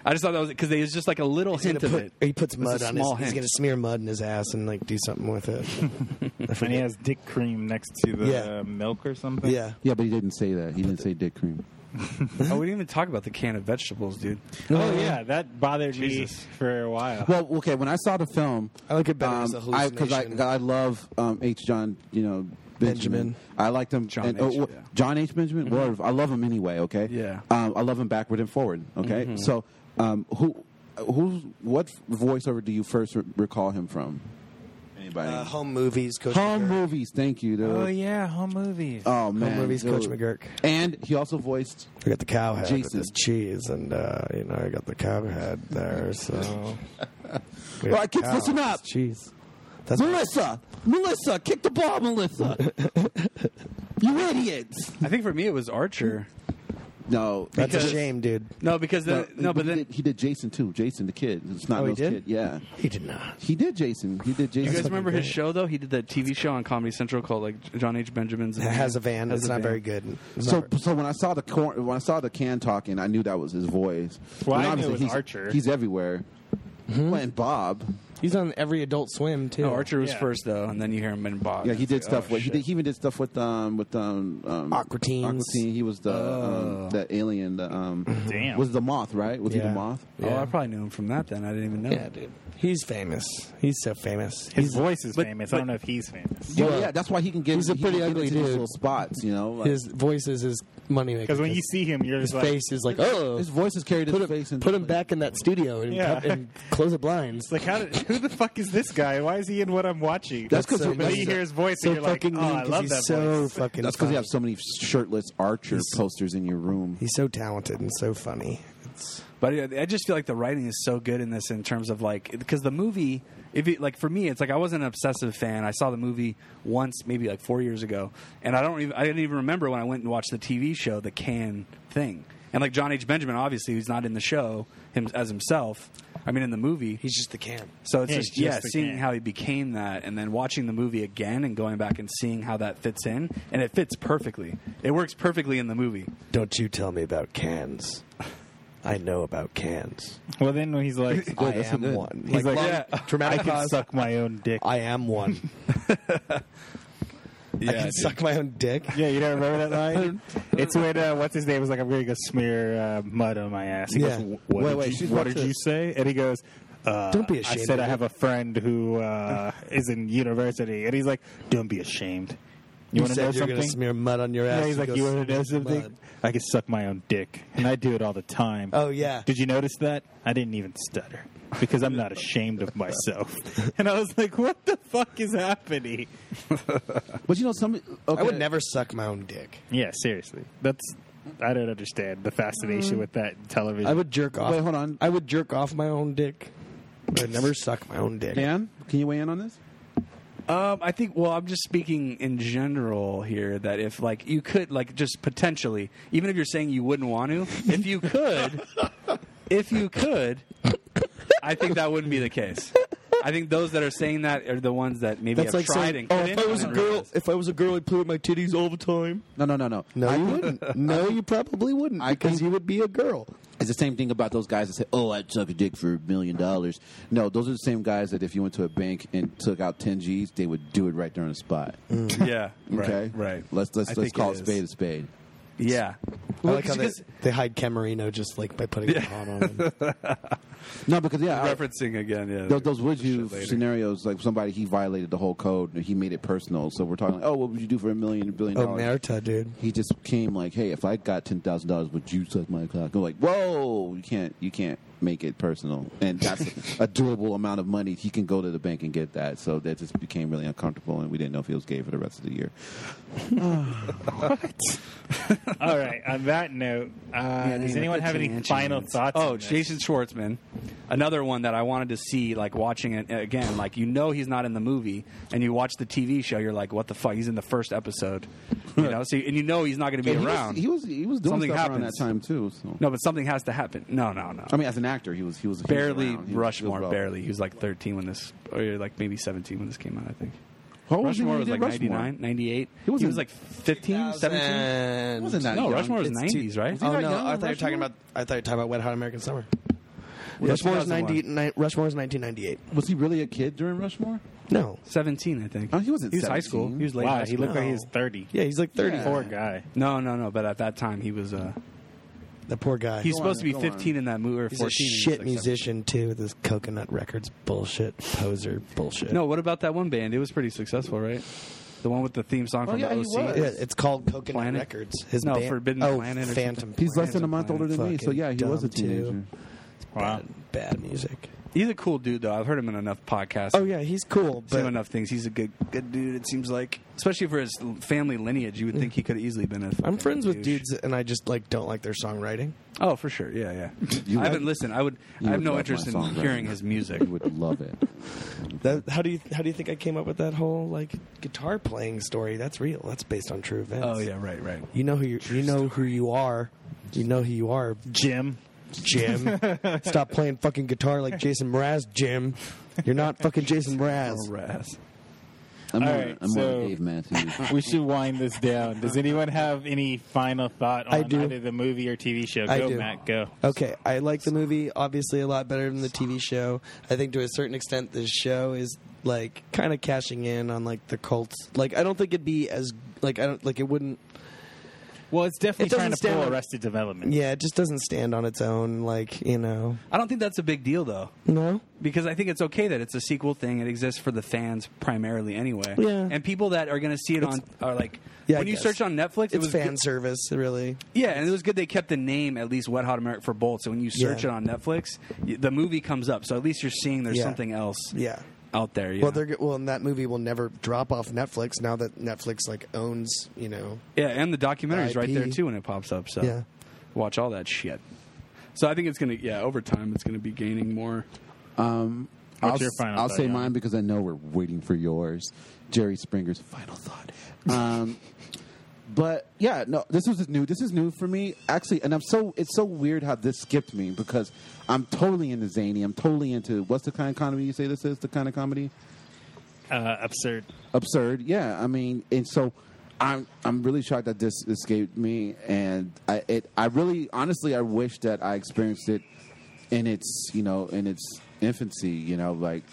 I just thought that was because there's just like a little
He's gonna
hint of
put-
it.
He puts
It's a
mud on his.
small
He's
hint.
gonna smear mud in his ass and like do something with it. I
And he
forget.
has dick cream next to the
Yeah.
milk or something.
yeah.
Yeah, but he didn't say that. He didn't say dick cream.
Oh, we didn't even talk about the can of vegetables, dude.
Oh yeah, that bothered
Jesus.
me for a while.
Well, okay. When I saw the film,
I like it better as a
Um, I- 'cause I,
hallucination.
I love um, H. John, you know Benjamin.
Benjamin.
I liked him.
John
and, oh,
H.,
well,
yeah.
John H. Benjamin.
Mm-hmm.
Word. I love him anyway. Okay.
Yeah.
Um, I love him backward and forward. Okay.
Mm-hmm.
So, um, who, who's what voiceover do you first re- recall him from? Anybody?
Uh, home movies, Coach.
home
McGurk.
movies. Thank you, dude.
Oh yeah, home movies.
Uh,
Oh man,
Home movies,
dude.
Coach McGurk.
And he also voiced.
I got the cow head with
Jason.
this cheese, and uh, you know I got the cow head there. So, We got
All right, kids,
cow
listen
with
up.
this Cheese. That's
Melissa, Melissa, kick the ball, Melissa. you idiots!
I think for me it was Archer.
No,
That's a
Because-
shame, dude.
No, because then no, but
he
then
did, he did Jason too. Jason the kid, it's not
Oh, he
those
did?
kid. Yeah,
He did not.
he did Jason. He did
you
Jason.
guys remember his
great.
show though? He did that TV show on Comedy Central called like John H. Benjamin's.
It has a van.
Has
it's
a
not
van.
very good. It's
So,
not-
so when I saw the cor- when I saw the can talking, I knew that was his voice.
Well,
And
I knew it
obviously
was
he's,
Archer.
He's everywhere.
Mm-hmm.
Well, and Bob.
he's on every Adult Swim too.
No, Archer was
Yeah.
first though, and then you hear him in Bob.
Yeah, he did stuff with. He,
Oh, shit.
did, he even did stuff with um with um, um
Aqua Teens.
Aqua Teen. He was the um, that alien. The, um,
Mm-hmm.
Damn.
was the moth right? Was he
Oh. Yeah.
the moth?
Oh,
Yeah.
I probably knew him from that. Then I didn't even know.
Yeah, dude. He's famous. He's so famous.
His
He's,
voice is
but-
famous.
but-
I don't know if he's famous.
Yeah, yeah, that's why he can get.
He's a
he can
pretty
get
ugly
into these
dude.
Little spots, you know. Like,
his voice is his money maker.
Because when you see him, you're
his
just like,
face is like, oh,
his voice is carried in
put
his face.
him,
and
put him back in that studio and,
Yeah.
cut- and close the blinds.
it's like how did, who the fuck is this guy? Why is he in what I'm watching?
That's 'cause
but then you hear his voice
so
and you're like,
fucking
oh,
mean
I
'cause
love
he's
that
so
voice.
fucking.
That's because
funny.
you have so many shirtless Archer posters in your room.
He's so talented and so funny. It's
But yeah, I just feel like the writing is so good in this in terms of like because the movie, if it, like for me, it's like I wasn't an obsessive fan. I saw the movie once, maybe like four years ago, and I don't even I didn't even remember when I went and watched the TV show, the Can thing, and like John H. Benjamin, obviously, who's not in the show him as himself. I mean, in the movie,
he's just the can.
so it's
Yeah,
just,
he's
yeah,
just the
seeing
Can.
how he became that, and then watching the movie again and going back and seeing how that fits in, and it fits perfectly. It works perfectly in the movie.
Don't you tell me about cans. I know about cans.
Well, then he's like,
I
that's
am
good.
one.
he's like,
yeah.
I
dramatic
can
pause.
suck my own dick.
I am one. I can
dude.
suck my own dick.
Yeah, you don't remember that line? it's when uh, what's his name was like, "I'm going to go smear uh, mud on my ass." He
Yeah.
goes, "What
Wait,
did,
wait,
you,
she's
what
about
did
to-
you say?" And he goes, uh,
Don't be
I
ashamed
said
of
I
it."
have a friend who uh, is in university, and he's like, "Don't be ashamed." You,
You,
want to know
said you're
something?
gonna smear mud on your ass.
yeah, he's like,
go
"You want to know
smear
something?
mud."
I can suck my own dick, and I do it all the time."
Oh yeah.
Did you notice that? I didn't even stutter because I'm not ashamed of myself. And I was like, what the fuck is happening?
But you know, some. Okay,
I would never suck my own dick.
Yeah, seriously. That's I don't understand the fascination with that television.
Mm. I would jerk off.
Wait, hold on.
I would jerk off my own dick. I would never suck my own dick.
Dan, can you weigh in on this?
Um, I think. Well, I'm just speaking in general here. That if like you could like just potentially, even if you're saying you wouldn't want to, if you could, if you could, I think that wouldn't be the case. I think those that are saying that are the ones that maybe
That's
have
like
tried
saying,
and
"Oh,
couldn't
if I was a
and
girl,
realized.
if I was a girl, I'd play with my titties all the time."
No, no, no, no.
No, you wouldn't. No, you probably wouldn't
I
because
can-
you would be a girl.
It's the same thing about those guys that say, "Oh, I'd suck a dick for a million dollars." No, those are the same guys that if you went to a bank and took out ten G's, they would do it right there on the spot.
Mm.
yeah, right,
Okay,
right.
Let's let's
I
let's
think
call
is.
it, spade a spade.
Yeah,
I like how they,
because-
they hide Camerino just like by putting a pot on him. Oh,
No, because yeah, I-
referencing again. Yeah,
those, those would you
Shit later.
scenarios like somebody he violated the whole code and he made it personal. So we're talking, oh, what would you do for a million billion
Oh,
dollars?
Merita, dude.
he just came like, "Hey, if I got ten thousand dollars, would you suck my cock?" I'm like, "Whoa, you can't, you can't make it personal." And that's a doable amount of money. He can go to the bank and get that. So that just became really uncomfortable, and we didn't know if he was gay for the rest of the year.
All right. On that note, uh, does anyone have any final thoughts?
Oh,
on this?
Jason Schwartzman, another one that I wanted to see. Like watching it again, like you know he's not in the movie, and you watch the TV show, you're like, what the fuck? He's in the first episode, you know. So and you know he's not going to be
And he was-
around.
He was, he was, doing
Something
stuff around that
happens.
time too. So.
no, but something has to happen. No, no, no.
I mean, as an actor, he was, he was he was
barely
around. He was- he was
Rushmore.
well-
barely. He was like 13 when this, or like maybe 17 when this came out. I think.
How old was he
Rushmore
when
was
he
like
did Rushmore?
99, 98. He
He
was,
wasn't-
like 15, 17.
He wasn't that
No,
young.
Rushmore was
It's-
90s, right?
he
Oh
not
no,
young on
I thought you were talking
Rushmore?
about. I thought you were talking about Wet Hot American Summer.
Yeah,
Rushmore's
2001.
ninety. Ni- Rushmore's nineteen ninety eight.
Was he really a kid during Rushmore?
No.
17, I think.
Oh, he wasn't
He was high
17.
school. He was late.
Wow,
high
he
school.
looked like he
Oh.
was Oh, thirty.
Yeah, he's like thirty.
Yeah.
Poor guy.
No, no, no. But at that time, he was. Uh,
The poor guy.
He's
Go
supposed
on,
to be
go on.
15 in that movie or
He's
14.
a shit musician too with his coconut records bullshit poser bullshit.
No, what about that one band? It was pretty successful, right? The one with the theme song
Oh,
from
yeah, he
OC.
was.
Yeah, it's called Coconut
Planet?
Records. His
No,
band-
Forbidden
oh,
Planet or
Phantom.
He's less
Planet.
than a month older than me, so yeah, he
Fucking
was a
dumb, too.
teenager.
Wow.
Bad, bad music.
He's a cool dude, though. I've heard him in enough podcasts.
Oh yeah, he's cool,
Seen him
but
enough things. He's a good good dude. It seems like, especially for his family lineage, you would think he could have easily been a.
I'm
fucking
friends with
douche.
dudes and I just like don't like their songwriting.
Oh, for sure. Yeah, yeah.
You
I
would-
haven't listened. I would.
you
I have
would
no
love
interest
my
in
song, right?
hearing his music.
You would love it.
That how do you how do you think I came up with that whole like guitar playing story? That's real. That's based on true events.
Oh yeah, right, right.
You know who you you know who you are. You know who you are,
Jim.
Jim. Stop playing fucking guitar like Jason Mraz, Jim. You're not fucking Jason Mraz.
Raz.
I'm
All
more,
right,
I'm more
so-
of a caveman too.
We should wind this down. Does anyone have any final thought on
I do.
either the movie or TV show?
I
Go,
do.
Matt. Go.
Okay, I like the movie obviously a lot better than the TV show. I think to a certain extent the show is like kind of cashing in on like the cults. Like I don't think it'd be as like I don't like it wouldn't
Well, it's definitely
It doesn't
trying to
stand
pull
on-
Arrested Development.
yeah, it just doesn't stand on its own like, you know.
I don't think that's a big deal though,
No?
because I think it's okay that it's a sequel thing. It exists for the fans primarily anyway.
Yeah.
And people that are going to see it on are like
Yeah, I
when you
guess.
search on Netflix, it
It's
was
fan
good-
service, really.
Yeah, and it was good they kept the name at least Wet Hot America for both. So when you search
Yeah.
it on Netflix, y- the movie comes up. So at least you're seeing there's
Yeah.
something else
Yeah.
out there. you
Well,
know?
they're g- well, and that movie will never drop off Netflix now that Netflix like owns, you know.
Yeah, and the documentary's right
IP.
there too when it pops up. So
Yeah.
watch all that shit. So I think it's gonna yeah over time it's gonna be gaining more.
What's
I'll,
your
s-
final
I'll
thought,
say
Jan?
mine because I know we're waiting for yours. Jerry Springer's final thought. Um, but yeah, no, this was new. This is new for me, actually, and I'm so it's so weird how this skipped me because I'm totally into zany. I'm totally into what's the kind of comedy you say this is? The kind of comedy?
Uh, absurd.
absurd. Yeah, I mean, and so I'm I'm really shocked that this escaped me, and I it I really honestly I wish that I experienced it in its you know in its infancy, you know, like,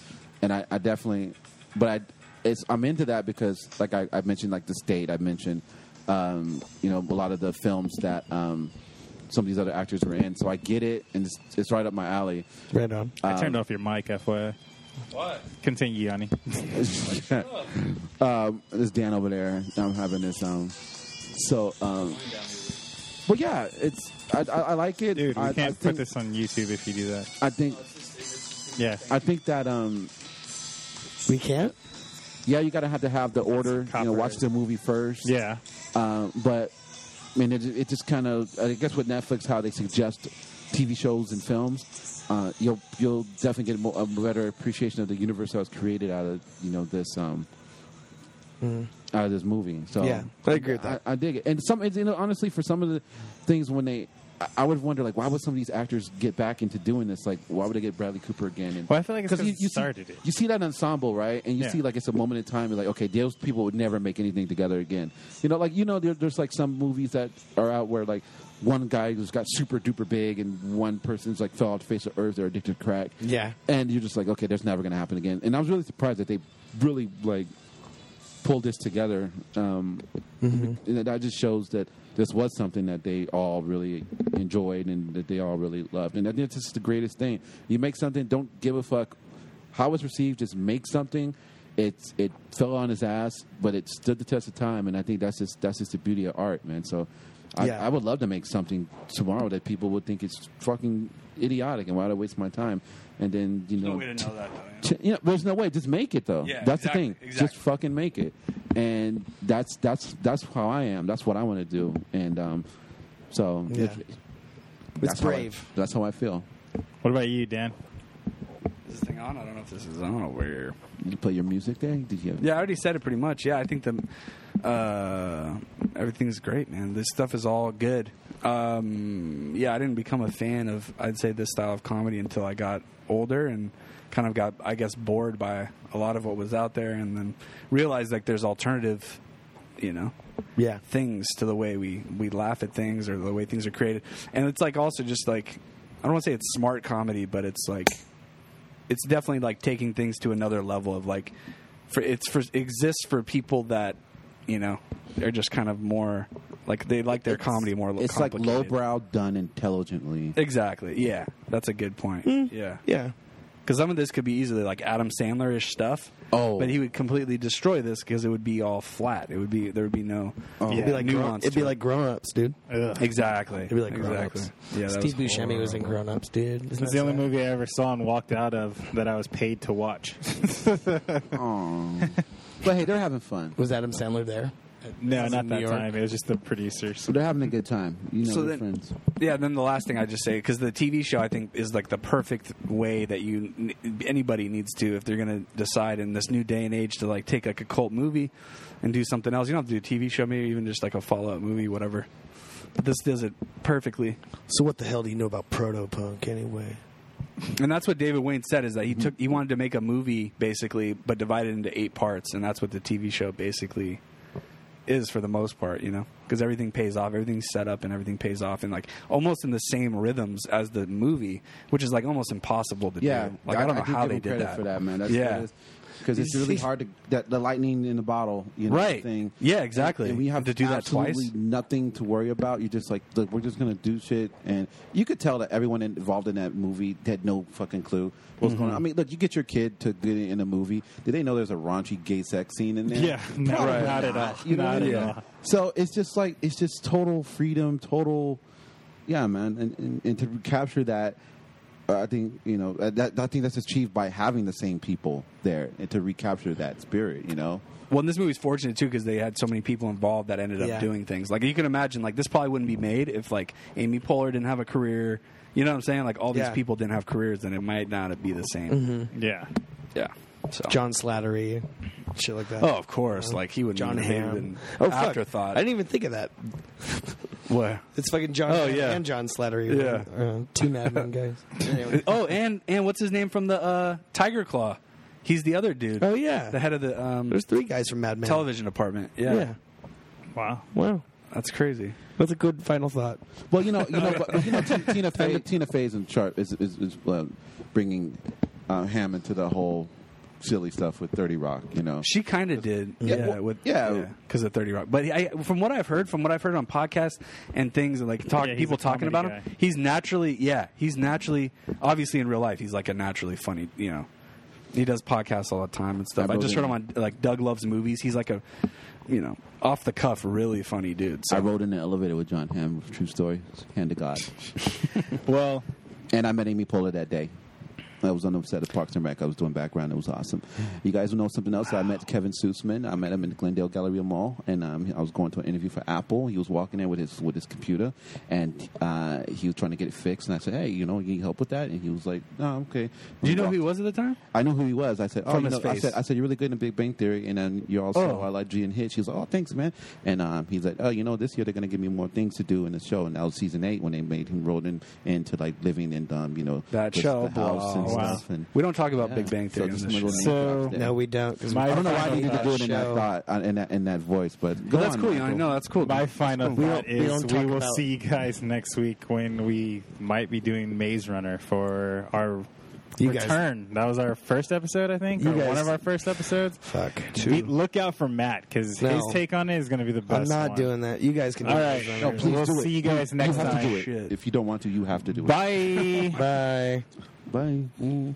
and I, I definitely, but I it's I'm into that because like I, I mentioned like the state I mentioned, um, you know, a lot of the films that. Um, some of these other actors were in, so I get it, and it's, it's right up my alley.
Right on.
I turned off your mic, FYI.
What?
Continue, Yanni.
um, there's Dan over there. I'm having this. Um, so, um, but yeah, it's I, I, I like it.
Dude, we
I,
can't
I
put
think,
this on YouTube if you do that.
I think
Yeah.
I think that um,
We can't.
yeah, you gotta have to have the order. You know, watch the movie first.
Yeah.
Um, but I mean, it, it just kind of I guess with Netflix how they suggest TV shows and films, uh, you'll you'll definitely get a, mo- a better appreciation of the universe that was created out of you know this um, out of this movie. So
Mm-hmm. Yeah, I agree with that.
I, I dig it. And some, it's, you know, honestly, for some of the things when they. I- I would wonder, like, why would some of these actors get back into doing this? Like, why would they get Bradley Cooper again? And
Well, I feel like it's 'cause it
see-
started it.
you see that ensemble, right? And you
Yeah.
see like it's a moment in time. You're like, okay, those people would never make anything together again. You know, like you know, there, there's like some movies that are out where like one guy just got super duper big, and one person's like fell off the face of earth. They're addicted to crack.
Yeah.
and you're just like, okay, that's never gonna happen again. And I was really surprised that they really like pulled this together. Um, and that just shows that this was something that they all really enjoyed and that they all really loved. And I think this is the greatest thing. You make something, don't give a fuck how it's received. Just make something. It's it fell on his ass, but it stood the test of time. And I think that's just that's just the beauty of art, man. So. I,
Yeah.
I would love to make something tomorrow that people would think it's fucking idiotic and why would I waste my time? And then you know,
No way to know that though.
Ch- You know, there's no way. Just make it though.
Yeah,
that's
exactly,
the thing. Just
exactly.
fucking make it. And that's that's that's how I am. That's what I want to do. And um, so
Yeah.
if-
It's
that's how I-
brave.
that's how I feel.
What about you, Dan?
Is this thing on? I don't know if this is on. Where?
You play your music there? Did you? Have,
Yeah, I already said it pretty much. Yeah, I think the uh, everything's great, man. This stuff is all good. Um, yeah, I didn't become a fan of I'd say this style of comedy until I got older and kind of got I guess bored by a lot of what was out there, and then realized like there's alternative, you know,
Yeah.
things to the way we we laugh at things or the way things are created and it's like also just like i don't want to say it's smart comedy but it's like it's definitely like taking things to another level of like for it's for exists for people that you know they're just kind of more like they like their comedy more
it's like
complicated.
lowbrow done intelligently. Hmm.
exactly yeah that's a good point yeah
Yeah.
because some of this could be easily like Adam Sandler ish stuff.
Oh.
but he would completely destroy this because it would be all flat. It would be there would be no.
Oh.
It'd
It'd
It'd be like grown,
nuance.
it'd be
to it.
like grown ups, dude.
Ugh.
exactly.
It'd be like grown
exactly.
ups.
Yeah, that
Steve
was
Buscemi was in
horrible.
Grown Ups, dude. Isn't
It's
that
the only
sad?
movie I ever saw and walked out of that I was paid to watch.
Aw. but hey, they're having fun.
Was Adam Sandler there?
No,
was
not
in
that
New York.
time. It was just the producers.
So they're having a good time. You know,
So
they're
then-
friends.
Yeah, and then the last thing I just say because the TV show I think is like the perfect way that you anybody needs to if they're going to decide in this new day and age to like take like a cult movie and do something else. You don't have to do a TV show, maybe even just like a follow up movie, whatever. But this does it perfectly,
So what the hell do you know about proto punk anyway?
and that's what David Wayne said is that
Mm-hmm.
he took he wanted to make a movie basically, but divided into eight parts, and that's what the TV show basically is for the most part, you know, because everything pays off, everything's set up, and everything pays off, and like almost in the same rhythms as the movie, which is like almost impossible to
Yeah,
do. Like I, don't know
do
how
give
they
them
did
credit
that
for that, man. That's
Yeah.
because it's really hard to that the lightning in the bottle, you know,
Right.
thing.
Yeah, exactly.
And when you have
To do that twice?
absolutely nothing to worry about. You're just like, look, we're just gonna do shit, and you could tell that everyone involved in that movie had no fucking clue what's going on.
Mm-hmm.
I mean, look, you get your kid to get in a movie. Did they know there's a raunchy gay sex scene in there?
Yeah, no,
Probably
not at all.
You know
Not
what I mean?
at all.
So it's just like it's just total freedom, total, yeah, man, and and, and to capture that, uh, I think you know uh, that I think that's achieved by having the same people there and to recapture that spirit, you know.
Well, and this movie's fortunate too because they had so many people involved that ended up
Yeah.
doing things. Like you can imagine, like this probably wouldn't be made if like Amy Poehler didn't have a career. You know what I'm saying? Like all these
Yeah.
people didn't have careers, then it might not be the same.
Mm-hmm.
Yeah.
Yeah. So.
Oh. John Slattery, shit like that.
Oh, of course. Like he would
John
not
Hamm.
Oh,
Oh, fuck.
afterthought.
I didn't even think of that.
What?
It's fucking John.
Oh,
Hamm
yeah.
and John Slattery.
Yeah.
uh, two madmen guys. Anyway.
Oh, and and what's his name from the uh, Tiger Claw? He's the other dude.
Oh, yeah.
the head of the um,
There's three guys from Mad Men.
television department. Yeah.
Yeah.
Wow.
Wow.
that's crazy.
That's a good final thought.
Well, you know, you know, but, you know T- Tina Fey, Tina Fey's in chart is is, is uh, bringing uh, Hammond to the whole silly stuff with Thirty Rock, you know.
She kind of did, yeah,
well,
with
yeah.
because of Thirty Rock. But I, from what I've heard, from what I've heard on podcasts and things, and like talk,
Yeah, he's
people
a
talking about
comedy
him,
guy.
he's naturally, yeah, he's naturally, obviously in real life, he's like a naturally funny, you know. He does podcasts all the time and stuff.
I
I, just heard him
believe
on like Doug loves movies. He's like a, you know, off the cuff, really funny dude. So
I rode in the elevator with John Hamm. True story. Hand to God.
Well,
And I met Amy Poehler that day. I was on the set of Parks and Rec. I was doing background. It was awome. You guys know something else? I met Kevin Sussman. I met him in the Glendale Galleria Mall, and um, I was going to an interview for Apple. He was walking in with his with his computer, and uh, he was trying to get it fixed. And I said, "Hey, you know, you need help with that?" And he was like, "No, okay."
do you know who he was at the time?
I know who he was. I said, "Oh,
From
you
his
know, I
face.
said, I said you're really good in Big Bang Theory, and then you're also
Oh.
I like G and Hitch." He was like, "Oh, thanks, man." And um, he's like, "Oh, you know, this year they're gonna give me more things to do in the show." And that was season eight when they made him rolled in into like living in um, you know,
That
the,
show
the house and
blows.
Wow.
stuff. And
We don't talk about
Yeah.
Big Bang
So
Theory.
just
on this
little
show.
name
So-
drops there.
No, we don't. 'cause
My-
I don't know why I
Final
needed to do it in that
show.
thought, uh, in that, in that voice, but go
But that's
on,
cool. I
Michael.
know that's cool.
my final
We
thought
don't- we
is
don't
we
talk
will
about-
see you guys next week when we might be doing Maze Runner for our
You guys-
return. That was our first episode, I think,
You
or one
guys-
of our first episodes.
Fuck.
We- look out for Matt because
No.
his take on it is going to be the best.
I'm not
one.
doing that. You guys can do
All
it.
right. No, please we'll
do it.
see you guys next
You have
time.
to do it.
Shit.
If you don't want to, you have to do it.
Bye.
Bye.
Bye. Mm.